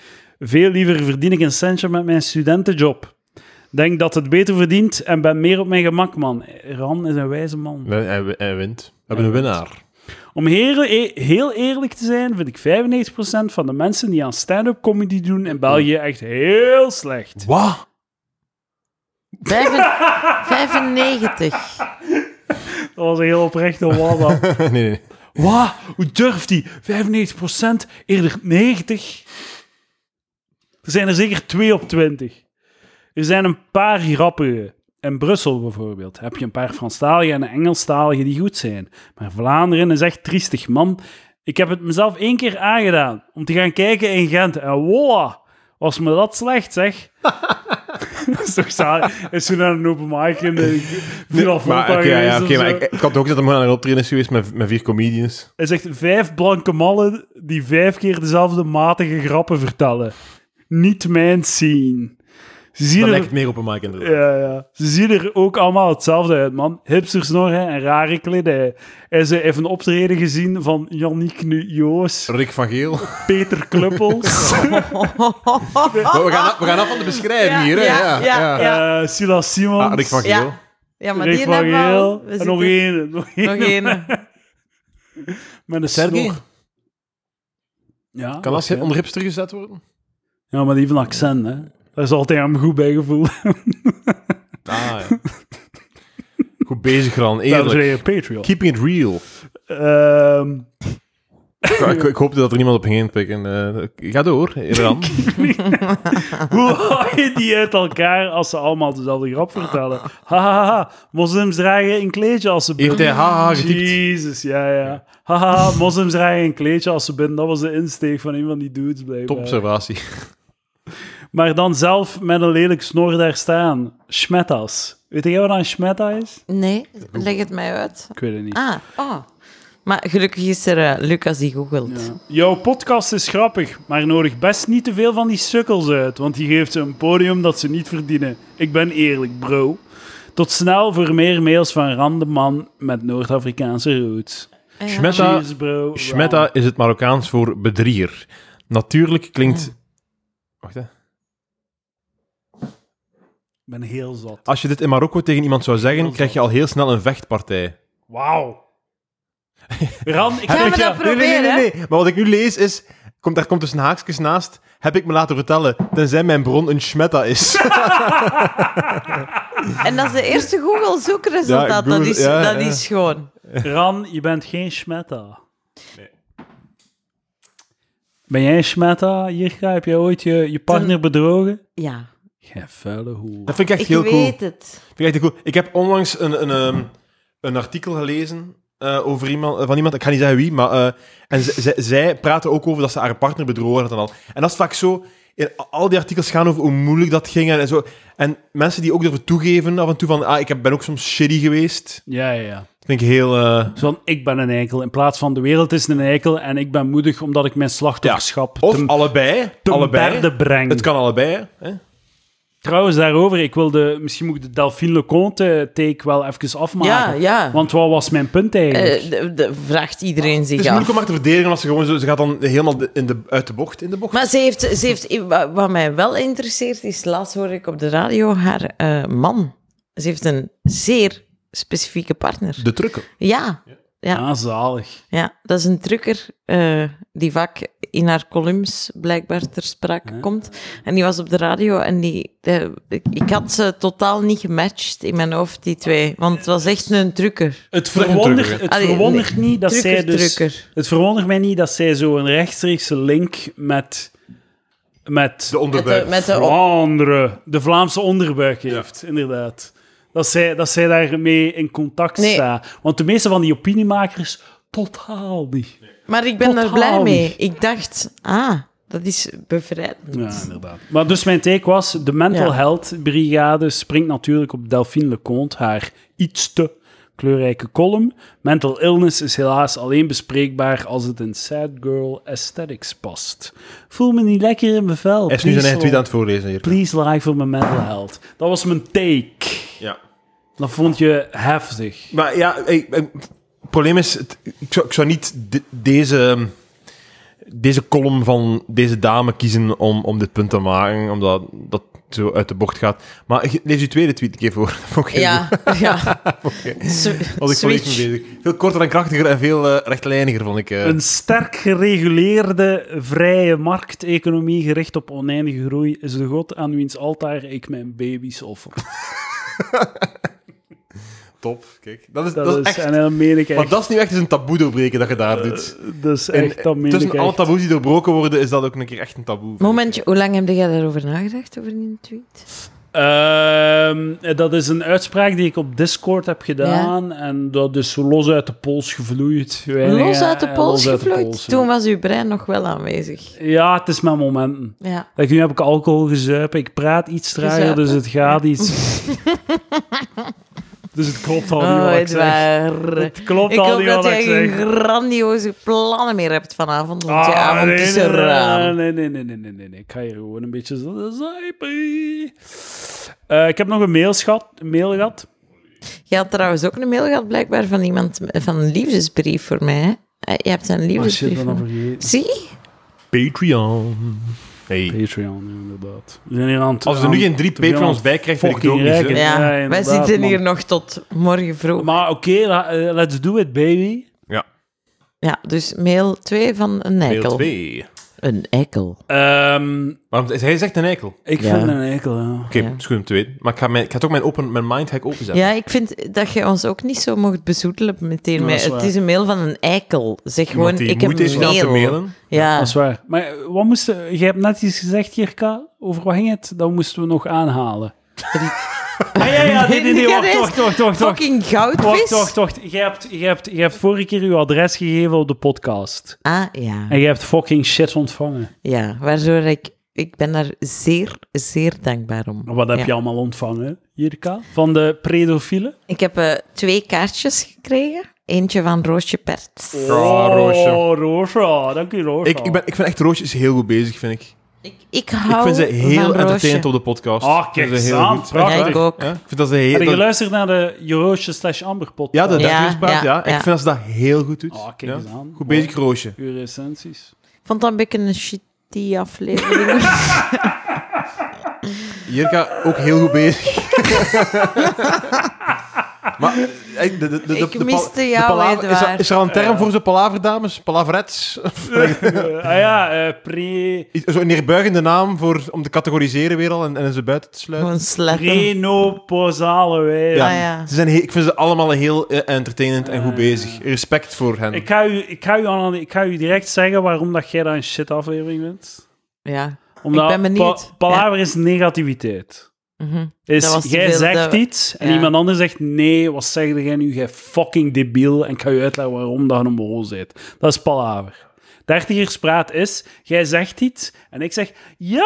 Speaker 2: Veel liever verdien ik een centje met mijn studentenjob. Denk dat het beter verdient en ben meer op mijn gemak, man. Ran is een wijze man.
Speaker 3: Hij, hij- hij wint. We hebben een winnaar.
Speaker 2: Om heel, e- heel eerlijk te zijn, vind ik 95% van de mensen die aan stand-up comedy doen in België echt heel slecht.
Speaker 3: Wat?
Speaker 1: Vijfen- 95.
Speaker 2: Dat was een heel oprechte wada.
Speaker 3: nee, nee, nee.
Speaker 2: Wauw, hoe durft hij? 95% eerder 90? Er zijn er zeker 2 op 20. Er zijn een paar grappige. In Brussel bijvoorbeeld heb je een paar Franstaligen en Engelstaligen die goed zijn. Maar Vlaanderen is echt triestig, man. Ik heb het mezelf één keer aangedaan om te gaan kijken in Gent. En voilà, was me dat slecht, zeg. Dat is toch saai? Is toen naar een open mic en eh, viel al
Speaker 3: maar,
Speaker 2: Volta
Speaker 3: oké, ja,
Speaker 2: geweest
Speaker 3: ja,
Speaker 2: of
Speaker 3: oké, maar
Speaker 2: zo.
Speaker 3: ik, ik had ook dat er maar aan een optreden is geweest met, met vier comedians.
Speaker 2: Hij zegt vijf blanke mannen die vijf keer dezelfde matige grappen vertellen. Niet mijn scene. Ze zien,
Speaker 3: Dan
Speaker 2: er,
Speaker 3: lijkt het meer op een mic inderdaad.
Speaker 2: ja, ja. Ze zien er ook allemaal hetzelfde uit, man. Hipsters nog, hè, en rare kledij. En ze heeft een optreden gezien van Yannick Nu- Joos,
Speaker 3: Rick van Geel.
Speaker 1: Oh,
Speaker 2: Peter Kluppels, Oh,
Speaker 3: Maar Oh, we, gaan, af- we gaan af van de beschrijving
Speaker 1: oh. Ja,
Speaker 3: hier, hè?
Speaker 1: ja,
Speaker 3: Ja,
Speaker 1: ja,
Speaker 3: ja.
Speaker 1: ja.
Speaker 2: eh, Silas Simons,
Speaker 3: Ah, Rick van Geel.
Speaker 1: Ja. Ja, maar
Speaker 2: Rick
Speaker 1: die
Speaker 2: van
Speaker 1: hebben we
Speaker 2: Geel.
Speaker 1: al. We
Speaker 2: en
Speaker 1: zitten-
Speaker 2: nog één, nog één.
Speaker 1: Nog één.
Speaker 2: Met een
Speaker 3: Sergej?
Speaker 2: snor. Ja,
Speaker 3: Kan dat
Speaker 2: waarschijnlijk.
Speaker 3: onder hipster gezet worden?
Speaker 2: Ja, maar die heeft een accent, hè. Daar is altijd aan me goed bij gevoeld.
Speaker 3: Ah, ja. Goed bezig, Ran.
Speaker 2: Daarom ben
Speaker 3: Eerlijk.
Speaker 2: je Patreon.
Speaker 3: Keeping it real.
Speaker 2: Ehm,
Speaker 3: Ik, ik, ik hoopte dat er niemand op ging inpikken. Eh, ga door, Ran.
Speaker 2: hoe haal je die uit elkaar als ze allemaal dezelfde grap vertellen? Hahaha, moslims dragen een kleedje als ze
Speaker 3: Heeft
Speaker 2: binnen.
Speaker 3: hij haha getypt?
Speaker 2: Jezus, ja, ja. Haha, moslims dragen een kleedje als ze binnen. Dat was de insteek van een van die dudes,
Speaker 3: Top
Speaker 2: blijkbaar.
Speaker 3: observatie.
Speaker 2: maar dan zelf met een lelijk snor daar staan. Schmettas. Weet jij wat een schmetta is?
Speaker 1: Nee, leg het mij uit.
Speaker 2: Ik weet het niet.
Speaker 1: Ah, oh. Maar gelukkig is er eh, Lucas die googelt.
Speaker 2: Jouw podcast is grappig, maar nodig best niet te veel van die sukkels uit, want die geeft ze een podium dat ze niet verdienen. Ik ben eerlijk, bro. Tot snel voor meer mails van Randeman met Noord-Afrikaanse roots.
Speaker 1: Ah, Ja.
Speaker 3: Schmetta,
Speaker 2: Cheers, bro.
Speaker 3: Schmetta is het Marokkaans voor bedrieger. Natuurlijk klinkt... Wacht, hè.
Speaker 2: Ik ben heel zat.
Speaker 3: Als je dit in Marokko tegen iemand zou zeggen, krijg je al heel snel een vechtpartij.
Speaker 2: Wauw. Ran, ik
Speaker 1: Gaan
Speaker 2: vind
Speaker 1: we
Speaker 2: jou-
Speaker 1: dat pro- Probeer,
Speaker 3: Maar wat ik nu lees is... Komt, daar komt dus een haakjes naast. Heb ik me laten vertellen, tenzij mijn bron een schmetta is.
Speaker 1: En dat is de eerste Google zoekresultaat.
Speaker 3: Ja, Google-
Speaker 1: dat is,
Speaker 3: ja,
Speaker 1: dat
Speaker 3: ja.
Speaker 1: is gewoon.
Speaker 2: Ran, je bent geen Schmetta. Ben jij een Schmetta, Jirka? Heb jij ooit je, je partner bedrogen?
Speaker 1: Ja,
Speaker 2: Geen vuile hoer.
Speaker 3: Dat vind ik
Speaker 1: ik
Speaker 3: echt heel cool.
Speaker 1: weet het.
Speaker 3: Vind ik echt heel cool. Ik heb onlangs een, een, ehm, een artikel gelezen eh, over iemand, eh, van iemand, ik ga niet zeggen wie, maar... eh, en z- z- zij praten ook over dat ze haar partner bedrogen had en al. En dat is vaak zo... In, al die artikels gaan over hoe moeilijk dat ging en zo. En mensen die ook durven toegeven af en toe van... Ah, ik heb- ben ook soms shitty geweest.
Speaker 2: Ja, ja, ja.
Speaker 3: Dat vind ik heel... eh,
Speaker 2: Zo van, ik ben een eikel. In plaats van de wereld is een eikel en ik ben moedig omdat ik mijn slachtofferschap
Speaker 3: Of
Speaker 2: ten,
Speaker 3: allebei.
Speaker 2: ten
Speaker 3: allebei.
Speaker 2: berde breng.
Speaker 3: Het kan allebei. Hè?
Speaker 2: Trouwens, daarover, ik wilde, misschien moet ik de Delphine Leconte take wel even
Speaker 1: Ja,
Speaker 2: afmaken.
Speaker 1: ja.
Speaker 2: Want wat was mijn punt eigenlijk?
Speaker 1: Eh, de- de- vraagt iedereen
Speaker 3: Het
Speaker 1: zich
Speaker 3: is
Speaker 1: af.
Speaker 3: moeilijk om haar te verdedigen als ze gewoon zo, ze gaat dan helemaal de- in de, uit de bocht in de bocht.
Speaker 1: Maar ze heeft, ze heeft, wa- wat mij wel interesseert is, laatst hoorde ik op de radio haar eh, man. Ze heeft een zeer specifieke partner.
Speaker 3: De trucken.
Speaker 1: Ja, ja.
Speaker 2: Ah, zalig.
Speaker 1: ja dat is een trucker eh, die vaak in haar columns blijkbaar ter sprake komt. En die was op de radio en die, de- ik, ik had ze totaal niet gematcht in mijn hoofd, die twee. Want het was echt een trucker.
Speaker 2: Het
Speaker 3: Terug een
Speaker 2: verwondert,
Speaker 3: trucker,
Speaker 2: het
Speaker 1: Allee,
Speaker 2: verwondert
Speaker 1: nee,
Speaker 2: niet dat zij
Speaker 1: trucker,
Speaker 2: dus...
Speaker 1: trucker.
Speaker 2: Het verwondert mij niet dat zij zo'n rechtstreekse link met... met
Speaker 3: De
Speaker 1: Met de,
Speaker 3: onderbuik.
Speaker 1: met de op-
Speaker 2: Vlaanderen, de Vlaamse onderbuik heeft, inderdaad. Dat zij, dat zij daarmee in contact
Speaker 1: Nee.
Speaker 2: staan. Want de meeste van die opiniemakers, totaal niet.
Speaker 1: Maar ik ben er
Speaker 2: Totaal
Speaker 1: blij mee.
Speaker 2: niet.
Speaker 1: Ik dacht, ah, dat is bevrijdend.
Speaker 2: Ja, inderdaad. Maar dus mijn take was, de Mental
Speaker 1: Ja.
Speaker 2: Health Brigade springt natuurlijk op Delphine Leconte, haar iets te kleurrijke column. Mental illness is helaas alleen bespreekbaar als het in sad girl aesthetics past. Voel me niet lekker in mijn vel.
Speaker 3: Hij is nu zijn
Speaker 2: Please,
Speaker 3: eigen tweet aan het voorlezen hier.
Speaker 2: Please like voor mijn mental health. Dat was mijn take.
Speaker 3: Ja.
Speaker 2: Dat vond je heftig.
Speaker 3: Maar ja, ik- ik- het probleem is, het- ik, zou, ik zou niet de- deze, deze column van deze dame kiezen om, om dit punt te maken, omdat dat zo uit de bocht gaat. Maar je- lees je tweede tweet een keer voor. Dat vond ik heel
Speaker 1: Ja, ja. Sw-
Speaker 3: goed. Was ik volledig
Speaker 1: Switch.
Speaker 3: mee bezig. Veel korter en krachtiger en veel eh, rechtlijniger, vond ik. eh.
Speaker 2: Een sterk gereguleerde, vrije markteconomie gericht op oneindige groei is de god aan wiens altaar ik mijn baby's offer.
Speaker 3: Top, kijk. Dat is,
Speaker 2: Dat,
Speaker 3: dat is
Speaker 2: is,
Speaker 3: echt...
Speaker 2: en dat meen ik echt.
Speaker 3: Maar dat is nu echt eens een taboe doorbreken dat je daar doet.
Speaker 2: dat is
Speaker 3: En
Speaker 2: echt, dat meen
Speaker 3: tussen
Speaker 2: ik
Speaker 3: alle
Speaker 2: echt.
Speaker 3: taboes die doorbroken worden, is dat ook een keer echt een taboe.
Speaker 1: Momentje, hoe lang heb jij daarover nagedacht, over die tweet?
Speaker 2: Ehm, dat is een uitspraak die ik op Discord heb gedaan. En dat is los uit de pols gevloeid. Weinig,
Speaker 1: Los uit de
Speaker 2: eh,
Speaker 1: pols
Speaker 2: los uit de pols,
Speaker 1: gevloeid.
Speaker 2: ja.
Speaker 1: Toen was uw brein nog wel aanwezig.
Speaker 2: Ja, het is mijn momenten.
Speaker 1: Ja.
Speaker 2: Like, nu heb ik alcohol gezuipen. Ik praat iets trager,
Speaker 1: Gezuipen.
Speaker 2: dus het gaat iets. dus het klopt al niet
Speaker 1: Oh,
Speaker 2: wat ik zeg.
Speaker 1: Edouard.
Speaker 2: Het klopt
Speaker 1: Ik
Speaker 2: al
Speaker 1: hoop
Speaker 2: niet
Speaker 1: dat
Speaker 2: wat
Speaker 1: jij
Speaker 2: ik
Speaker 1: geen
Speaker 2: zeg.
Speaker 1: grandioze plannen meer hebt vanavond, want je
Speaker 2: Ah,
Speaker 1: avond is
Speaker 2: nee, nee,
Speaker 1: eraan.
Speaker 2: Nee, nee, nee, nee, nee, nee, nee. Ik ga hier gewoon een beetje zo- zuipen. Eh, ik heb nog een mail gehad. Een mail gehad.
Speaker 1: Je had trouwens ook een mail gehad, blijkbaar, van iemand van een liefdesbrief voor mij. hè? Eh, Je hebt een
Speaker 2: Oh shit,
Speaker 1: liefdesbrief.
Speaker 2: dan
Speaker 1: voor
Speaker 2: al
Speaker 1: mij.
Speaker 2: vergeten.
Speaker 1: Zie?
Speaker 3: Patreon. Hey.
Speaker 2: Patreon, inderdaad. We zijn hier aan het-
Speaker 3: Als we er nu
Speaker 2: aan-
Speaker 3: geen drie
Speaker 2: te veel
Speaker 3: Patreons
Speaker 2: aan-
Speaker 3: bij krijgt, vind ik het ook
Speaker 2: fucking
Speaker 3: niet.
Speaker 2: rijk,
Speaker 3: hè.
Speaker 2: hè. Ja,
Speaker 1: Ja, wij
Speaker 2: inderdaad,
Speaker 1: zitten hier
Speaker 2: man.
Speaker 1: nog tot morgen vroeg.
Speaker 2: Maar oké, la- eh, let's do it, baby.
Speaker 3: Ja,
Speaker 1: Ja, dus mail 2 van een
Speaker 3: deel
Speaker 1: eikel.
Speaker 3: 2.
Speaker 1: Een eikel.
Speaker 2: Ehm,
Speaker 3: Waarom, hij zegt een eikel. Oké,
Speaker 2: ik
Speaker 1: Ja.
Speaker 2: vind een enkel, ja.
Speaker 1: Ja.
Speaker 3: het is goed om te weten. Maar ik ga, mijn, ik ga toch mijn, open, mijn mind hack openzetten.
Speaker 1: Ja, ik vind dat je ons ook niet zo mocht bezoedelen meteen.
Speaker 2: Ja,
Speaker 1: met-
Speaker 2: dat is
Speaker 1: het
Speaker 2: waar.
Speaker 1: is een mail van een eikel. Zeg
Speaker 3: Iemand
Speaker 1: gewoon,
Speaker 3: die
Speaker 1: ik heb
Speaker 3: moeite heeft
Speaker 1: een
Speaker 3: om te
Speaker 1: mail.
Speaker 3: mailen.
Speaker 1: Ja,
Speaker 2: Dat is waar. Maar eh, wat moesten... Je hebt net iets gezegd, Jirka. Over wat ging het? Dat moesten we nog aanhalen. ah, ja, ja, nee, nee, nee.
Speaker 1: Ja,
Speaker 2: Wacht,
Speaker 1: deze
Speaker 2: wacht, wacht, wacht. wacht.
Speaker 1: fucking
Speaker 2: Wacht,
Speaker 1: goudvis.
Speaker 2: wacht, wacht. Je hebt, je, hebt, je hebt vorige keer uw adres gegeven op de podcast.
Speaker 1: Ah, ja.
Speaker 2: En je hebt fucking shit ontvangen.
Speaker 1: Ja, waardoor ik... Ik ben daar zeer, zeer dankbaar om.
Speaker 2: Wat heb
Speaker 1: Ja.
Speaker 2: je allemaal ontvangen, Jirka? Van de predofielen?
Speaker 1: Ik heb eh, twee kaartjes gekregen. Eentje van Roosje Perts.
Speaker 3: Ja, Roosje.
Speaker 2: Oh, Roosje. Oh, Dank u, Roosje.
Speaker 3: Ik, ik, ben, ik vind echt Roosje is heel goed bezig, vind ik.
Speaker 1: Ik, ik hou
Speaker 3: ik vind ze heel
Speaker 1: van Roosje.
Speaker 3: entertainend op de podcast.
Speaker 2: Ah, kijk
Speaker 3: Dat is heel
Speaker 2: eens aan,
Speaker 3: goed.
Speaker 2: prachtig.
Speaker 1: Ja, ik ook.
Speaker 3: Ja, ik vind dat ze heel...
Speaker 2: Heb je
Speaker 3: dat-
Speaker 2: geluisterd naar de Roosje slash Amber
Speaker 3: ja,
Speaker 2: podcast?
Speaker 1: Ja,
Speaker 3: de dertigerspraat, ja.
Speaker 1: ja,
Speaker 3: Ik
Speaker 1: ja.
Speaker 3: vind dat ze dat heel goed doet.
Speaker 2: Ah, kijk
Speaker 3: Ja.
Speaker 2: eens aan.
Speaker 3: Goed bezig, Roosje.
Speaker 2: Uw recensies.
Speaker 1: Ik vond dat een beetje een shitty aflevering.
Speaker 3: Jirka, ook heel goed bezig. maar eh, de, de, de, de,
Speaker 1: Ik
Speaker 3: de pal-
Speaker 1: miste
Speaker 3: de
Speaker 1: jou,
Speaker 3: palaver, is, er,
Speaker 1: Edouard.
Speaker 3: is er al een term voor zo'n palaverdames? Palaverets?
Speaker 2: Eh, ah ja, eh, pre...
Speaker 3: Iets- Zo'n neerbuigende naam voor, om te categoriseren weer al en, en ze buiten te sluiten.
Speaker 1: Gewoon slecht.
Speaker 2: Prenopausale wij.
Speaker 1: Ja. Ah, ja.
Speaker 3: Ze zijn heel- ik vind ze allemaal heel eh, entertainend en goed
Speaker 2: Ah,
Speaker 3: bezig. Respect voor hen.
Speaker 2: Ik ga, u, ik, ga u aan, ik ga u direct zeggen waarom dat jij dat een shit aflevering vindt.
Speaker 1: Ja.
Speaker 2: Omdat
Speaker 1: ben benieuwd.
Speaker 2: pa- palaver is negativiteit.
Speaker 1: Mhm. Dat was
Speaker 2: Is,
Speaker 1: te
Speaker 2: jij
Speaker 1: veel,
Speaker 2: zegt
Speaker 1: dat-
Speaker 2: iets en
Speaker 1: ja.
Speaker 2: iemand anders zegt nee, wat zeg jij nu? Jij fucking debiel. En ik ga je uitleggen waarom dat je een mol bent. Dat is palaver. Dertigerspraat is, jij zegt iets en ik zeg ja,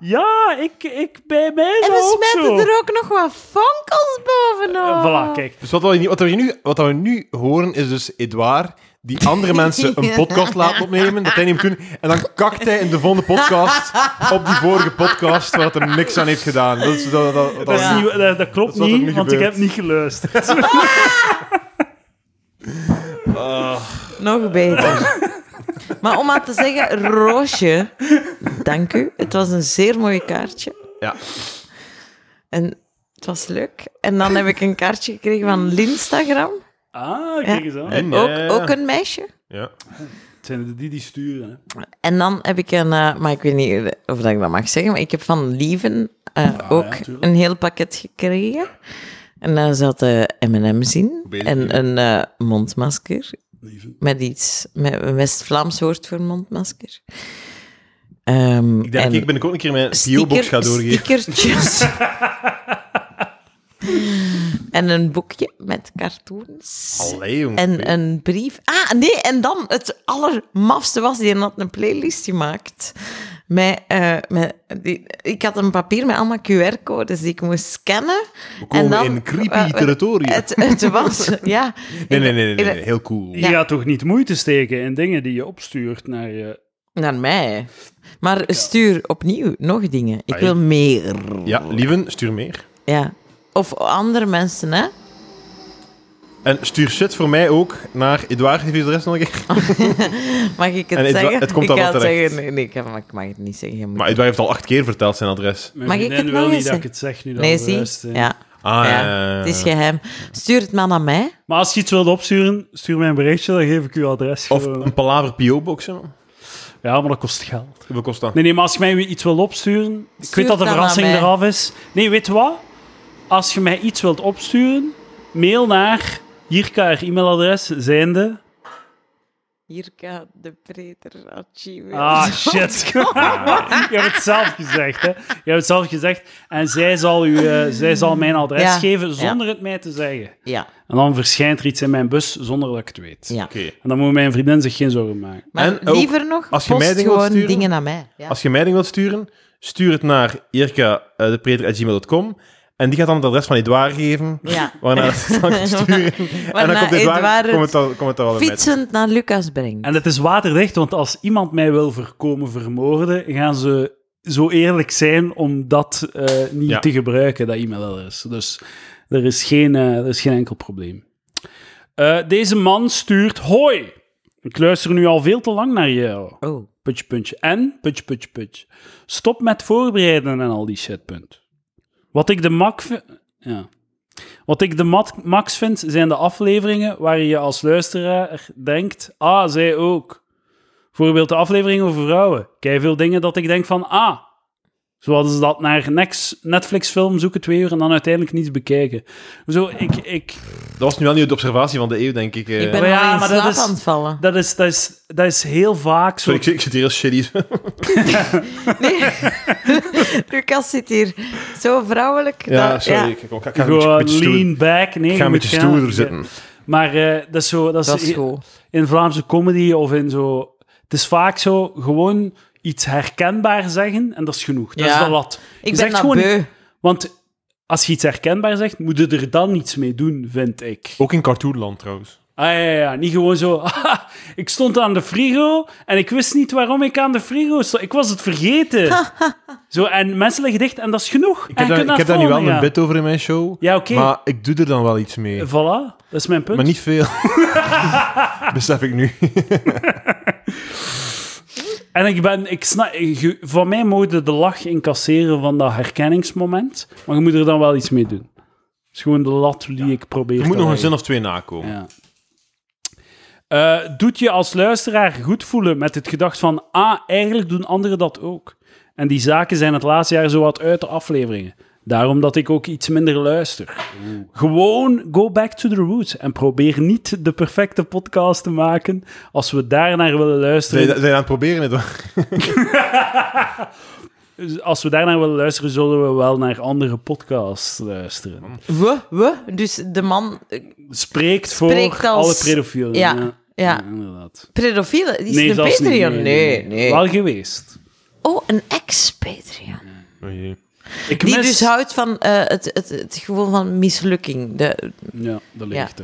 Speaker 2: ja, ik, ik bij mij is
Speaker 1: En
Speaker 2: dat
Speaker 1: we
Speaker 2: ook zo.
Speaker 1: smeten er ook nog wat fonkels
Speaker 2: Eh,
Speaker 1: bovenop.
Speaker 2: voilà, kijk.
Speaker 3: Dus wat we, nu, wat, we nu, wat we nu horen is dus Edouard die andere mensen een podcast laat opnemen, dat hij niet moet doen, en dan kakt hij in de volgende podcast op die vorige podcast waar het hem niks aan heeft gedaan. Dat is, dat, dat, dat-
Speaker 2: Dat, is
Speaker 1: Ja.
Speaker 2: niet- dat, dat klopt
Speaker 3: Dat is wat er
Speaker 2: niet,
Speaker 3: nu
Speaker 2: want ik
Speaker 3: gebeurt.
Speaker 2: heb niet geluisterd.
Speaker 1: Nog beter. maar om aan te zeggen, Roosje, dank u. Het was een zeer mooi kaartje.
Speaker 3: Ja.
Speaker 1: En het was leuk. En dan heb ik een kaartje gekregen van Linstagram.
Speaker 2: ah,
Speaker 1: Ja.
Speaker 2: kijk eens aan.
Speaker 1: Eh,
Speaker 3: Ja, ja, ja.
Speaker 1: Ook, ook een meisje.
Speaker 3: Ja.
Speaker 2: Het zijn die die sturen. Hè.
Speaker 1: En dan heb ik een, eh, maar ik weet niet of dat ik dat mag zeggen, maar ik heb van Lieven eh,
Speaker 3: Ah,
Speaker 1: ook
Speaker 2: tuurlijk.
Speaker 1: een heel pakket gekregen. En daar zat eh, M&M's in
Speaker 3: bezig,
Speaker 1: en een eh, mondmasker
Speaker 2: Lieven.
Speaker 1: met iets, met een West-Vlaams woord voor mondmasker. Ehm,
Speaker 3: Ik denk
Speaker 1: en
Speaker 3: dat ik binnenkort een keer mijn
Speaker 1: sticker-
Speaker 3: PO-box ga doorgeven.
Speaker 1: Stickertjes. en een boekje met cartoons.
Speaker 3: Allee, jongen.
Speaker 1: En eh, een brief. Ah, nee, en dan het allermafste was, die had een playlist gemaakt. Met, eh, met, die, ik had een papier met allemaal QR-codes die ik moest scannen.
Speaker 3: We komen
Speaker 1: en dan,
Speaker 3: in creepy
Speaker 1: eh, eh,
Speaker 3: territorium.
Speaker 1: Het, het was, ja.
Speaker 3: nee, nee, nee, nee, nee,
Speaker 1: Ik-
Speaker 3: heel cool.
Speaker 2: Je gaat toch niet moeite steken in dingen die je opstuurt naar je...
Speaker 1: Naar mij. Maar stuur opnieuw nog dingen. Ik
Speaker 3: Ai.
Speaker 1: wil meer.
Speaker 3: Ja, lieven, stuur meer.
Speaker 1: Ja. Of andere mensen, hè?
Speaker 3: En stuur shit voor mij ook naar Edouard, heeft hij de rest nog een keer?
Speaker 1: Mag ik het
Speaker 3: En het wa-
Speaker 1: zeggen?
Speaker 3: het komt
Speaker 1: ik
Speaker 3: dan
Speaker 1: ga
Speaker 3: wel
Speaker 1: het
Speaker 3: terecht.
Speaker 1: zeggen. Nee, nee ik, ga- maar ik mag het niet zeggen. Je moet-
Speaker 3: Maar Edouard heeft al acht keer verteld zijn adres.
Speaker 2: Mijn
Speaker 1: Mag ik
Speaker 2: vriendin
Speaker 1: het
Speaker 2: wil
Speaker 1: nog
Speaker 2: niet
Speaker 1: eens
Speaker 2: dat ik
Speaker 1: zeggen?
Speaker 2: het zeg nu dan
Speaker 1: nee,
Speaker 2: bewust, hè.
Speaker 1: zie? Ja.
Speaker 3: Ah,
Speaker 1: ja.
Speaker 3: ja, ja, ja.
Speaker 1: Het is geheim. Stuur het maar naar mij.
Speaker 2: Maar als je iets wilt opsturen, stuur mij een berichtje, dan geef ik je adres.
Speaker 3: Of
Speaker 2: gewoon.
Speaker 3: een palaver PO-boxen.
Speaker 2: Ja, maar dat kost geld.
Speaker 3: Hoeveel kost dat?
Speaker 2: Nee, nee, maar als je mij iets wilt opsturen... Ik
Speaker 1: Stuur
Speaker 2: weet dat de
Speaker 1: dan
Speaker 2: verrassing
Speaker 1: aan mij.
Speaker 2: eraf is. Nee, weet je wat? Als je mij iets wilt opsturen, mail naar Jirka, haar e-mailadres, zijnde...
Speaker 1: Jirka de Preter at gmail.
Speaker 2: Ah, shit. Je hebt het zelf gezegd, hè. Je hebt het zelf gezegd. En zij zal, u, eh, zij zal mijn adres
Speaker 1: Ja,
Speaker 2: geven
Speaker 1: ja.
Speaker 2: zonder het mij te zeggen.
Speaker 1: Ja,
Speaker 2: En dan verschijnt er iets in mijn bus zonder dat ik het weet.
Speaker 1: ja.
Speaker 2: En dan moet mijn vriendin zich geen zorgen maken.
Speaker 1: Maar
Speaker 3: En ook,
Speaker 1: liever nog,
Speaker 3: als je
Speaker 1: post
Speaker 3: mij dingen wilt
Speaker 1: gewoon
Speaker 3: sturen-
Speaker 1: dingen aan mij. Ja.
Speaker 3: Als je mij ding wilt sturen, stuur het naar eh, irka.depreter.gmail.com en die gaat dan het adres van Edouard geven,
Speaker 1: Ja.
Speaker 3: waarna ze het dan kan sturen. en dan
Speaker 1: Waarna
Speaker 3: komt Edouard,
Speaker 1: Edouard
Speaker 3: komt het dan, komt het dan wel in met.
Speaker 1: Fietsend naar Lucas brengt.
Speaker 2: En het is waterdicht, want als iemand mij wil voorkomen vermoorden, gaan ze zo eerlijk zijn om dat eh, niet
Speaker 3: Ja.
Speaker 2: te gebruiken, dat e-mailadres. Dus er is geen, eh, er is geen enkel probleem. Eh, deze man stuurt: Hoi, ik luister nu al veel te lang naar jou.
Speaker 1: Oh,
Speaker 2: Puntje, puntje. En, puntje, puntje, puntje. Stop met voorbereiden en al die shit, punt. Wat ik de mak vi- Ja. Wat ik de mat- max vind, zijn de afleveringen waar je als luisteraar denkt... Ah, zij ook. Bijvoorbeeld de aflevering over vrouwen. Kijk veel dingen dat ik denk van... Ah, zo hadden ze dat naar next Netflix-film zoeken twee uur en dan uiteindelijk niets bekijken. Zo, ik... ik
Speaker 3: Dat was nu wel niet de observatie van de eeuw, denk ik. eh.
Speaker 1: ik ben
Speaker 2: Maar ja,
Speaker 1: al in
Speaker 2: maar dat
Speaker 1: slaap
Speaker 2: is-
Speaker 1: aan het vallen.
Speaker 2: dat, is, dat, is, dat is heel vaak zo...
Speaker 3: Sorry, ik, ik zit hier heel shitty.
Speaker 1: Lucas zit hier zo vrouwelijk.
Speaker 3: ja,
Speaker 1: dat-
Speaker 3: sorry.
Speaker 1: ja.
Speaker 3: Ik, ik, ik, ik ga een beetje-
Speaker 2: Gewoon
Speaker 3: beetje stoer-
Speaker 2: lean back. Nee, je
Speaker 3: ik ga een
Speaker 2: moet
Speaker 3: beetje
Speaker 2: gaan-
Speaker 3: stoerder zitten.
Speaker 2: Maar eh, dat is zo... Dat is,
Speaker 1: Dat is goed.
Speaker 2: in Vlaamse comedy of in zo... Het is vaak zo gewoon iets herkenbaar zeggen en dat is genoeg. Dat
Speaker 1: Ja.
Speaker 2: is de lat. Je
Speaker 1: Ik ben
Speaker 2: zegt
Speaker 1: dat
Speaker 2: gewoon-
Speaker 1: beu.
Speaker 2: Want als je iets herkenbaar zegt, moet je er dan iets mee doen, vind ik.
Speaker 3: Ook in cartoonland, trouwens.
Speaker 2: Ah ja, ja, ja. niet gewoon zo... "Haha, ik stond aan de frigo en ik wist niet waarom ik aan de frigo stond. Ik was het vergeten. zo, en mensen liggen dicht en dat is genoeg.
Speaker 3: Ik heb, daar, ik heb daar nu wel een bit over in mijn show,
Speaker 2: Ja, oké.
Speaker 3: maar ik doe er dan wel iets mee.
Speaker 2: Voilà, dat is mijn punt.
Speaker 3: Maar niet veel. Besef ik nu.
Speaker 2: En ik ben, ik snap, je- van mij moet je de lach incasseren van dat herkenningsmoment, maar je moet er dan wel iets mee doen. Dat is gewoon de lat die ik probeer
Speaker 3: Er
Speaker 2: te
Speaker 3: moet nog een
Speaker 2: leggen.
Speaker 3: zin of twee nakomen.
Speaker 2: Ja. Eh, doet je als luisteraar goed voelen met het gedacht van, ah, eigenlijk doen anderen dat ook. En die zaken zijn het laatste jaar zo wat uit de afleveringen. Daarom dat ik ook iets minder luister. Gewoon go back to the roots en probeer niet de perfecte podcast te maken als we daarnaar willen
Speaker 3: Zijn
Speaker 2: luisteren.
Speaker 3: je- zijn je aan het proberen? Edouard?
Speaker 2: Dus als we daarnaar willen luisteren, zullen we wel naar andere podcasts
Speaker 3: Mm.
Speaker 2: luisteren.
Speaker 1: We, we. Dus de man... eh,
Speaker 2: Spreekt voor
Speaker 1: Spreekt als-
Speaker 2: alle pedofielen.
Speaker 1: Ja, ja.
Speaker 2: inderdaad.
Speaker 1: Pedofiele? Die is een
Speaker 2: zelfs niet.
Speaker 1: Patreon? Nee, nee.
Speaker 2: Wel geweest.
Speaker 1: Oh, een ex-Patreon.
Speaker 3: Oh,
Speaker 2: Ik
Speaker 1: Die
Speaker 2: mis...
Speaker 1: dus houdt van eh, het, het, het gevoel van mislukking. De,
Speaker 2: Ja, de leegte.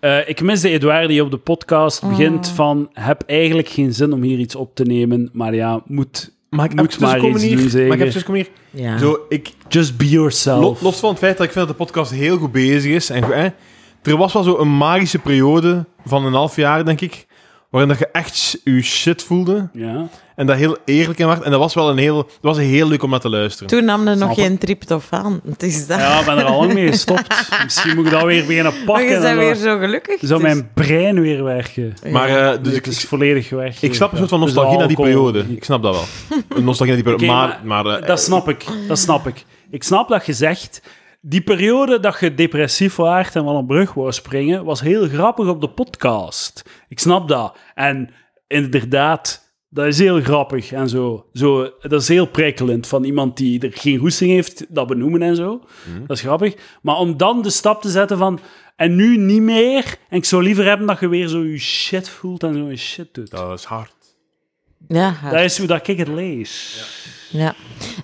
Speaker 2: Eh, ik mis de Edouard die op de podcast
Speaker 1: Mm.
Speaker 2: begint van... Heb eigenlijk geen zin om hier iets op te nemen, maar ja, moet...
Speaker 3: Maar ik
Speaker 2: Moet
Speaker 3: heb
Speaker 2: maar
Speaker 3: dus komen
Speaker 2: iets
Speaker 3: hier.
Speaker 2: doen, zeker.
Speaker 3: Maar ik heb dus komen hier.
Speaker 1: ja.
Speaker 3: Zo, ik,
Speaker 2: Just be yourself.
Speaker 3: lo- los van het feit dat ik vind dat de podcast heel goed bezig is. En, goed, hè, er was wel zo een magische periode van een half jaar, denk ik. Waarin dat je echt sh- je shit voelde.
Speaker 2: Ja.
Speaker 3: En dat heel eerlijk in werd. En dat was wel een heel, dat was heel leuk om naar te luisteren.
Speaker 1: Toen nam er nog
Speaker 2: Snap ik.
Speaker 1: geen tryptofaan. Het is dat.
Speaker 2: ja, ik ben er al lang mee gestopt. Misschien moet ik dat weer beginnen
Speaker 1: maar
Speaker 2: pakken.
Speaker 1: je
Speaker 2: en
Speaker 1: bent
Speaker 2: dan
Speaker 1: weer zo gelukkig.
Speaker 2: Zou
Speaker 1: dus-
Speaker 2: mijn brein weer werken?
Speaker 3: Maar eh, dus
Speaker 2: Dus
Speaker 3: ik,
Speaker 2: het is volledig weg.
Speaker 3: ik snap een soort van
Speaker 2: Dus
Speaker 3: nostalgie naar die
Speaker 2: alcohol.
Speaker 3: periode. Ik snap dat wel. Een nostalgie naar die periode.
Speaker 2: Oké,
Speaker 3: maar maar, eh,
Speaker 2: Dat snap ik, dat snap ik. Ik snap dat je zegt, die periode dat je depressief waart en van een brug wou springen, was heel grappig op de podcast. Ik snap dat. En inderdaad, dat is heel grappig en zo. zo dat is heel prikkelend van iemand die er geen hoesting heeft, dat benoemen en zo.
Speaker 3: Mhm.
Speaker 2: Dat is grappig. Maar om dan de stap te zetten van, en nu niet meer, en ik zou liever hebben dat je weer zo je shit voelt en zo je shit doet.
Speaker 3: dat is hard.
Speaker 1: Ja, haar.
Speaker 2: Dat is hoe dat ik het lees.
Speaker 1: ja.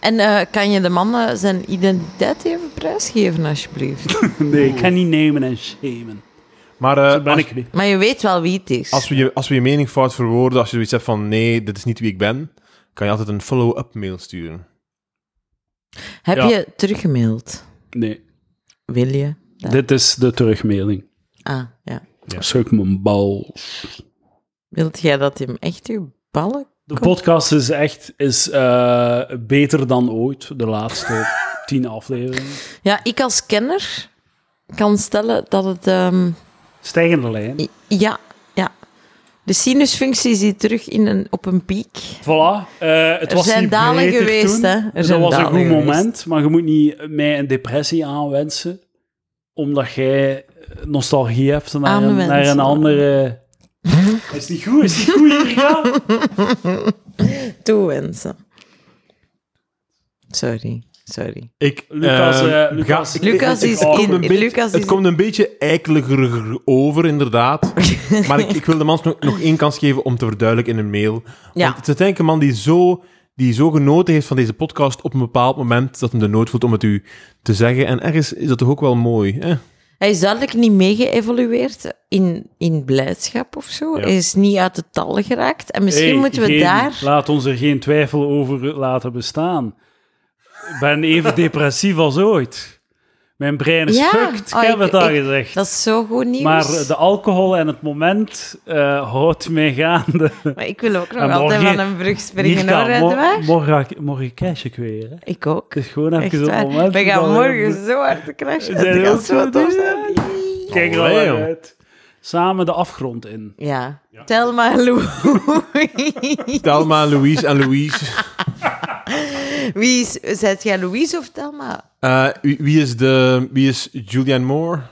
Speaker 1: En eh, kan je de man eh, zijn identiteit even prijsgeven, alsjeblieft?
Speaker 2: Nee, ik kan niet nemen en shamen.
Speaker 3: Maar eh,
Speaker 2: Dat ben
Speaker 3: als-
Speaker 2: ik niet.
Speaker 1: maar je weet wel wie het is.
Speaker 3: Als we, je, als we je mening fout verwoorden, als je zoiets hebt van nee, dit is niet wie ik ben, kan je altijd een follow-up mail sturen.
Speaker 1: Heb
Speaker 2: Ja.
Speaker 1: je teruggemaild?
Speaker 2: Nee,
Speaker 1: Wil je? dat?
Speaker 2: dit is de terugmelding.
Speaker 1: Ah, ja.
Speaker 2: Suk mijn bal.
Speaker 1: Wilt jij dat hem echt uw ballen...
Speaker 2: De podcast is echt is, eh, beter dan ooit, de laatste tien afleveringen.
Speaker 1: Ja, ik als kenner kan stellen dat het... ehm,
Speaker 2: Stijgende lijn.
Speaker 1: I- Ja, ja. De sinusfunctie zit terug in een, op een piek.
Speaker 2: Voilà. eh, het
Speaker 1: Er
Speaker 2: was
Speaker 1: zijn
Speaker 2: niet
Speaker 1: dalen
Speaker 2: beter
Speaker 1: geweest,
Speaker 2: toen.
Speaker 1: hè. Er
Speaker 2: Dat
Speaker 1: zijn
Speaker 2: was een goed
Speaker 1: dalen geweest.
Speaker 2: moment, maar je moet niet mij een depressie aanwensen, omdat jij nostalgie hebt naar, een,
Speaker 1: Aanwensen.
Speaker 2: naar een andere Hij is niet goed, hij is niet goed hier, ja.
Speaker 1: Toewensen. Sorry, sorry.
Speaker 3: Ik,
Speaker 2: Lucas,
Speaker 3: ehm,
Speaker 2: eh, Lucas-
Speaker 3: ga- ik-
Speaker 1: Lucas
Speaker 3: ik-
Speaker 1: is
Speaker 3: het komt
Speaker 1: in-
Speaker 3: een beetje-
Speaker 1: Lucas
Speaker 3: Het
Speaker 1: is-
Speaker 3: komt een beetje eikeliger over, inderdaad. maar ik, ik wil de man nog, nog één kans geven om te verduidelijken in een mail.
Speaker 1: Ja.
Speaker 3: Want het is uiteindelijk een man die zo, die zo genoten heeft van deze podcast op een bepaald moment dat hem de nood voelt om het u te zeggen. En ergens is dat toch ook wel mooi, hè?
Speaker 1: Hij is duidelijk niet meegeëvolueerd in, in blijdschap of zo.
Speaker 3: Ja.
Speaker 1: Hij is niet uit de tal geraakt. En misschien
Speaker 2: Hey,
Speaker 1: moeten we
Speaker 2: geen-
Speaker 1: daar...
Speaker 2: Laat ons er geen twijfel over laten bestaan. Ik ben even depressief als ooit. Mijn brein is
Speaker 1: Ja.
Speaker 2: fucked, ik
Speaker 1: Oh,
Speaker 2: heb
Speaker 1: ik-
Speaker 2: het al
Speaker 1: ik-
Speaker 2: gezegd.
Speaker 1: Dat is zo goed nieuws.
Speaker 2: Maar eh, de alcohol en het moment eh, houdt mij gaande.
Speaker 1: Maar ik wil ook nog
Speaker 2: En morgen-
Speaker 1: altijd van een brug springen, hoor,
Speaker 2: Hier
Speaker 1: Edouard.
Speaker 2: mo- morgen, ga ik- morgen cash ik weer. Hè.
Speaker 1: Ik ook.
Speaker 2: Het is gewoon even
Speaker 1: Echt
Speaker 2: zo'n
Speaker 1: waar.
Speaker 2: moment.
Speaker 1: We gaan
Speaker 2: dat
Speaker 1: morgen zo hard crashen.
Speaker 2: Zijn
Speaker 1: Het
Speaker 2: we
Speaker 1: gaat
Speaker 2: ook
Speaker 1: zo
Speaker 2: zo
Speaker 1: tof
Speaker 2: doen?
Speaker 1: zijn.
Speaker 2: Kijk er al
Speaker 3: Allee, joh.
Speaker 2: uit. Samen de afgrond in.
Speaker 1: Ja. Tel maar, Louis.
Speaker 3: Thelma, Louise en Louise.
Speaker 1: Wie is... Zijt jij Louise of Telma?
Speaker 3: Eh, wie, wie is de, wie is Julianne Moore?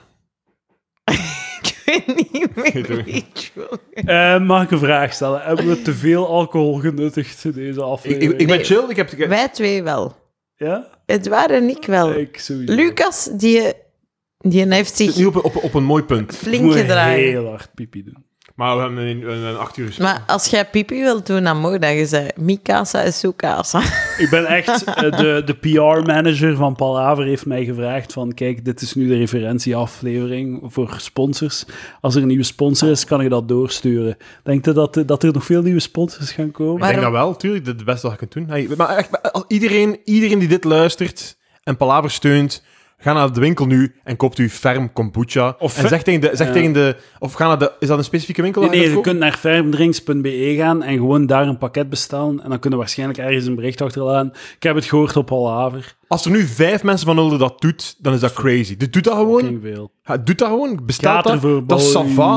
Speaker 1: Ik weet niet meer
Speaker 3: ook
Speaker 1: wie het wil.
Speaker 2: Eh, mag ik een vraag stellen? Hebben we te veel alcohol genuttigd in deze
Speaker 3: Ik,
Speaker 2: aflevering?
Speaker 3: ik, ik ben chill, ik heb... ik-
Speaker 1: Wij twee wel.
Speaker 2: Ja?
Speaker 1: Edouard en ik wel.
Speaker 2: Ik sowieso.
Speaker 1: Lucas, die, die heeft
Speaker 3: Ik zit nu
Speaker 1: zich
Speaker 3: op, op, op een mooi punt.
Speaker 2: Ik
Speaker 1: flink
Speaker 2: moet
Speaker 1: gedragen.
Speaker 2: heel hard pipi doen.
Speaker 3: Maar we hebben een, een, een acht uur gesprek.
Speaker 1: Maar als jij pipi wilt doen, dan moet je zeggen... Mikasa is Sukasa.
Speaker 2: Ik ben echt... eh, de de PR-manager van Palaver heeft mij gevraagd van... Kijk, dit is nu de referentieaflevering voor sponsors. Als er een nieuwe sponsor is, kan ik dat doorsturen. Denkt u dat, dat er nog veel nieuwe sponsors gaan komen?
Speaker 1: Maar-
Speaker 3: Ik denk dat wel, tuurlijk. Dat is het beste wat je kunt doen. Hey, maar echt, maar als iedereen, iedereen die dit luistert en Palaver steunt, ga naar de winkel nu en koopt u ferm kombucha.
Speaker 2: Of
Speaker 3: en
Speaker 2: fe-
Speaker 3: zeg tegen de... Zeg
Speaker 2: Ja.
Speaker 3: tegen de of ga naar de... Is dat een specifieke winkel?
Speaker 2: Nee,
Speaker 3: waar je
Speaker 2: nee, je
Speaker 3: dat koopt?
Speaker 2: kunt naar fermdrinks.be E gaan en gewoon daar een pakket bestellen. En dan kunnen we waarschijnlijk ergens een bericht achterlaten. Ik heb het gehoord op Palaver.
Speaker 3: Als er nu vijf mensen van Hulde dat doet, dan is dat crazy. Dus doe dat gewoon.
Speaker 2: Fucking veel.
Speaker 3: Ja, doe dat gewoon. Bestaat
Speaker 2: Gaat
Speaker 3: dat.
Speaker 2: ervoor,
Speaker 3: Dat is
Speaker 2: boys.
Speaker 3: sava.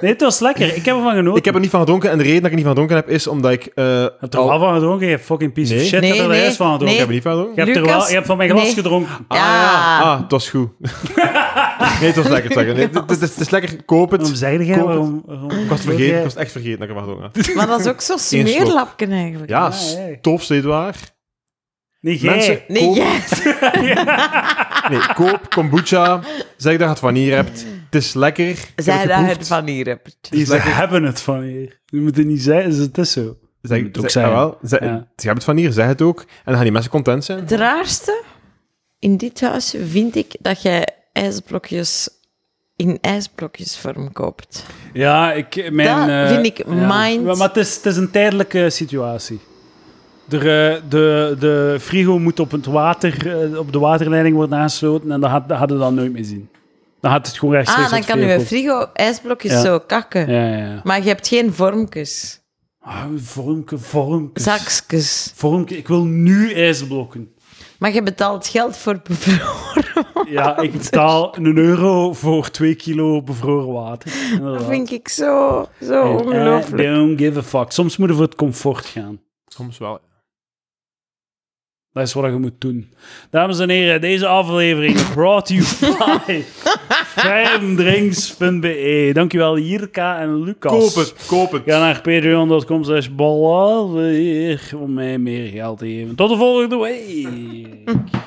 Speaker 2: Nee, het was lekker. Ik heb ervan genoten.
Speaker 3: Ik heb er niet van gedronken en de reden dat ik er niet van gedronken heb, is omdat ik... eh,
Speaker 2: heb er
Speaker 3: al-
Speaker 2: wel van gedronken. Je hebt fucking piece
Speaker 3: Nee.
Speaker 2: of shit.
Speaker 1: Nee,
Speaker 2: je hebt er
Speaker 1: nee,
Speaker 2: de rest van gedronken.
Speaker 3: Ik heb er niet van gedronken.
Speaker 2: Je hebt, er
Speaker 1: Lucas,
Speaker 2: wel, je hebt van mijn glas
Speaker 1: nee.
Speaker 2: gedronken.
Speaker 1: Ja.
Speaker 3: Ah, het was goed. nee, het was lekker. Het was lekker. Nee, het, het is, het is lekker. Koop het.
Speaker 2: Waarom
Speaker 3: Ik
Speaker 2: zeide jij?
Speaker 3: Koop het.
Speaker 2: Waarom, waarom,
Speaker 3: was, het vergeten, ik was echt vergeten dat ik ervan gedronken had.
Speaker 1: Maar dat is ook zo'n
Speaker 3: slok.
Speaker 1: smeerlapken eigenlijk.
Speaker 3: Ja,
Speaker 2: ja, ja.
Speaker 3: stof, steeds waar.
Speaker 2: Nee, jij.
Speaker 3: Mensen-
Speaker 1: Nee,
Speaker 3: Koop-
Speaker 1: yes.
Speaker 3: Nee, koop kombucha. Zeg dat je het van hier hebt. Het is lekker. Ik heb
Speaker 1: Zij dat
Speaker 3: geproefd.
Speaker 1: het van hier hebt.
Speaker 2: Die, ze
Speaker 3: lekker.
Speaker 2: hebben het van hier. Je moet het niet zeggen. Het is zo.
Speaker 3: Zeg,
Speaker 2: Je moet het ook
Speaker 3: zeg-
Speaker 2: zeggen.
Speaker 3: ah, wel, zeg,
Speaker 2: Ja.
Speaker 3: Je hebt het van hier, zeg het ook. En dan gaan die mensen content zijn.
Speaker 1: Het raarste in dit huis vind ik dat jij ijsblokjes in ijsblokjesvorm koopt.
Speaker 2: Ja, ik, mijn, eh,
Speaker 1: Dat vind ik
Speaker 2: ja.
Speaker 1: mind-
Speaker 2: Maar het is, het is een tijdelijke situatie. Er, eh, de, de frigo moet op, het water, eh, op de waterleiding worden aangesloten en dat had- dat hadden we dan nooit meer zien. Dan had het gewoon rechtstreeks
Speaker 1: Ah, dan
Speaker 2: uit de
Speaker 1: kan je
Speaker 2: frigo
Speaker 1: frigo ijsblokjes
Speaker 2: Ja.
Speaker 1: zo kakken.
Speaker 2: komen. Ja, ja, ja.
Speaker 1: Maar je hebt geen vormkes.
Speaker 2: Ah, vormke, vormke.
Speaker 1: Zakskes.
Speaker 2: Vormke, ik wil nu ijsblokken.
Speaker 1: Maar je betaalt geld voor bevroren.
Speaker 2: Ja, ik betaal een euro voor twee kilo bevroren water.
Speaker 1: Dat
Speaker 2: Inderdaad.
Speaker 1: vind ik zo, zo
Speaker 2: En eh, I
Speaker 1: ongelooflijk.
Speaker 2: don't give a fuck. Soms moet je voor het comfort gaan.
Speaker 3: Soms wel.
Speaker 2: Dat is wat je moet doen. Dames en heren, deze aflevering brought you by fermdrinks.be. Dankjewel Jirka en Lucas.
Speaker 3: Koop het, koop het.
Speaker 2: Ga naar patreon.com slash balladeer om mij meer geld te geven. Tot de volgende week.